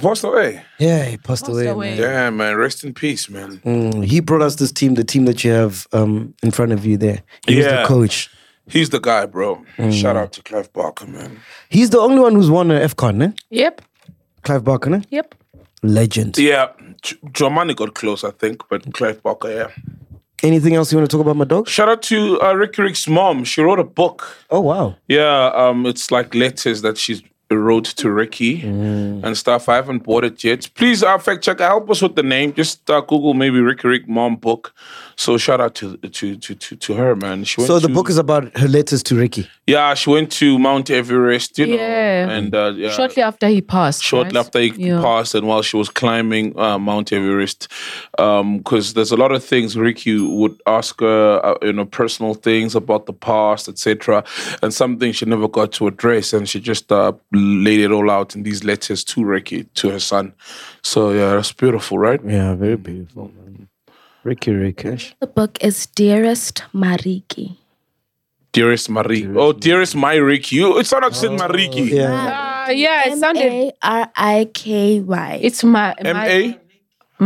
Speaker 8: Passed away.
Speaker 10: Yeah, he passed away.
Speaker 7: away.
Speaker 10: man.
Speaker 8: Yeah, man. Rest in peace, man.
Speaker 10: Mm, he brought us this team, the team that you have um, in front of you there. He was
Speaker 8: Yeah.
Speaker 10: the coach.
Speaker 8: He's the guy, bro.
Speaker 10: Mm.
Speaker 8: Shout out to Clive Barker, man.
Speaker 10: He's the only one who's won an FCON, eh?
Speaker 7: Yep.
Speaker 10: Clive Barker, eh?
Speaker 7: Yep.
Speaker 10: Legend.
Speaker 8: Yeah, J- Germani got close, I think, but Clive Barker, yeah.
Speaker 10: Anything else you want to talk about, my dog?
Speaker 8: Shout out to uh, Ricky Rick's mom. She wrote a book.
Speaker 10: Oh, wow.
Speaker 8: Yeah, um, it's like letters that she's wrote to Ricky
Speaker 10: Mm.
Speaker 8: and stuff. I haven't bought it yet. Please, uh, fact check. Help us with the name. Just uh, Google maybe Ricky Rick mom book. So shout out to to to to, to her, man. She went
Speaker 10: So the
Speaker 8: to-
Speaker 10: book is about her letters to Ricky.
Speaker 8: yeah, she went to Mount Everest, you know,
Speaker 7: Yeah.
Speaker 8: and uh, yeah.
Speaker 7: Shortly after he passed.
Speaker 8: Shortly
Speaker 7: right?
Speaker 8: after he
Speaker 7: Yeah.
Speaker 8: passed, and while she was climbing uh, Mount Everest, because there's a lot of things Ricky would ask her, uh, you know, personal things about the past, etc., and something she never got to address, and she just uh, laid it all out in these letters to Ricky, to her son. So yeah, that's beautiful, right?
Speaker 10: Yeah, very beautiful. Ricky Rickish.
Speaker 11: The book is Dearest Mariki.
Speaker 8: Dearest Marie, oh, dearest my Ricky, you, it's not actually my Ricky.
Speaker 10: Yeah.
Speaker 7: Uh, yeah, it sounded.
Speaker 11: A R I K Y.
Speaker 7: It's my.
Speaker 8: M A.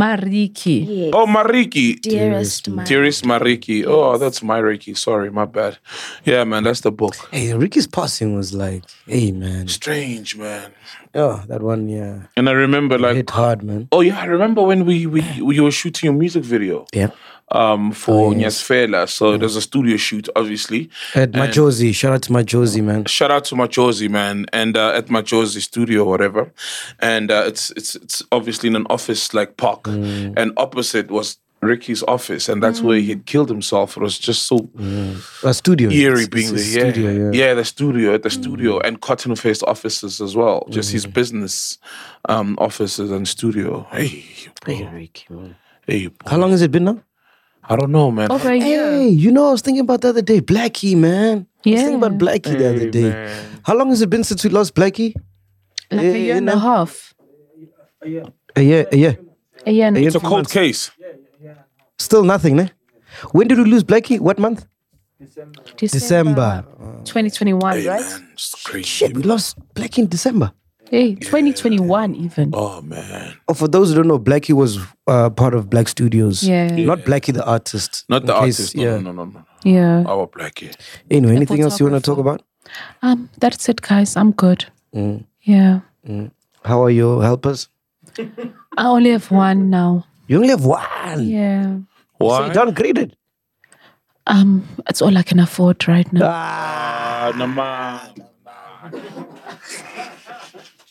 Speaker 7: Mariki.
Speaker 11: Yes.
Speaker 8: Oh, Mariki.
Speaker 11: Dearest Mariki.
Speaker 8: Dearest Mariki. Oh, that's my Ricky. Sorry, my bad. Yeah, man, that's the book.
Speaker 10: Hey, Ricky's passing was like, hey, man.
Speaker 8: Strange, man.
Speaker 10: Oh, that one, yeah.
Speaker 8: And I remember like
Speaker 10: Hit hard, man.
Speaker 8: oh yeah, I remember when we we, we were shooting a music video
Speaker 10: Yeah. Oh,
Speaker 8: um for Nyasfela. So there's a studio shoot, obviously.
Speaker 10: At my Josie. Shout out to my Josie, man.
Speaker 8: Shout out to Machozi, man, and uh, at Machozi Studio, or whatever. And uh, it's it's it's obviously in an office like park,
Speaker 10: Mm.
Speaker 8: and opposite was Ricky's office, and that's where he had killed himself. It was just so
Speaker 10: Mm. A Uh, studio.
Speaker 8: eerie
Speaker 10: It's-
Speaker 8: being
Speaker 10: it's a
Speaker 8: there. Yeah.
Speaker 10: studio,
Speaker 8: yeah, the studio at the studio and cotton faced offices as well. Just his business um, offices and studio. Hey, bro. hey, bro.
Speaker 10: How long has it been now?
Speaker 8: I don't know, man.
Speaker 7: Over a year.
Speaker 10: Hey, you know, I was thinking about the other day, Blackie, man. I was thinking about Blackie the other day. How long has it been since we lost Blackie?
Speaker 7: Like a year and a
Speaker 10: no.
Speaker 7: half.
Speaker 10: A year, a year.
Speaker 7: A year and
Speaker 10: A year
Speaker 8: It's a
Speaker 10: few
Speaker 8: cold
Speaker 10: months.
Speaker 8: case.
Speaker 10: Still nothing, ne? When did we lose Blackie? What month? December.
Speaker 7: 2021,
Speaker 8: Hey,
Speaker 7: right?
Speaker 8: man, it's crazy.
Speaker 10: Shit, we lost Blackie in December.
Speaker 7: Hey, 2021 even.
Speaker 8: Oh man,
Speaker 10: Oh, for those who don't know, Blackie was uh, part of Black Studios.
Speaker 7: Yeah. Yeah.
Speaker 10: Not Blackie the artist.
Speaker 8: not the
Speaker 10: in case-
Speaker 8: artist. No,
Speaker 10: yeah.
Speaker 8: no, no, no, no.
Speaker 7: Yeah.
Speaker 8: Our blackie.
Speaker 10: Anyway, anything else you want to talk about?
Speaker 7: Um, that's it, guys. I'm good. Yeah.
Speaker 10: How are your helpers?
Speaker 7: I only have one now.
Speaker 10: You only have one.
Speaker 7: Yeah.
Speaker 10: So you downgraded.
Speaker 7: Um, it's all I can afford right now.
Speaker 8: Ah, no man.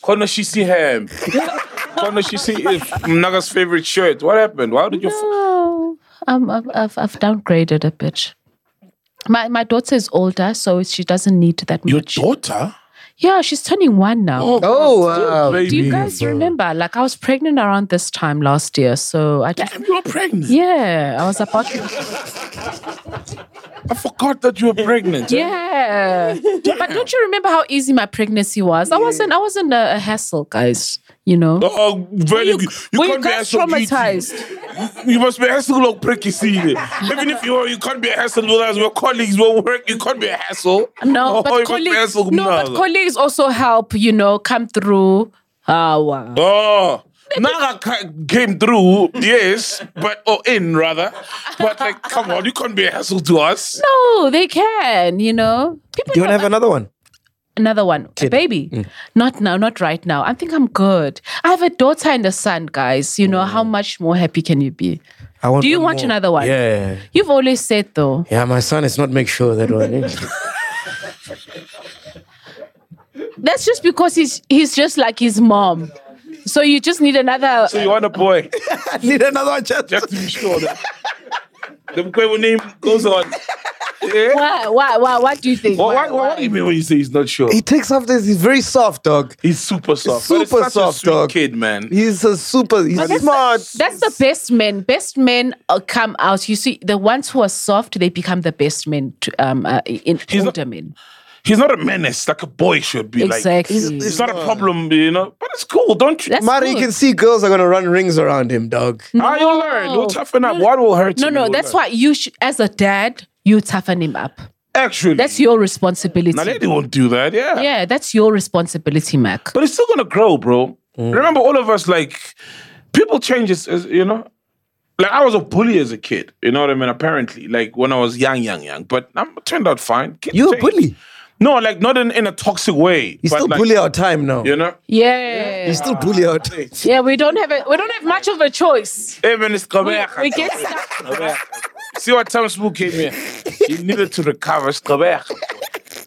Speaker 8: Kono she see him. Kono she see if Naga's favorite shirt. What happened? Why did you? F-
Speaker 7: No, um, I've, I've, I've downgraded a bit. My my daughter is older, so she doesn't need that much.
Speaker 8: Your daughter?
Speaker 7: Yeah, she's turning one now. Oh,
Speaker 12: uh,
Speaker 8: wow,
Speaker 7: do, you- do
Speaker 8: baby.
Speaker 7: you guys remember? Like, I was pregnant around this time last year, so I just.
Speaker 8: You were pregnant?
Speaker 7: Yeah, I was about to.
Speaker 8: I forgot that you were pregnant.
Speaker 7: Yeah, but don't you remember how easy my pregnancy was? I wasn't. I wasn't a, a hassle, guys. You know.
Speaker 8: Oh, very you,
Speaker 7: were you
Speaker 8: can't be
Speaker 7: guys
Speaker 8: hassle beauty. You must be a hassle of pricky seed. Even if you are, you can't be a hassle with us. We're colleagues, we work, you can't be a hassle.
Speaker 7: No,
Speaker 8: Oh, you
Speaker 7: but,
Speaker 8: must be a
Speaker 7: colleagues,
Speaker 8: hassle,
Speaker 7: no but
Speaker 8: Naga.
Speaker 7: colleagues also help, you know, come through. Ah, wow.
Speaker 8: Oh, Naga ca- came through, yes, but or in rather. But like, come on, you can't be a hassle to us.
Speaker 7: No, they can, you know. People
Speaker 10: Do you want to have another one?
Speaker 7: another one. A baby.
Speaker 10: Mm.
Speaker 7: Not now, not right now. I think I'm good. I have a daughter and a son, guys. You know,
Speaker 10: Oh.
Speaker 7: how much more happy can you be?
Speaker 10: I want
Speaker 7: Do you
Speaker 10: one
Speaker 7: want
Speaker 10: more.
Speaker 7: another one?
Speaker 10: Yeah.
Speaker 7: You've always said though.
Speaker 10: Yeah, my son is not make sure that one. eh?
Speaker 7: That's just because he's he's just like his mom. So you just need another
Speaker 8: So you want a boy?
Speaker 10: Need another one, just,
Speaker 8: to be sure that the Kwebu name goes on. Yeah.
Speaker 7: why, why, why, what do you think?
Speaker 8: What, what, what do you mean when you say he's not sure?
Speaker 10: He takes after this. He's very soft, dog.
Speaker 8: He's super soft. but it's
Speaker 10: super
Speaker 8: such a
Speaker 10: soft,
Speaker 8: sweet
Speaker 10: dog.
Speaker 8: kid, man.
Speaker 10: He's a super. He's
Speaker 7: But that's
Speaker 10: smart.
Speaker 7: The, that's the best men. Best men uh, come out. You see, the ones who are soft, they become the best men to, um, uh, in
Speaker 8: He's
Speaker 7: older
Speaker 8: not-
Speaker 7: men.
Speaker 8: He's not a menace like a boy should be. Like,
Speaker 7: Exactly.
Speaker 8: it's, it's not a problem, you know. But it's cool, don't you?
Speaker 7: That's
Speaker 10: Mari, you
Speaker 7: good.
Speaker 10: can see girls are gonna run rings around him, dog.
Speaker 8: Ah, you'll learn. You'll toughen up. One will hurt
Speaker 7: No,
Speaker 8: you.
Speaker 7: no,
Speaker 8: You'll
Speaker 7: that's
Speaker 8: learn.
Speaker 7: why you, sh- as a dad, you toughen him up.
Speaker 8: Actually,
Speaker 7: That's your responsibility.
Speaker 8: Naledi won't do that. Yeah.
Speaker 7: Yeah, that's your responsibility, Mac.
Speaker 8: But it's still gonna grow, bro.
Speaker 10: Mm.
Speaker 8: Remember, all of us like people change. As, as- you know, like I was a bully as a kid. You know what I mean? Apparently, like when I was young, young, young. But I turned out fine. Kids
Speaker 10: You a
Speaker 8: change.
Speaker 10: bully.
Speaker 8: No, like not in, in a toxic way.
Speaker 10: You
Speaker 8: but,
Speaker 10: still
Speaker 8: like,
Speaker 10: bully our time now.
Speaker 8: You know.
Speaker 7: Yeah.
Speaker 10: You
Speaker 7: yeah,
Speaker 10: still bully our time.
Speaker 7: we don't have a, we don't have much of a choice.
Speaker 8: Even it's
Speaker 7: We,
Speaker 8: Kabeka.
Speaker 7: we get stuck.
Speaker 8: See what Tom Spook came here. He needed to recover. It's Kabeka.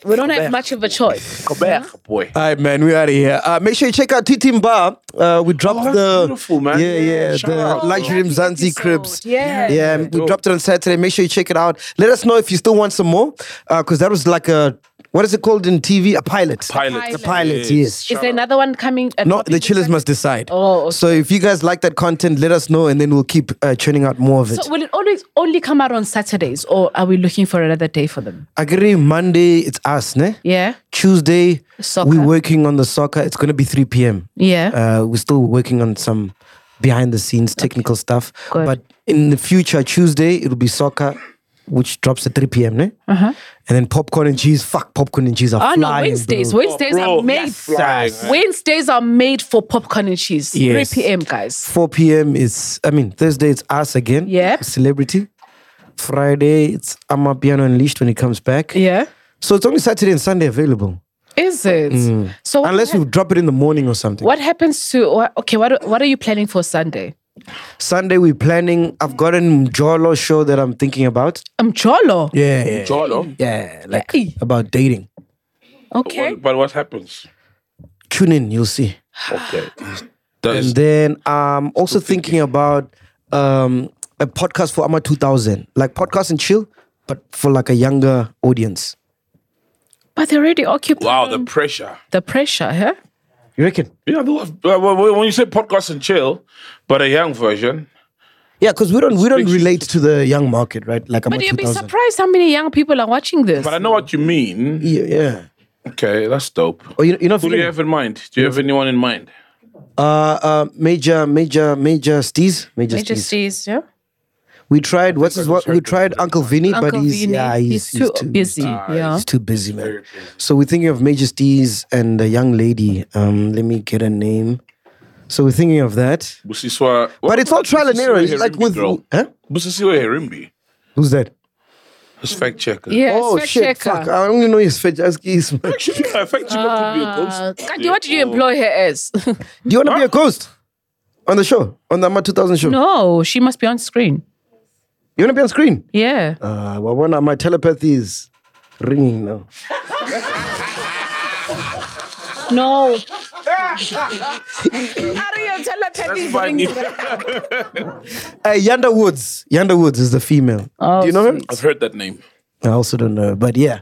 Speaker 7: We don't have much of a choice.
Speaker 8: Kabeka, boy.
Speaker 10: All right, man, we out of here. Uh, make sure you check out Titim Bar. Uh, we dropped
Speaker 8: Oh, that's
Speaker 10: the
Speaker 8: beautiful, man.
Speaker 10: Yeah, yeah,
Speaker 8: Shout
Speaker 10: the
Speaker 8: out, bro.
Speaker 10: luxury Zanzi cribs.
Speaker 7: Yeah.
Speaker 10: Yeah, we
Speaker 8: dope.
Speaker 10: dropped it on Saturday. Make sure you check it out. Let us know if you still want some more, because that was like a what is it called in TV? A pilot.
Speaker 8: Pilot.
Speaker 10: The pilot. Yes.
Speaker 7: Is there another one coming? Uh, a
Speaker 10: No,
Speaker 7: copy
Speaker 10: the
Speaker 7: of
Speaker 10: chillers
Speaker 7: that?
Speaker 10: must decide.
Speaker 7: Oh, okay.
Speaker 10: So if you guys like that content, let us know, and then we'll keep uh, churning out more of it.
Speaker 7: So will it always only come out on Saturdays, or are we looking for another day for them?
Speaker 10: Agri Monday, it's us, ne?
Speaker 7: Yeah,
Speaker 10: Tuesday,
Speaker 7: Soccer.
Speaker 10: we're working on the soccer. It's gonna be 3 p.m.
Speaker 7: yeah.
Speaker 10: Uh, we're still working on some behind the scenes technical stuff.
Speaker 7: Good.
Speaker 10: But in the future, Tuesday, it'll be soccer, which drops at 3 p.m. Ne? Uh-huh. And then popcorn and cheese. Fuck, popcorn and cheese are
Speaker 7: oh
Speaker 10: flying.
Speaker 7: no, Wednesdays.
Speaker 10: bro.
Speaker 7: Wednesdays
Speaker 8: Oh, Bro,
Speaker 7: are made.
Speaker 8: flying, man.
Speaker 7: Wednesdays are made for popcorn and cheese.
Speaker 10: Yes.
Speaker 7: 3 p.m. guys.
Speaker 10: 4 p.m. is, I mean, Thursday, it's us again.
Speaker 7: Yep.
Speaker 10: Celebrity. Friday, it's Ama Piano Unleashed when it comes back.
Speaker 7: Yeah.
Speaker 10: So it's only Saturday and Sunday available.
Speaker 7: Is it? So what,
Speaker 10: Mm. Unless
Speaker 7: hap-
Speaker 10: we drop it in the morning or something.
Speaker 7: Oh, what happens to what, okay? What what are you planning for Sunday?
Speaker 10: Sunday, we're planning. I've got a Jolo show that I'm thinking about.
Speaker 7: I'm Jolo.
Speaker 10: Yeah. Yeah.
Speaker 8: Jolo.
Speaker 10: Yeah, like
Speaker 7: Hey.
Speaker 10: about dating.
Speaker 7: Okay.
Speaker 8: But what happens?
Speaker 10: Tune in, you'll see.
Speaker 8: Okay. That
Speaker 10: And
Speaker 8: is
Speaker 10: then I'm also thinking about um, a podcast for Ama 2000, like podcast and chill, but for like a younger audience.
Speaker 7: But they're already occupied.
Speaker 8: wow, the
Speaker 7: on
Speaker 8: pressure.
Speaker 7: the pressure, huh?
Speaker 10: You reckon?
Speaker 8: Yeah, the- uh, when when you say podcast and chill, but a young version.
Speaker 10: Yeah, because we don't we don't relate to the young market, right? Like Ama
Speaker 7: But you'll be
Speaker 10: 2000.
Speaker 7: surprised how many young people are watching this.
Speaker 8: But I know what you mean.
Speaker 10: Yeah, yeah.
Speaker 8: Okay, that's dope.
Speaker 10: Or you, you know,
Speaker 8: Who do you have in mind? Do you have anyone in mind?
Speaker 10: uh, uh, major, major, major Steez, major,
Speaker 7: It
Speaker 10: Steez.
Speaker 7: just is, yeah.
Speaker 10: We tried what's his what? We tried Uncle Vinny, but
Speaker 7: Uncle
Speaker 10: he's
Speaker 7: Vinny,
Speaker 10: yeah, he's,
Speaker 7: he's, too, busy. yeah.
Speaker 10: He's too busy, man. So we're thinking of Majesties and a young lady. Um, let me get a name. So we're thinking of that.
Speaker 8: Busiswa.
Speaker 10: But it's all trial and error. It's like with
Speaker 8: Girl.
Speaker 10: huh?
Speaker 8: Busisiwe Herimbi.
Speaker 10: Who's that?
Speaker 8: It's fact checker.
Speaker 7: Yeah,
Speaker 10: oh
Speaker 7: fact
Speaker 10: shit!
Speaker 7: checker.
Speaker 10: Fuck! I only know his fetch. Ask his. Do
Speaker 8: Actually, yeah, fact checker could be a
Speaker 7: Uh,
Speaker 8: ghost.
Speaker 7: Kandi, what did you employ her as?
Speaker 10: you want to be a ghost on the show on the Ama 2000 show?
Speaker 7: Oh, no, she must be on screen.
Speaker 10: You want to be on screen?
Speaker 7: Yeah.
Speaker 10: Uh, well, one of my telepathy is ringing now.
Speaker 7: No.
Speaker 14: Ariel, tell her Teddy's
Speaker 8: funny.
Speaker 10: Uh, Yanda Woods. Yanda Woods is the female. Do you know her?
Speaker 8: I've heard that name.
Speaker 10: I also don't know her, but yeah.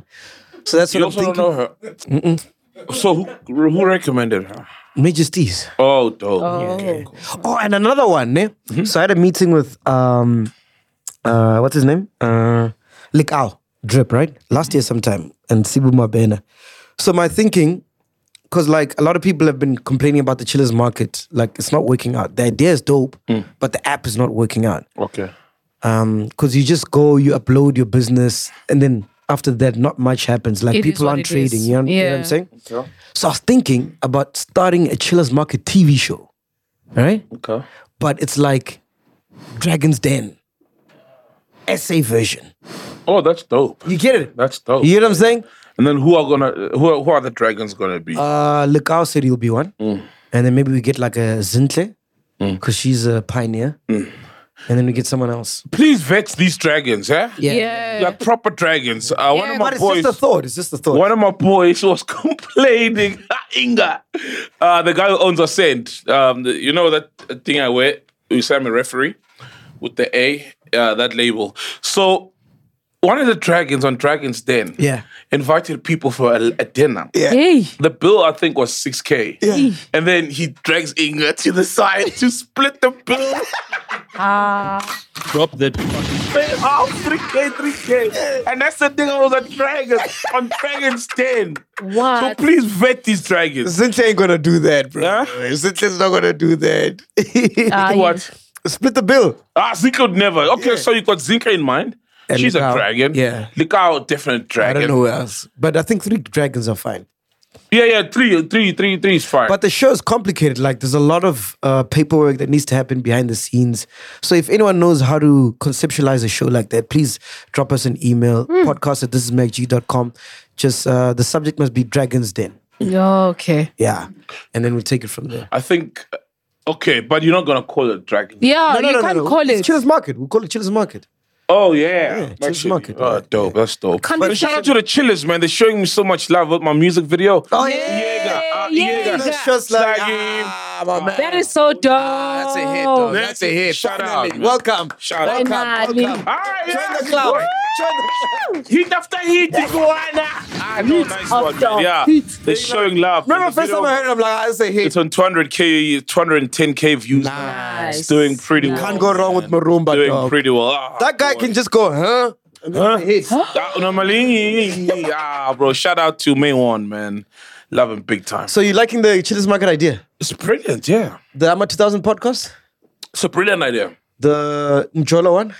Speaker 10: So that's what
Speaker 8: you
Speaker 10: I'm
Speaker 8: also
Speaker 10: thinking.
Speaker 8: don't know her.
Speaker 10: Mm-mm.
Speaker 8: So who, who recommended her?
Speaker 10: Majesties.
Speaker 8: Oh, dope.
Speaker 10: Oh, and another one. Ne? So I had a meeting with um, uh, what's his name? Uh, Likao Drip, right? Last year sometime, and Sibu Mabena. So my thinking, because like a lot of people have been complaining about the chillers market, like it's not working out. The idea is dope, but the app is not working out.
Speaker 8: Hmm. Okay.
Speaker 10: Um, because you just go, you upload your business, and then after that, not much happens. Like
Speaker 6: It is
Speaker 10: people
Speaker 6: what
Speaker 10: aren't
Speaker 6: it is.
Speaker 10: trading. You know, you know what
Speaker 6: Yeah.
Speaker 10: I'm saying?
Speaker 8: Okay.
Speaker 10: So I was thinking about starting a Chillers Market TV show, right?
Speaker 8: Okay.
Speaker 10: But it's like Dragon's Den, SA version.
Speaker 8: Oh, that's dope.
Speaker 10: You get it?
Speaker 8: That's dope.
Speaker 10: You know what I'm saying?
Speaker 8: And then who are gonna who are, who are the dragons gonna be?
Speaker 10: Uh, Lukao said he'll be one. And then maybe we get like a Zintle, because she's a pioneer. And then we get someone else.
Speaker 8: Please vex these dragons, eh?
Speaker 10: Yeah.
Speaker 8: Yeah. proper dragons. Uh, one of my
Speaker 10: but it's
Speaker 8: boys.
Speaker 10: just a thought. It's just a thought.
Speaker 8: One of my boys was complaining. Ah, Inga, uh, the guy who owns Ascend. Um, the- you know that thing I wear? Usami referee with the A, uh, that label. So one of the dragons on Dragon's Den
Speaker 10: Yeah.
Speaker 8: invited people for a, a dinner.
Speaker 10: Yeah.
Speaker 8: The bill I think was 6K. And then he drags Inga to the side to split the bill.
Speaker 14: Ah.
Speaker 8: Drop that. Pay off 3K, 3K. And that's the thing I was on Dragons, on Dragon's Den.
Speaker 7: What?
Speaker 8: So please vet these dragons.
Speaker 10: Zintle ain't gonna do that, bro. Zintle's not gonna do that.
Speaker 7: Ah,
Speaker 8: what?
Speaker 10: Split the bill.
Speaker 8: Ah, Zinka would never. Okay, so you got Zinka in mind.
Speaker 10: And
Speaker 8: She's
Speaker 10: Likao,
Speaker 8: a dragon.
Speaker 10: yeah.
Speaker 8: Likao, definite
Speaker 10: I
Speaker 8: dragon.
Speaker 10: don't know who else. But I think three dragons are fine.
Speaker 8: Yeah, yeah, three, three, three, three is fine.
Speaker 10: But the show is complicated. Like, there's a lot of uh, paperwork that needs to happen behind the scenes. So, if anyone knows how to conceptualize a show like that, please drop us an email
Speaker 7: Hmm.
Speaker 10: podcast at thisismagg.com. Just uh, the subject must be Dragon's Den.
Speaker 7: Yeah, okay.
Speaker 10: Yeah. And then we'll take it from there.
Speaker 8: I think, okay, but you're not going to call it dragon.
Speaker 7: Yeah, Oh, you can't call
Speaker 10: It's
Speaker 7: it.
Speaker 10: Chillers Market. We'll call it Chillers Market.
Speaker 8: Oh, yeah. yeah
Speaker 10: Chillers Market.
Speaker 8: Oh, dope. That's dope.
Speaker 7: Can't
Speaker 8: But
Speaker 7: be
Speaker 8: shout out to the chillers, man. They're showing me so much love with my music video. uh,
Speaker 10: Oh, yeah.
Speaker 8: Ah,
Speaker 7: Yeah,
Speaker 10: That's just like, ah, my man.
Speaker 7: that is so dope.
Speaker 10: That's a hit, though. That's a hit.
Speaker 8: Shout out,
Speaker 10: Finally.
Speaker 8: man.
Speaker 10: Welcome.
Speaker 8: Shout out.
Speaker 10: Welcome.
Speaker 7: Finally.
Speaker 10: Welcome.
Speaker 8: All right, yeah.
Speaker 10: Join the club. Join the
Speaker 8: Heat after heat, Iguana. I know, nice one,
Speaker 7: after
Speaker 8: man. Yeah,
Speaker 7: heat.
Speaker 8: they're showing love.
Speaker 10: Remember
Speaker 8: The
Speaker 10: the first
Speaker 8: video-
Speaker 10: time I heard it, I'm like, I say hit.
Speaker 8: It's on 200k, 210k views.
Speaker 10: Nice.
Speaker 8: It's doing pretty well.
Speaker 10: Can't go wrong with Marumba,
Speaker 8: doing
Speaker 10: dog.
Speaker 8: pretty well. Ah,
Speaker 10: That guy can just go, huh?
Speaker 8: Huh?
Speaker 10: Hits.
Speaker 8: Ah, normally, ah, bro. Shout out to May One, man. Love him big time.
Speaker 10: So you liking the Chillers Market idea?
Speaker 8: It's brilliant, yeah.
Speaker 10: The Amma 2000 podcast?
Speaker 8: It's a brilliant idea.
Speaker 10: The Njola one?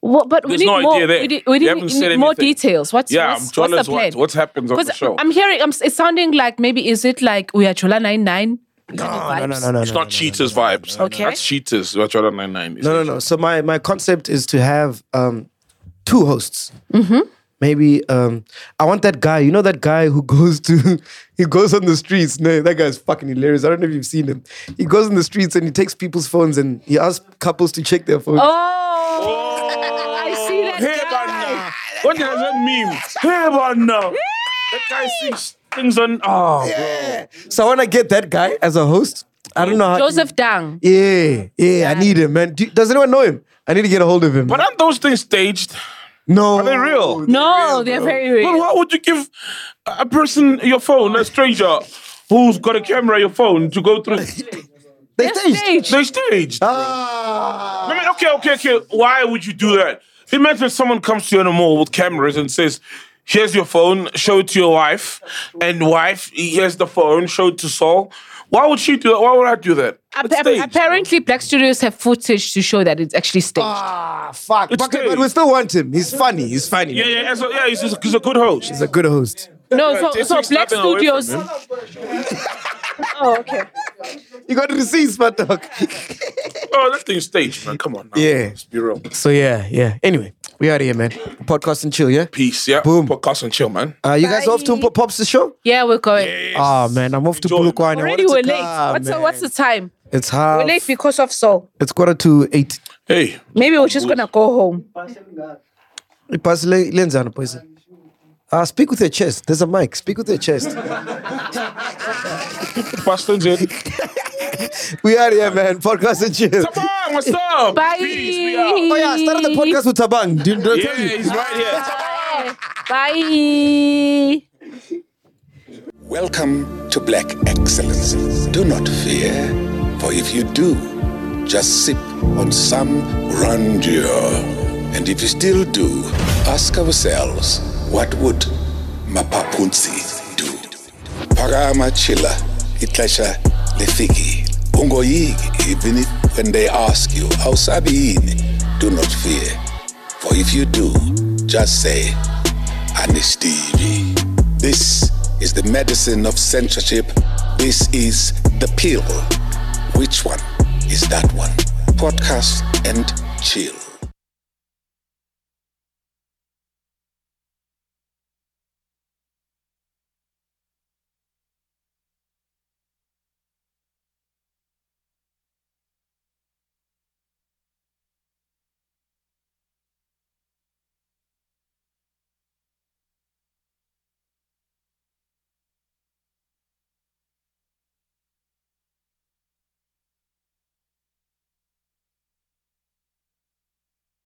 Speaker 7: What, but we
Speaker 8: There's
Speaker 7: need
Speaker 8: no idea
Speaker 7: more.
Speaker 8: there.
Speaker 7: We need, we
Speaker 8: You
Speaker 7: need-
Speaker 8: haven't
Speaker 7: need
Speaker 8: said
Speaker 7: more
Speaker 8: anything.
Speaker 7: details. What's
Speaker 8: Yeah,
Speaker 7: what's,
Speaker 8: I'm
Speaker 7: what's the
Speaker 8: jealous
Speaker 7: plan?
Speaker 8: what, what happens on the
Speaker 7: 'Cause
Speaker 8: show.
Speaker 7: I'm hearing. I'm, it's sounding like maybe is it like we are Chola nine nine?
Speaker 10: No, no, no, no.
Speaker 8: it's
Speaker 10: no,
Speaker 8: not cheaters vibes.
Speaker 7: Okay.
Speaker 8: That's cheaters. That's what 99 is.
Speaker 10: No, no, no. So my, my concept is to have um, two hosts. Mm-hmm. Maybe um, I want that guy. You know that guy who goes to he goes on the streets. No, that guy's fucking hilarious. I don't know if you've seen him. He goes on the streets and he takes people's phones and he asks couples to check their phones.
Speaker 7: Oh, I see that
Speaker 8: Hey,
Speaker 7: guy.
Speaker 8: Banna. What does that mean? Hey, Banna. That guy sings things on. Oh, bro.
Speaker 10: So I want to get that guy as a host. I don't know how.
Speaker 7: Joseph Dang.
Speaker 10: Yeah, yeah, I need him, man. Do, does anyone know him? I need to get a hold of him.
Speaker 8: But aren't those things staged?
Speaker 10: no,
Speaker 8: Are they real?
Speaker 7: No, they're very
Speaker 8: But
Speaker 7: real.
Speaker 8: why would you give a person your phone, a stranger who's got a camera, your phone to go through?
Speaker 10: They
Speaker 7: They're
Speaker 10: staged.
Speaker 7: staged.
Speaker 8: They staged.
Speaker 10: Ah,
Speaker 8: I mean, okay, okay, okay. Why would you do that? Imagine someone comes to you in a mall with cameras and says, "Here's your phone. Show it to your wife." And wife, here's the phone. Show it to Saul. Why would she do that? Why would I do that? It's
Speaker 7: Appa-
Speaker 8: staged.
Speaker 7: apparently, Black Studios have footage to show that it's actually staged.
Speaker 10: ah, fuck.
Speaker 8: It's
Speaker 10: But, but
Speaker 8: staged.
Speaker 10: we still want him. He's funny. He's funny.
Speaker 8: Yeah, yeah, so, yeah. He's, he's a- he's a good host.
Speaker 10: He's a good host.
Speaker 7: no, so,
Speaker 8: It
Speaker 7: so
Speaker 8: takes
Speaker 7: Black
Speaker 8: nothing away from
Speaker 7: Studios.
Speaker 8: him.
Speaker 7: Oh, okay.
Speaker 10: You got receipts, my dog.
Speaker 8: Oh, that thing's staged, man. Come on. Now.
Speaker 10: Yeah.
Speaker 8: Let's be real.
Speaker 10: so yeah, yeah. Anyway, we out here, man. Podcast and chill, yeah.
Speaker 8: Peace. Yeah.
Speaker 10: Boom.
Speaker 8: Podcast and chill, man.
Speaker 10: Uh, you guys off to Mpo Pops the show?
Speaker 7: Yeah, we're going.
Speaker 10: Ah man, I'm off to
Speaker 8: Enjoy.
Speaker 10: Bulukwane. I
Speaker 7: Already
Speaker 10: wanted to
Speaker 7: we're late.
Speaker 10: come,
Speaker 7: what's, the,
Speaker 10: man.
Speaker 7: what's the time?
Speaker 10: It's half.
Speaker 7: We're late because of Soul.
Speaker 10: It's quarter to eight.
Speaker 8: Hey.
Speaker 7: Maybe we're just gonna go home.
Speaker 10: Pass le- lens on, please. Uh, speak with your chest. There's a mic. Speak with your chest.
Speaker 8: Pastor Jed.
Speaker 10: we are here, man. Podcast and chill.
Speaker 8: Tabang, what's up?
Speaker 7: Bye.
Speaker 8: Peace, we out.
Speaker 10: Oh, yeah. Started the podcast with Tabang. Did, did I tell you?
Speaker 8: Yeah, he's right here.
Speaker 7: Bye.
Speaker 15: Welcome to Black Excellence. Do not fear, for if you do, just sip on some grandeur. And if you still do, ask ourselves, what would Mapapunzi do? Parama chila, itlesha lefiki. Ungoyiki, even if when they ask you, how sabiini, do not fear. For if you do, just say, Anistivi. This is the medicine of censorship. This is the pill. Which one is that one? Podcast and chill.